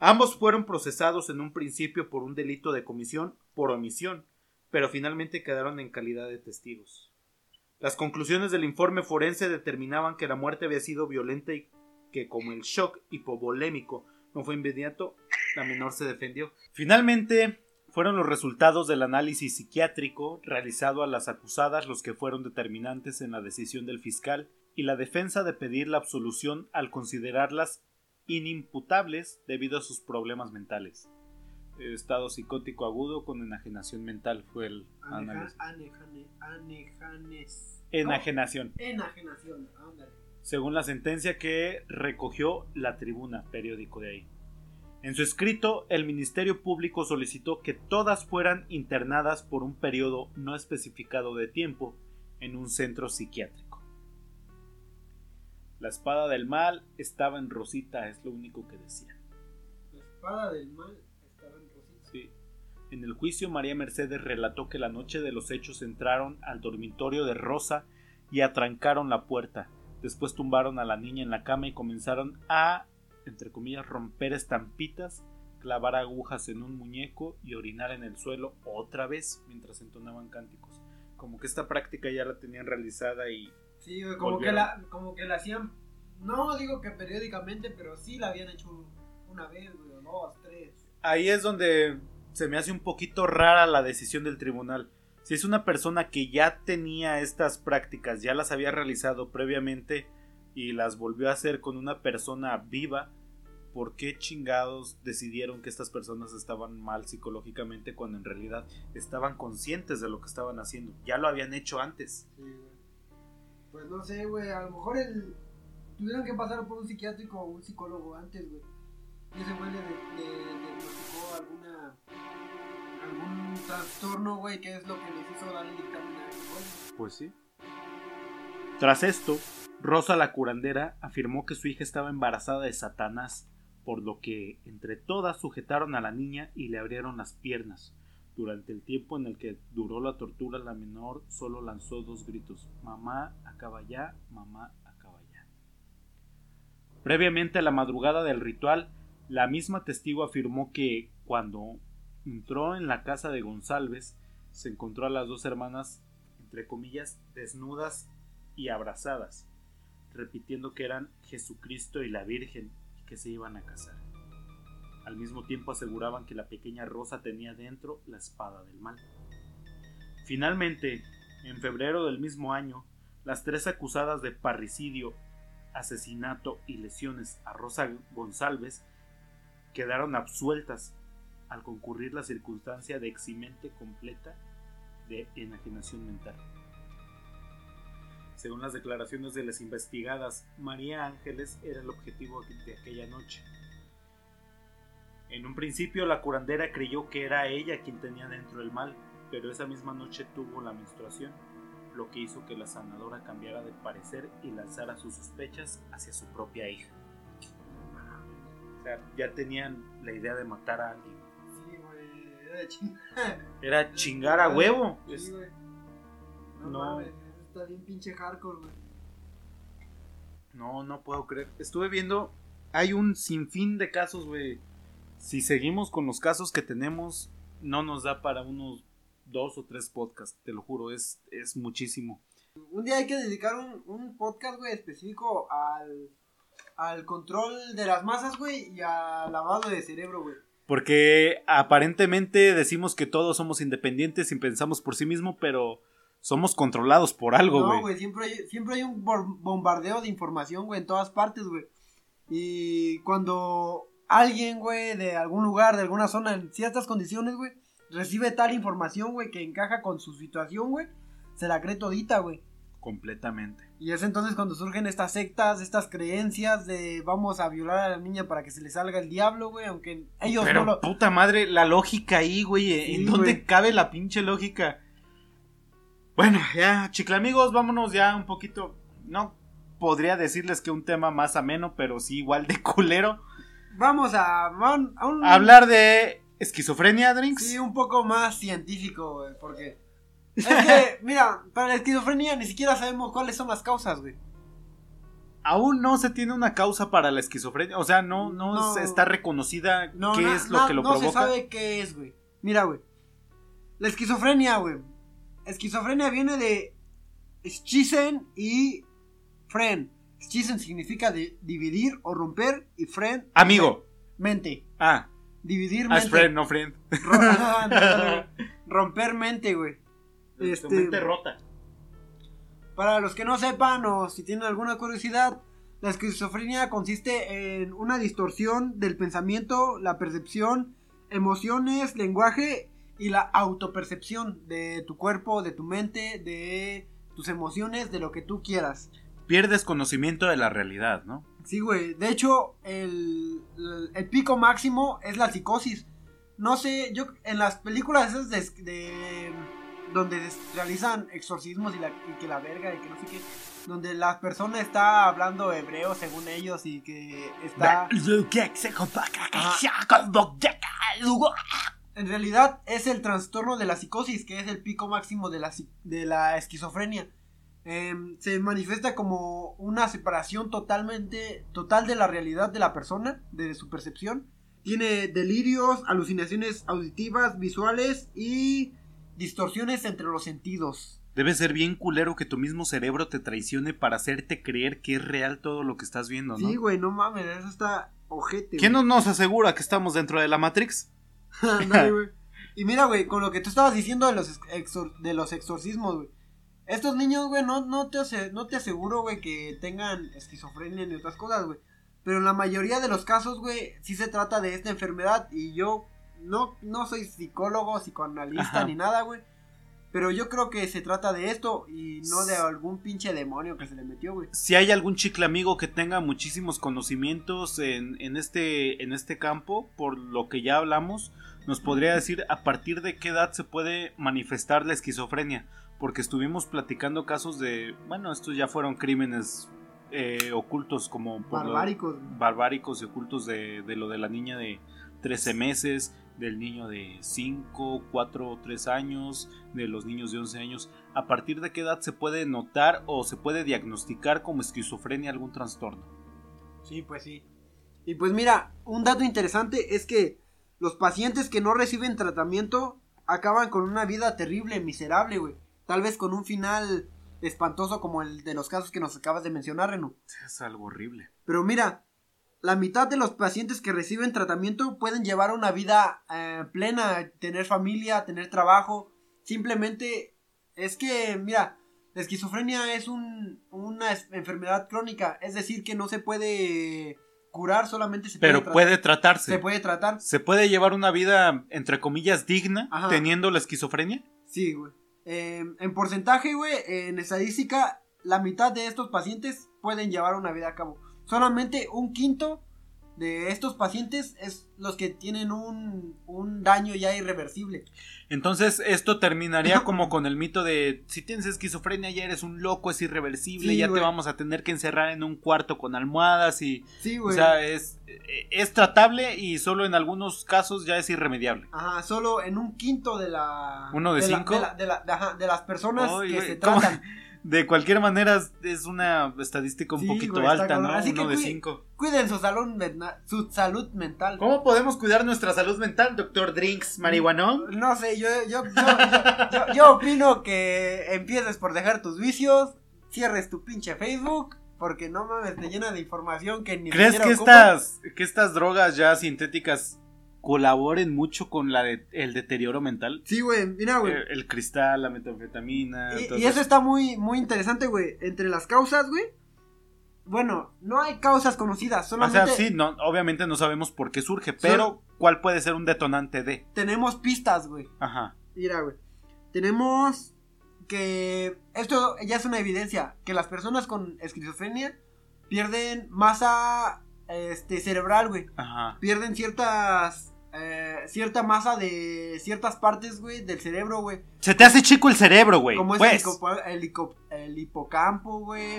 B: Ambos fueron procesados en un principio por un delito de comisión por omisión, pero finalmente quedaron en calidad de testigos. Las conclusiones del informe forense determinaban que la muerte había sido violenta y que como el shock hipovolémico no fue inmediato, la menor se defendió. Finalmente, fueron los resultados del análisis psiquiátrico realizado a las acusadas los que fueron determinantes en la decisión del fiscal y la defensa de pedir la absolución al considerarlas inimputables debido a sus problemas mentales. Eh, Estado psicótico agudo con enajenación mental fue el
C: Aneja-
B: análisis.
C: Anejane, anejanes.
B: Enajenación,
C: Enajenación, ándale.
B: según la sentencia que recogió la tribuna, periódico de ahí. En su escrito, el Ministerio Público solicitó que todas fueran internadas por un periodo no especificado de tiempo en un centro psiquiátrico. La espada del mal estaba en Rosita, es lo único que decía.
C: La espada del mal estaba en Rosita.
B: Sí. En el juicio, María Mercedes relató que la noche de los hechos entraron al dormitorio de Rosa y atrancaron la puerta. Después tumbaron a la niña en la cama y comenzaron a, entre comillas, romper estampitas, clavar agujas en un muñeco y orinar en el suelo otra vez mientras entonaban cánticos. Como que esta práctica ya la tenían realizada y
C: Sí, güey, como que,
B: Volvieron.
C: la, como que la hacían. No digo que periódicamente, pero sí la habían hecho un- una vez, güey, o dos, tres.
B: ahí es donde se me hace un poquito rara la decisión del tribunal. Si es una persona que ya tenía estas prácticas, ya las había realizado previamente y las volvió a hacer con una persona viva, ¿por qué chingados decidieron que estas personas estaban mal psicológicamente cuando en realidad estaban conscientes de lo que estaban haciendo? Ya lo habían hecho antes.
C: Sí, güey. Pues no sé, güey, a lo mejor el... tuvieron que pasar por un psiquiátrico o un psicólogo antes, güey. Y ese güey le le- le diagnosticó alguna. algún trastorno, güey, que es lo que les hizo dar el dictamen a ese güey.
B: Pues sí. Tras esto, Rosa la curandera afirmó que su hija estaba embarazada de Satanás, por lo que entre todas sujetaron a la niña y le abrieron las piernas. Durante el tiempo en el que duró la tortura, la menor solo lanzó dos gritos: Mamá, acaba ya, mamá, acaba ya. Previamente a la madrugada del ritual, la misma testigo afirmó que cuando entró en la casa de González, se encontró a las dos hermanas entre comillas, desnudas y abrazadas, repitiendo que eran Jesucristo y la Virgen y que se iban a casar. Al mismo tiempo aseguraban que la pequeña Rosa tenía dentro la espada del mal. Finalmente, en febrero del mismo año, las tres acusadas de parricidio, asesinato y lesiones a Rosa González quedaron absueltas al concurrir la circunstancia de eximente completa de enajenación mental. Según las declaraciones de las investigadas, María Ángeles era el objetivo de aquella noche. En un principio la curandera creyó que era ella quien tenía dentro el mal, pero esa misma noche tuvo la menstruación lo que hizo que la sanadora cambiara de parecer y lanzara sus sospechas hacia su propia hija. O sea, ya tenían la idea de matar a alguien.
C: Sí, güey. Era de chingada. [laughs]
B: Era chingar a huevo.
C: Sí, güey. No,
B: No.
C: mames, Está bien pinche hardcore, güey.
B: No, no puedo creer. Estuve viendo. Hay un sinfín de casos, güey. Si seguimos con los casos que tenemos, no nos da para unos dos o tres podcasts. Te lo juro, es, es muchísimo.
C: Un día hay que dedicar un, un podcast, güey, específico al, al control de las masas, güey, y al lavado de cerebro, güey.
B: Porque aparentemente decimos que todos somos independientes y pensamos por sí mismo, pero somos controlados por algo,
C: No,
B: güey.
C: güey, siempre hay, siempre hay un bor- bombardeo de información, güey, en todas partes, güey. Y cuando alguien, güey, de algún lugar, de alguna zona, en ciertas condiciones, güey, recibe tal información, güey, que encaja con su situación, güey, se la cree todita, güey.
B: Completamente.
C: Y es entonces cuando surgen estas sectas, estas creencias de vamos a violar a la niña para que se le salga el diablo, güey, aunque ellos
B: Pero
C: no lo...
B: puta madre, la lógica ahí, güey. ¿En
C: Sí,
B: dónde
C: güey.
B: cabe la pinche lógica? Bueno, ya, chiclamigos, vámonos ya un poquito. No podría decirles que un tema más ameno, pero sí igual de culero.
C: Vamos a, van- a un...
B: Hablar de esquizofrenia, Drinks. [laughs]
C: Sí, un poco más científico, güey, porque... Es que, mira, para la esquizofrenia ni siquiera sabemos cuáles son las causas, güey.
B: Aún no se tiene una causa para la esquizofrenia. O sea, no, no,
C: No.
B: se está reconocida
C: No,
B: qué
C: na-
B: es lo
C: na-
B: que lo
C: no
B: provoca.
C: se sabe qué es, güey. Mira, güey. La esquizofrenia, güey. Esquizofrenia viene de schizen y friend. Schizen significa de- dividir o romper y friend,
B: Amigo.
C: mente.
B: Ah,
C: Dividir
B: as
C: mente.
B: friend, no friend.
C: Ro- Ah,
B: [laughs]
C: no, no, no. romper mente, güey. Este-
B: rota.
C: Para los que no sepan o si tienen alguna curiosidad, la esquizofrenia consiste en una distorsión del pensamiento, la percepción, emociones, lenguaje y la autopercepción de tu cuerpo, de tu mente, de tus emociones, de lo que tú quieras.
B: Pierdes conocimiento de la realidad, ¿no?
C: Sí, güey. De hecho, el, el- el pico máximo es la psicosis. No sé, yo en las películas esas de, de- donde se realizan exorcismos y, la, y que la verga y que no sé qué, donde la persona está hablando hebreo según ellos y que está... En realidad es el trastorno de la psicosis, que es el pico máximo de la, psi- de la esquizofrenia. Em, se manifiesta como una separación totalmente total de la realidad de la persona, de su percepción. Tiene delirios, alucinaciones auditivas, visuales y distorsiones entre los sentidos.
B: Debe ser bien culero que tu mismo cerebro te traicione para hacerte creer que es real todo lo que estás viendo, ¿no?
C: Sí, güey, no mames, eso está ojete.
B: ¿Quién
C: güey.
B: no nos asegura que estamos dentro de la Matrix?
C: [laughs] Ándale, güey. Y mira, güey, con lo que tú estabas diciendo de los, ex- exor- de los exorcismos, güey. Estos niños, güey, no, no, te, ase- no te aseguro, güey, que tengan esquizofrenia ni otras cosas, güey. Pero en la mayoría de los casos, güey, sí se trata de esta enfermedad. Y yo no, no soy psicólogo, psicoanalista
B: Ajá.
C: ni nada, güey. Pero yo creo que se trata de esto y no de algún pinche demonio que se le metió, güey.
B: Si hay algún chicle amigo que tenga muchísimos conocimientos en, en este, en este campo, por lo que ya hablamos, nos podría decir a partir de qué edad se puede manifestar la esquizofrenia. Porque estuvimos platicando casos de, bueno, estos ya fueron crímenes eh, ocultos como por lo-
C: Barbáricos, güey.
B: barbáricos y ocultos de, de lo de la niña de 13 meses, del niño de 5, 4 o 3 años, de los niños de 11 años. ¿A partir de qué edad se puede notar o se puede diagnosticar como esquizofrenia algún trastorno?
C: Sí, pues sí. Y pues mira, un dato interesante es que los pacientes que no reciben tratamiento acaban con una vida terrible, miserable, güey. Tal vez con un final espantoso como el de los casos que nos acabas de mencionar, Renu.
B: Es algo horrible.
C: Pero mira, la mitad de los pacientes que reciben tratamiento pueden llevar una vida eh, plena, tener familia, tener trabajo. Simplemente es que, mira, la esquizofrenia es un- una es- enfermedad crónica, es decir, que no se puede curar, solamente se
B: Pero
C: puede,
B: puede
C: tratar.
B: tratarse.
C: Se puede tratar.
B: ¿Se puede llevar una vida, entre comillas, digna
C: Ajá.
B: teniendo la esquizofrenia?
C: Sí, güey. Eh, en porcentaje, güey, en estadística, la mitad de estos pacientes pueden llevar una vida a cabo. Solamente un quinto de estos pacientes es los que tienen un, un daño ya irreversible.
B: Entonces, esto terminaría como con el mito de si tienes esquizofrenia ya eres un loco, es irreversible,
C: Sí,
B: ya
C: güey.
B: te vamos a tener que encerrar en un cuarto con almohadas y
C: Sí,
B: o
C: güey.
B: sea, es es tratable y solo en algunos casos ya es irremediable.
C: Ajá, solo en un quinto de la...
B: ¿Uno de
C: la-
B: cinco?
C: la- de, la- de- ajá, de las personas
B: Ay,
C: que
B: güey,
C: se
B: ¿cómo?
C: tratan.
B: De cualquier manera es- es una estadística un
C: Sí,
B: poquito
C: güey, está
B: alta,
C: cabrón.
B: ¿no?
C: Así que
B: Uno de
C: cuide-
B: cinco.
C: Cuiden su salud, mena- su salud mental.
B: ¿Cómo podemos cuidar nuestra salud mental, doctor Drinks, marihuanón?
C: No sé, yo, yo, yo, yo- yo- yo opino que empieces por dejar tus vicios, cierres tu pinche Facebook, porque no mames, te llena de información que ni
B: ¿Crees
C: siquiera
B: que
C: ocupas.
B: estas, que estas drogas ya sintéticas colaboren mucho con la de- el deterioro mental?
C: Sí, güey, mira, güey.
B: Eh, El cristal, la metanfetamina.
C: Y- y,
B: entonces-
C: eso está muy, muy interesante, güey. Entre las causas, güey. Bueno, no hay causas conocidas,
B: O sea,
C: solamente
B: sí, no, obviamente no sabemos por qué surge, pero ¿cuál puede ser un detonante de?
C: tenemos pistas, güey.
B: Ajá.
C: Mira, güey. Tenemos que esto ya es una evidencia que las personas con esquizofrenia pierden masa este cerebral, güey.
B: Ajá.
C: Pierden ciertas eh, cierta masa de ciertas partes, güey, del cerebro, güey.
B: Se te hace chico el cerebro, güey.
C: Como es el,
B: Pues,
C: hipopo- el hico- el hipocampo, güey.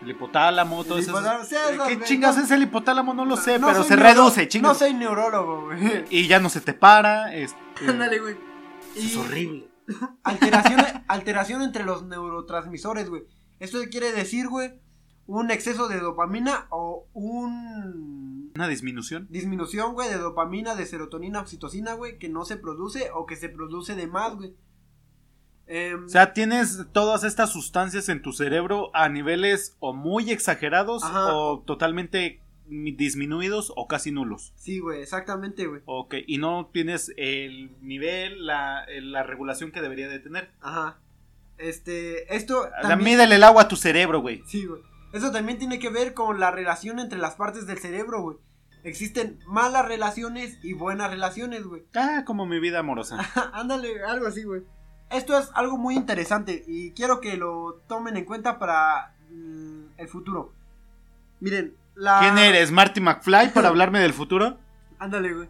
B: el hipotálamo, todo
C: El
B: eso.
C: hipotálamo, sí, esas,
B: ¿Qué
C: güey,
B: chingas
C: no-
B: es el hipotálamo? No lo sé,
C: No
B: pero
C: soy
B: se
C: neuro-
B: reduce,
C: No
B: chingas.
C: soy neurólogo, güey.
B: Y ya no se te para. este,
C: [laughs] Ándale, güey.
B: eso Es
C: Y-
B: horrible.
C: Alteración, [laughs] alteración entre los neurotransmisores, güey. Esto quiere decir, güey, un exceso de dopamina o un
B: Una disminución.
C: disminución, güey, de dopamina, de serotonina, oxitocina, güey, que no se produce o que se produce de más, güey. Em,
B: O sea, tienes todas estas sustancias en tu cerebro a niveles o muy exagerados
C: Ajá.
B: o totalmente mm, disminuidos o casi nulos.
C: sí, güey, exactamente, güey.
B: Ok, y no tienes el nivel, la, el- la regulación que debería de tener.
C: Ajá. Este, esto
B: O sea,
C: también,
B: mídele el agua a tu cerebro, güey.
C: sí, güey. Eso también tiene que ver con la relación entre las partes del cerebro, güey. Existen malas relaciones y buenas relaciones, güey.
B: Ah, como mi vida amorosa.
C: Ándale, algo así, güey. Esto es algo muy interesante y quiero que lo tomen en cuenta para mm, el futuro. Miren, la...
B: ¿Quién eres, Marty McFly,
C: [laughs]
B: para hablarme del futuro?
C: Ándale, güey.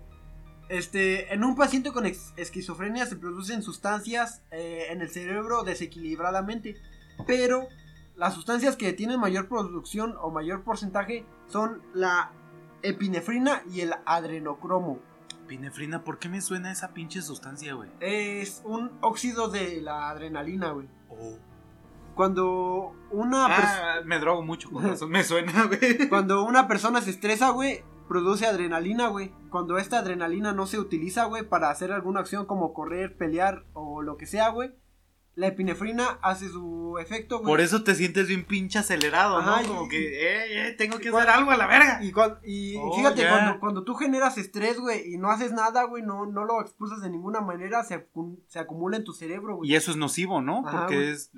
C: Este, en un paciente con ex- esquizofrenia se producen sustancias eh, en el cerebro desequilibradamente, pero las sustancias que tienen mayor producción o mayor porcentaje son la epinefrina y el adrenocromo.
B: Pinefrina, ¿por qué me suena esa pinche sustancia, güey?
C: Es un óxido de la adrenalina, güey.
B: Oh.
C: Cuando una, pers-
B: Ah, me drogo mucho con razón, me suena, güey.
C: cuando una persona se estresa, güey, produce adrenalina, güey. Cuando esta adrenalina no se utiliza, güey, para hacer alguna acción como correr, pelear o lo que sea, güey, la epinefrina hace su efecto, güey.
B: Por eso te sientes bien pinche acelerado,
C: Ajá,
B: ¿no?
C: y-
B: Como que,
C: y-
B: eh, eh, tengo que hacer algo a la verga.
C: Y, cuan- y
B: Oh,
C: fíjate,
B: ya.
C: cuando, cuando tú generas estrés, güey, y no haces nada, güey, no, no lo expulsas de ninguna manera, se, acu- se acumula en tu cerebro, güey.
B: Y eso es nocivo, ¿no?
C: Ajá,
B: Porque
C: güey.
B: es.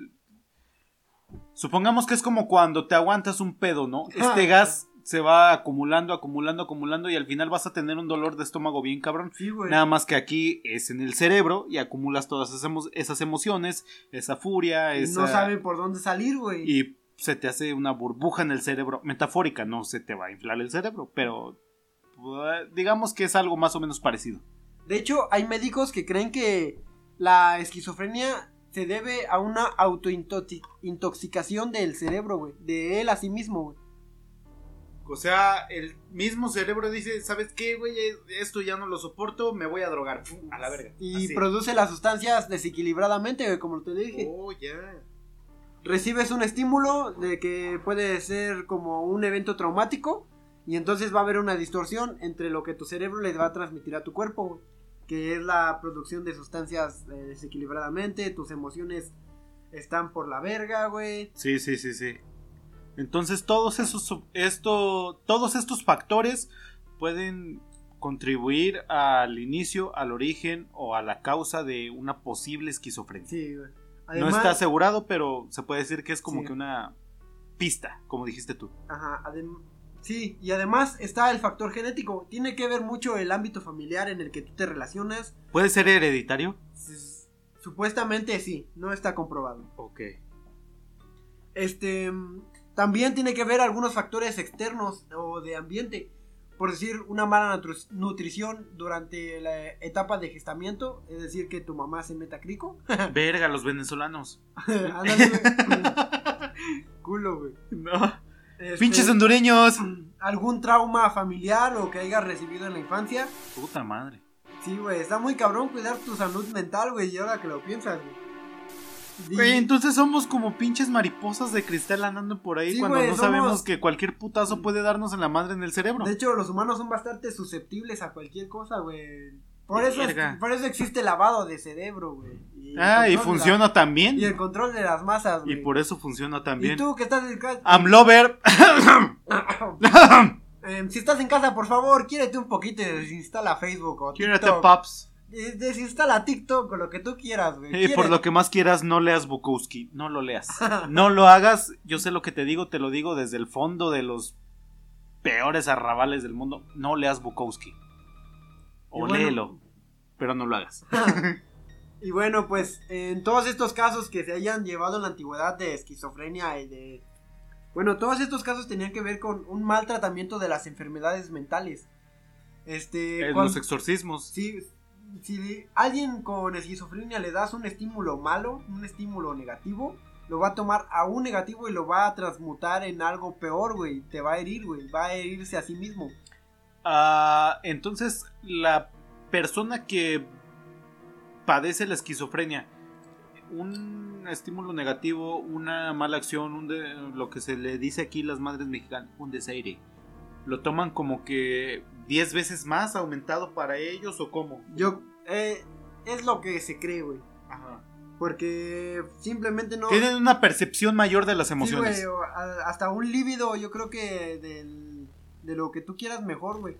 B: Supongamos que es como cuando te aguantas un pedo, ¿no?
C: Ajá.
B: Este gas se va acumulando, acumulando, acumulando y al final vas a tener un dolor de estómago bien cabrón.
C: Sí, güey.
B: Nada más que aquí es en el cerebro y acumulas todas esas, emo- esas emociones, esa furia,
C: Y
B: esa...
C: No saben por dónde salir, güey.
B: Y se te hace una burbuja en el cerebro, metafórica, no se te va a inflar el cerebro, pero eh, digamos que es algo más o menos parecido.
C: De hecho, hay médicos que creen que la esquizofrenia se debe a una autointoxicación del cerebro, güey. De él a sí mismo, güey.
B: O sea, el mismo cerebro dice, ¿sabes qué, güey? Esto ya no lo soporto, me voy a drogar. Pum, A la verga.
C: Y produce las sustancias desequilibradamente, güey, como te dije.
B: Oh, ya.
C: Recibes un estímulo de que puede ser como un evento traumático. Y entonces va a haber una distorsión entre lo que tu cerebro le va a transmitir a tu cuerpo, güey. Que es la producción de sustancias eh, desequilibradamente. Tus emociones están por la verga, güey.
B: Sí, sí, sí, sí. Entonces todos esos esto, todos estos factores pueden contribuir al inicio, al origen o a la causa de una posible esquizofrenia.
C: Sí, güey.
B: no está asegurado, pero se puede decir que es como
C: Sí.
B: que una pista, como dijiste tú.
C: Ajá, adem- sí, y además está el factor genético. Tiene que ver mucho el ámbito familiar en el que tú te relacionas.
B: ¿Puede ser hereditario?
C: S- Supuestamente sí, no está comprobado.
B: Ok.
C: Este mm, también tiene que ver algunos factores externos o de ambiente, por decir, una mala nutru- nutrición durante la etapa de gestamiento, es decir, que tu mamá se meta crico.
B: [laughs]
C: [laughs]
B: Verga, los venezolanos. [laughs]
C: Ándale, güey. Culo, güey.
A: No.
C: Este,
B: Pinches hondureños.
C: ¿Algún trauma familiar o que hayas recibido en la infancia?
B: Puta madre.
C: Sí, güey, está muy cabrón cuidar tu salud mental, güey, y ahora que lo piensas, güey. Di-
B: Güey, entonces somos como pinches mariposas de cristal andando por ahí
C: Sí,
B: cuando
C: güey,
B: no
C: somos-
B: sabemos que cualquier putazo puede darnos en la madre en el cerebro.
C: De hecho, los humanos son bastante susceptibles a cualquier cosa, güey. Por eso,
B: Verga.
C: por eso existe el lavado de cerebro, güey. el
B: Ah, y
C: control de
B: funciona
C: la-
B: también.
C: y el control de las masas,
B: Y
C: güey.
B: por Ah, eso funciona
C: Y
B: también.
C: tú que estás en casa,
B: I'm lover. [laughs]
C: em, si estás en casa, por favor, quiérete un poquito y desinstala Facebook o
B: Quiérete,
C: TikTok.
B: paps.
C: Des- Desinstala TikTok o lo que tú quieras, güey.
B: Y Eh, por
C: Quiere-
B: lo que más quieras, no leas Bukowski. No lo
C: [laughs]
B: leas. No lo hagas. Yo sé lo que te digo, te lo digo desde el fondo de los peores arrabales del mundo. No leas Bukowski. O
C: Y bueno.
B: léelo. Pero no lo hagas.
C: Y bueno, pues en todos estos casos que se hayan llevado en la antigüedad de esquizofrenia y de... Bueno, todos estos casos tenían que ver con un mal tratamiento de las enfermedades mentales. Este...
B: En
C: cuan-
B: los exorcismos.
C: si, si alguien con esquizofrenia le das un estímulo malo, un estímulo negativo, lo va a tomar a un negativo y lo va a transmutar en algo peor, güey. Te va a herir, güey. Va a herirse a sí mismo.
B: Ah, entonces, la persona que padece la esquizofrenia, un estímulo negativo, una mala acción, un de- lo que se le dice aquí las madres mexicanas, un desaire, ¿lo toman como que 10 veces más aumentado para ellos o cómo?
C: Yo... eh, es lo que se cree, güey.
B: Ajá.
C: Porque simplemente no...
B: Tienen una percepción mayor de las
C: Sí,
B: emociones.
C: güey, o a- hasta un líbido, yo creo que del- de lo que tú quieras mejor, güey.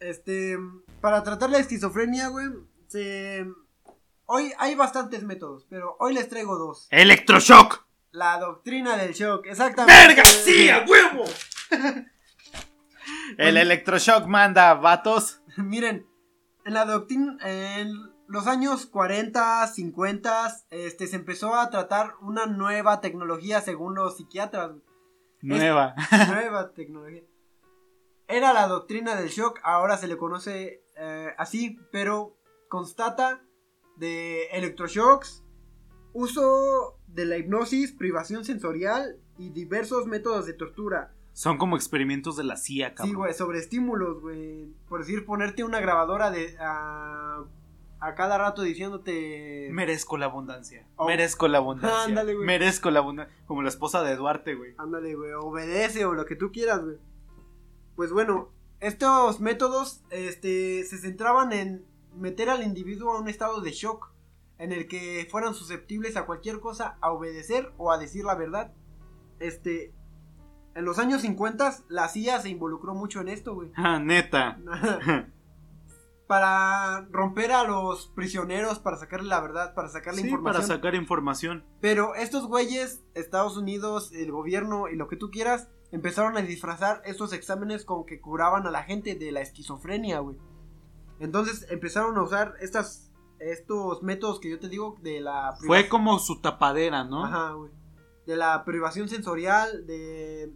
C: Este, para tratar la esquizofrenia, güey, se... Hoy hay bastantes métodos, pero hoy les traigo dos.
B: ¡Electroshock!
C: La doctrina del shock, exactamente.
B: ¡Verga, sí, a huevo! El electroshock manda, vatos.
C: Miren, [laughs] en la doctrina, en los años 40, 50, este, se empezó a tratar una nueva tecnología según los psiquiatras, güey.
B: Nueva.
C: Nueva tecnología. Era la doctrina del shock, ahora se le conoce eh, así, pero constata de electroshocks, uso de la hipnosis, privación sensorial y diversos métodos de tortura.
B: Son como experimentos de la CIA, cabrón.
C: Sí, güey, sobre estímulos, güey. Por decir, ponerte una grabadora de a, a cada rato diciéndote...
B: Merezco la abundancia.
C: Oh.
B: Merezco la abundancia.
C: Ándale, güey.
B: Merezco la abundancia. Como la esposa de Duarte, güey.
C: Ándale, güey, obedece o lo que tú quieras, güey. Pues bueno, estos métodos este, se centraban en meter al individuo a un estado de shock, en el que fueran susceptibles a cualquier cosa, a obedecer o a decir la verdad. Este, en los años 50 la CIA se involucró mucho en
B: [laughs]
C: esto, güey.
B: Ah, neta.
C: para romper a los prisioneros, para sacarle la verdad, para sacarle
B: Sí, para
C: información.
B: sacar información.
C: Pero estos güeyes, Estados Unidos, el gobierno y lo que tú quieras, empezaron a disfrazar estos exámenes con que curaban a la gente de la esquizofrenia, güey. Entonces empezaron a usar estas, estos métodos que yo te digo de la
B: Fue
C: privación-
B: como su tapadera, ¿no?
C: Ajá, güey. De la privación sensorial, de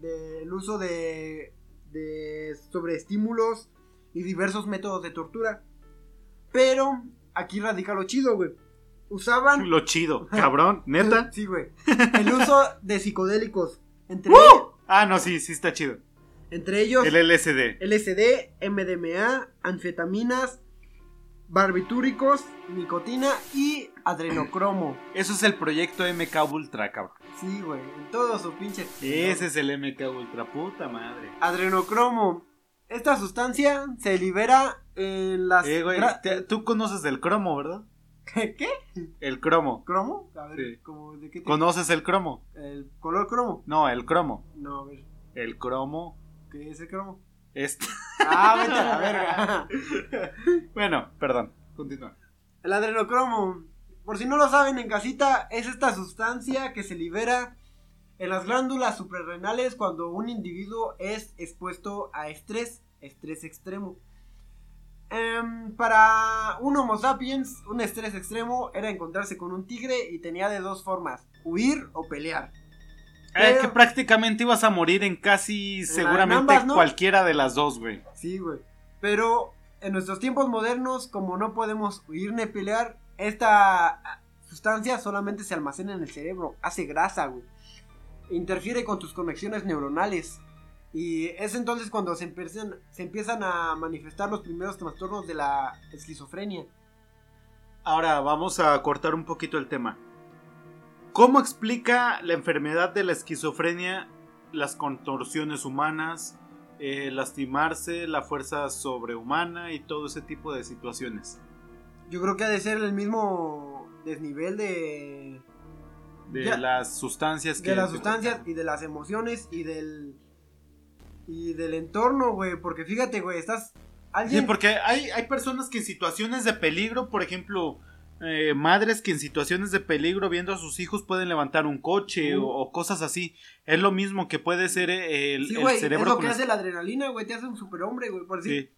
C: del uso de, de sobreestímulos y diversos métodos de tortura. Pero aquí radica lo chido, güey. Usaban
B: Lo
C: [laughs]
B: chido, cabrón. Neta.
C: Sí, güey. El uso de psicodélicos. Entre,
B: Ah, no, sí, sí está chido.
C: entre ellos
B: El LSD.
C: LSD, MDMA, anfetaminas, barbitúricos, nicotina y adrenocromo.
B: Eso es el proyecto MK Ultra, cabrón.
C: Sí, güey. En todos sus pinches.
B: Ese es el MK Ultra, puta madre.
C: Adrenocromo. Esta sustancia se libera en las.
B: Eh, güey,
C: gra-
B: te- tú conoces del cromo, ¿verdad?
C: ¿Qué? ¿Qué?
B: El cromo.
C: ¿Cromo? A ver,
B: Sí.
C: como de qué te-
B: ¿Conoces el cromo?
C: ¿El color cromo?
B: No, el cromo.
C: No, a ver.
B: El cromo.
C: ¿Qué es el cromo?
B: Este. [laughs]
C: Ah, vete a la verga.
B: Bueno, perdón. Continúa.
C: El adrenocromo, por si no lo saben en casita, es esta sustancia que se libera en las glándulas suprarrenales cuando un individuo es expuesto a estrés, estrés extremo. Em, para un Homo sapiens, un estrés extremo era encontrarse con un tigre y tenía de dos formas, huir o pelear.
B: Eh,
C: Pero-
B: que prácticamente ibas a morir en casi seguramente
C: ambas, ¿no?
B: cualquiera de las dos, güey.
C: Sí, güey. Pero en nuestros tiempos modernos, como no podemos huir ni pelear, esta ah, sustancia solamente se almacena en el cerebro, hace grasa, güey. Interfiere con tus conexiones neuronales. Y es entonces cuando se empiezan, se empiezan a manifestar los primeros trastornos de la esquizofrenia.
B: Ahora vamos a cortar un poquito el tema. ¿Cómo explica la enfermedad de la esquizofrenia las contorsiones humanas, eh, lastimarse, la fuerza sobrehumana y todo ese tipo de situaciones?
C: Yo creo que ha de ser el mismo desnivel de,
B: De
C: Ya.
B: las sustancias que...
C: de las sustancias y de las emociones y del y del entorno, güey, porque fíjate, güey, estás
B: Sí,
C: alguien
B: porque hay, hay personas que en situaciones de peligro, por ejemplo, eh, madres que en situaciones de peligro viendo a sus hijos pueden levantar un coche o, o cosas así. Es lo mismo que puede ser eh, el,
C: Sí,
B: el
C: güey, es
B: cerebro
C: lo
B: con
C: que
B: las-
C: hace la adrenalina, güey, te hace un superhombre, güey, por decir.
B: Sí.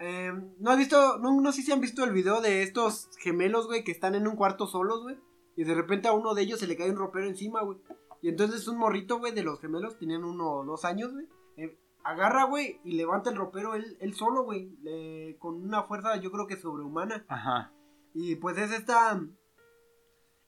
C: Eh, no has visto, no, no sé si han visto el video de estos gemelos, güey, que están en un cuarto solos, güey, y de repente a uno de ellos se le cae un ropero encima, güey. Y entonces un morrito, güey, de los gemelos, tenían uno o dos años, güey, eh, agarra, güey, y levanta el ropero él, él solo, güey, le- con una fuerza yo creo que sobrehumana.
B: Ajá.
C: Y pues es esta.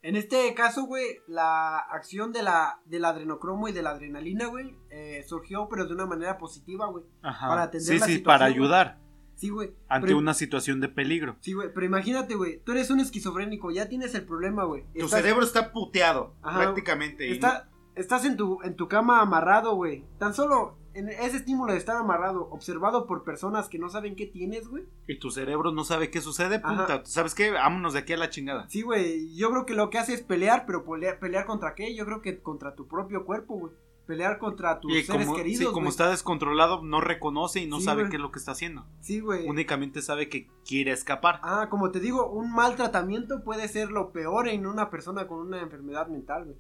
C: En este caso, güey, la acción de la, del adrenocromo y de la adrenalina, güey, eh, surgió, pero de una manera positiva, güey.
B: Ajá.
C: Para atender
B: sí,
C: la
B: sí,
C: situación,
B: para
C: güey.
B: ayudar
C: Sí, güey.
B: ante
C: pero,
B: una situación de peligro.
C: Sí, güey, pero imagínate, güey, tú eres un esquizofrénico, ya tienes el problema, güey.
B: Tu
C: Estás-
B: cerebro está puteado,
C: Ajá.
B: prácticamente. y no-
C: Está- estás en tu, en tu cama amarrado, güey. Tan solo en ese estímulo de estar amarrado, observado por personas que no saben qué tienes, güey.
B: Y tu cerebro no sabe qué sucede,
C: Ajá.
B: puta. ¿Sabes qué? Vámonos de aquí a la chingada.
C: Sí, güey, yo creo que lo que hace es pelear, pero pelear, pelear contra qué? Yo creo que contra tu propio cuerpo, güey. Pelear contra tus
B: Y
C: seres
B: como,
C: queridos.
B: sí, como
C: güey.
B: está descontrolado, no reconoce y no
C: Sí,
B: sabe
C: güey.
B: qué es lo que está haciendo.
C: Sí, güey.
B: Únicamente sabe que quiere escapar.
C: Ah, como te digo, un mal tratamiento puede ser lo peor en una persona con una enfermedad mental, güey.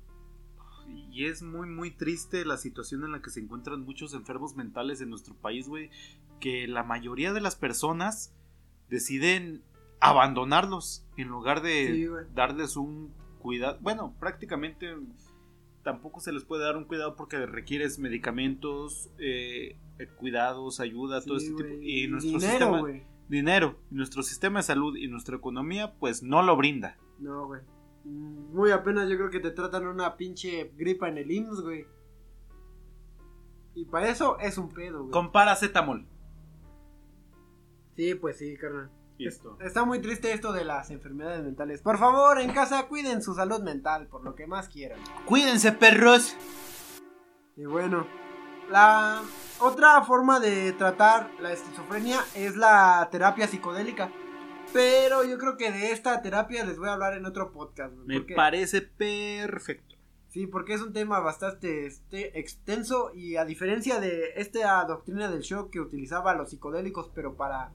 B: Y es muy, muy triste la situación en la que se encuentran muchos enfermos mentales en nuestro país, güey. Que la mayoría de las personas deciden abandonarlos en lugar de
C: Sí, güey.
B: darles un cuidado. Bueno, prácticamente tampoco se les puede dar un cuidado porque requieres medicamentos, eh, eh, cuidados, ayuda, todo
C: Sí,
B: este tipo.
C: güey.
B: Y nuestro
C: Dinero,
B: sistema,
C: güey.
B: dinero, y nuestro sistema de salud y nuestra economía, pues no lo brinda.
C: No, güey. Mm, Muy apenas yo creo que te tratan una pinche gripa en el IMSS, güey. Y para eso es un pedo, güey.
B: Con paracetamol.
C: Sí, pues sí, carnal.
B: Listo.
C: Está muy triste esto de las enfermedades mentales. Por favor, en casa cuiden su salud mental, por lo que más quieran.
B: Cuídense, perros.
C: Y bueno, la otra forma de tratar la esquizofrenia es la terapia psicodélica. Pero yo creo que de esta terapia les voy a hablar en otro podcast. güey,
B: Me
C: porque-
B: parece perfecto.
C: Sí, porque es un tema bastante este, extenso y a diferencia de esta doctrina del shock que utilizaba los psicodélicos, pero para,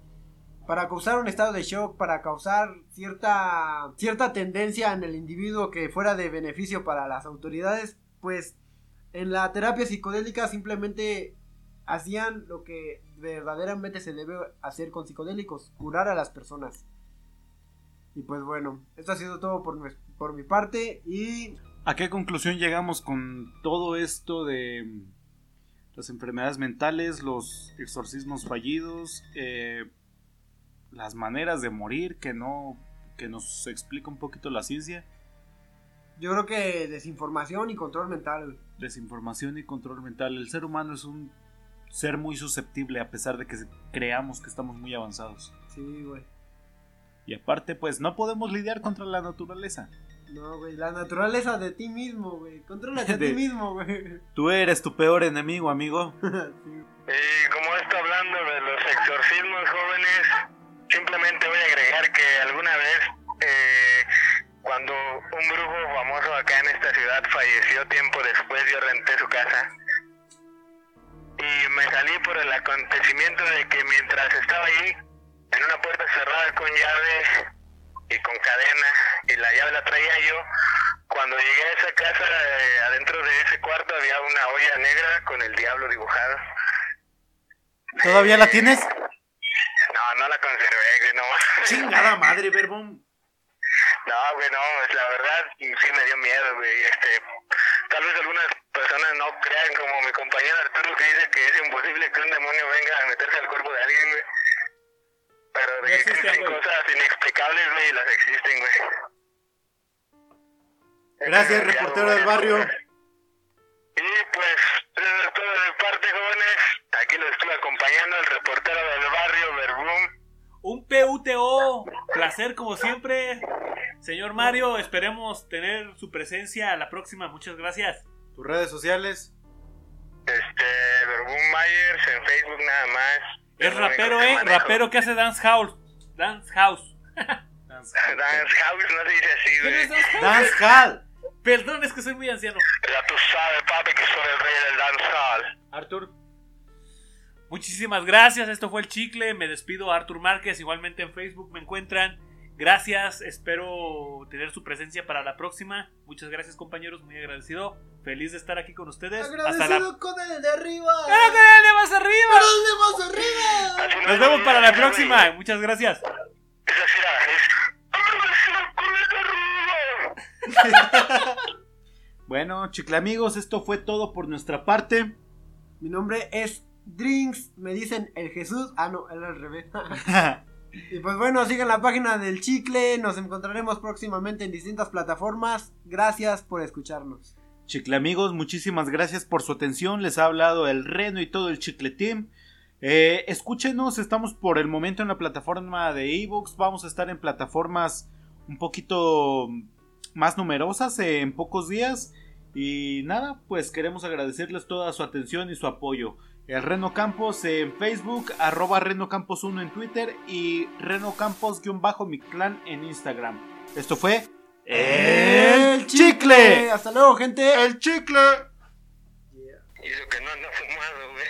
C: para causar un estado de shock, para causar cierta, cierta tendencia en el individuo que fuera de beneficio para las autoridades, pues en la terapia psicodélica simplemente hacían lo que verdaderamente se debe hacer con psicodélicos, curar a las personas. Y pues bueno, esto ha sido todo por, nues- por mi parte y
B: ¿A qué conclusión llegamos con todo esto de mm, las enfermedades mentales, los exorcismos fallidos, eh, las maneras de morir que no que nos explica un poquito la ciencia,
C: Yo creo que desinformación y control mental, güey.
B: desinformación y control mental? El ser humano es un ser muy susceptible a pesar de que se- creamos que estamos muy avanzados.
C: Sí, güey.
B: Y aparte, pues no podemos lidiar contra la naturaleza.
C: No, güey. La naturaleza de ti mismo, güey. Contrólate a
B: De-
C: ti mismo, güey. [laughs]
B: Tú eres tu peor enemigo, amigo.
D: Y como está hablando de los exorcismos jóvenes, simplemente voy a agregar que alguna vez eh, cuando un brujo famoso acá en esta ciudad falleció tiempo después, yo renté su casa. Y me salí por el acontecimiento de que mientras estaba ahí, en una puerta cerrada con llave y con cadena, y la llave la traía yo, cuando llegué a esa casa, eh, adentro de ese cuarto había una olla negra con el diablo dibujado.
B: ¿Todavía la tienes?
D: No, no la conservé, güey, no. [laughs]
B: Chingada madre, Verbón.
D: No, güey, no, pues, la verdad sí me dio miedo, güey, este, Tal vez algunas personas no crean, como mi compañero Arturo, que dice que es imposible que un demonio venga a meterse al cuerpo de alguien, güey. Pero de que
A: existen,
D: existen
A: güey.
D: cosas inexplicables, güey, las existen, güey.
B: Gracias,
D: Entonces, ya,
B: reportero
D: güey,
B: del barrio.
D: Y pues, eso es todo de mi parte, jóvenes. Aquí los estuve acompañando el reportero del barrio, Verbum.
A: Un PUTO, placer como siempre. Señor Mario, esperemos tener su presencia a la próxima. Muchas gracias.
B: Tus redes sociales.
D: Este, Verbum Myers en Facebook nada más.
A: Es
D: lo único
A: rapero,
D: que
A: ¿eh?
D: manejo.
A: Rapero que hace dance house. Dance house.
D: [laughs] Dance House no se dice así,
A: ¿Quién
D: güey.
A: es dance house?
B: Dance Hall.
A: Perdón, es que soy muy anciano.
D: Ya tú sabes, papi, que soy el rey del dancehall.
B: Artur.
A: Muchísimas gracias. Esto fue el chicle. Me despido Artur Márquez. Igualmente en Facebook me encuentran. Gracias. Espero tener su presencia para la próxima. Muchas gracias, compañeros. Muy agradecido. Feliz de estar aquí con ustedes. Hasta la. ¡Ah,
C: Agradecido con el de arriba.
A: ¡Claro que dale más arriba!
C: ¡Dale más arriba!
D: Así no
A: Nos
D: es,
A: vemos
D: güey,
A: para la
D: así no es, güey.
A: próxima. Muchas gracias.
D: Esa sí era, es... ¡Agradecido con el de arriba!
B: Bueno, chicle amigos, esto fue todo por nuestra parte. [laughs]
C: Mi nombre es Drinks. Me dicen el Jesús. Ah, no, era al revés. [laughs] y pues bueno, sigan la página del chicle. Nos encontraremos próximamente en distintas plataformas. Gracias por escucharnos.
B: Chicle amigos, muchísimas gracias por su atención. Les ha hablado el Reno y todo el Chicle Team. Eh, escúchenos, estamos por el momento en la plataforma de ebooks. Vamos a estar en plataformas un poquito más numerosas en pocos días. Y nada, pues queremos agradecerles toda su atención y su apoyo. El Reno Campos en Facebook, arroba Reno Campos 1 en Twitter y Reno Campos-Mictlán en Instagram. Esto fue El Chicle.
C: Eh, Hasta luego, gente.
B: El chicle.
D: Y eso que no anda fumado, güey.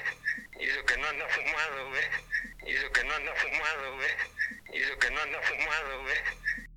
D: Y eso que no anda fumado, güey. Y eso que no anda fumado, güey. Y eso que no anda fumado, güey.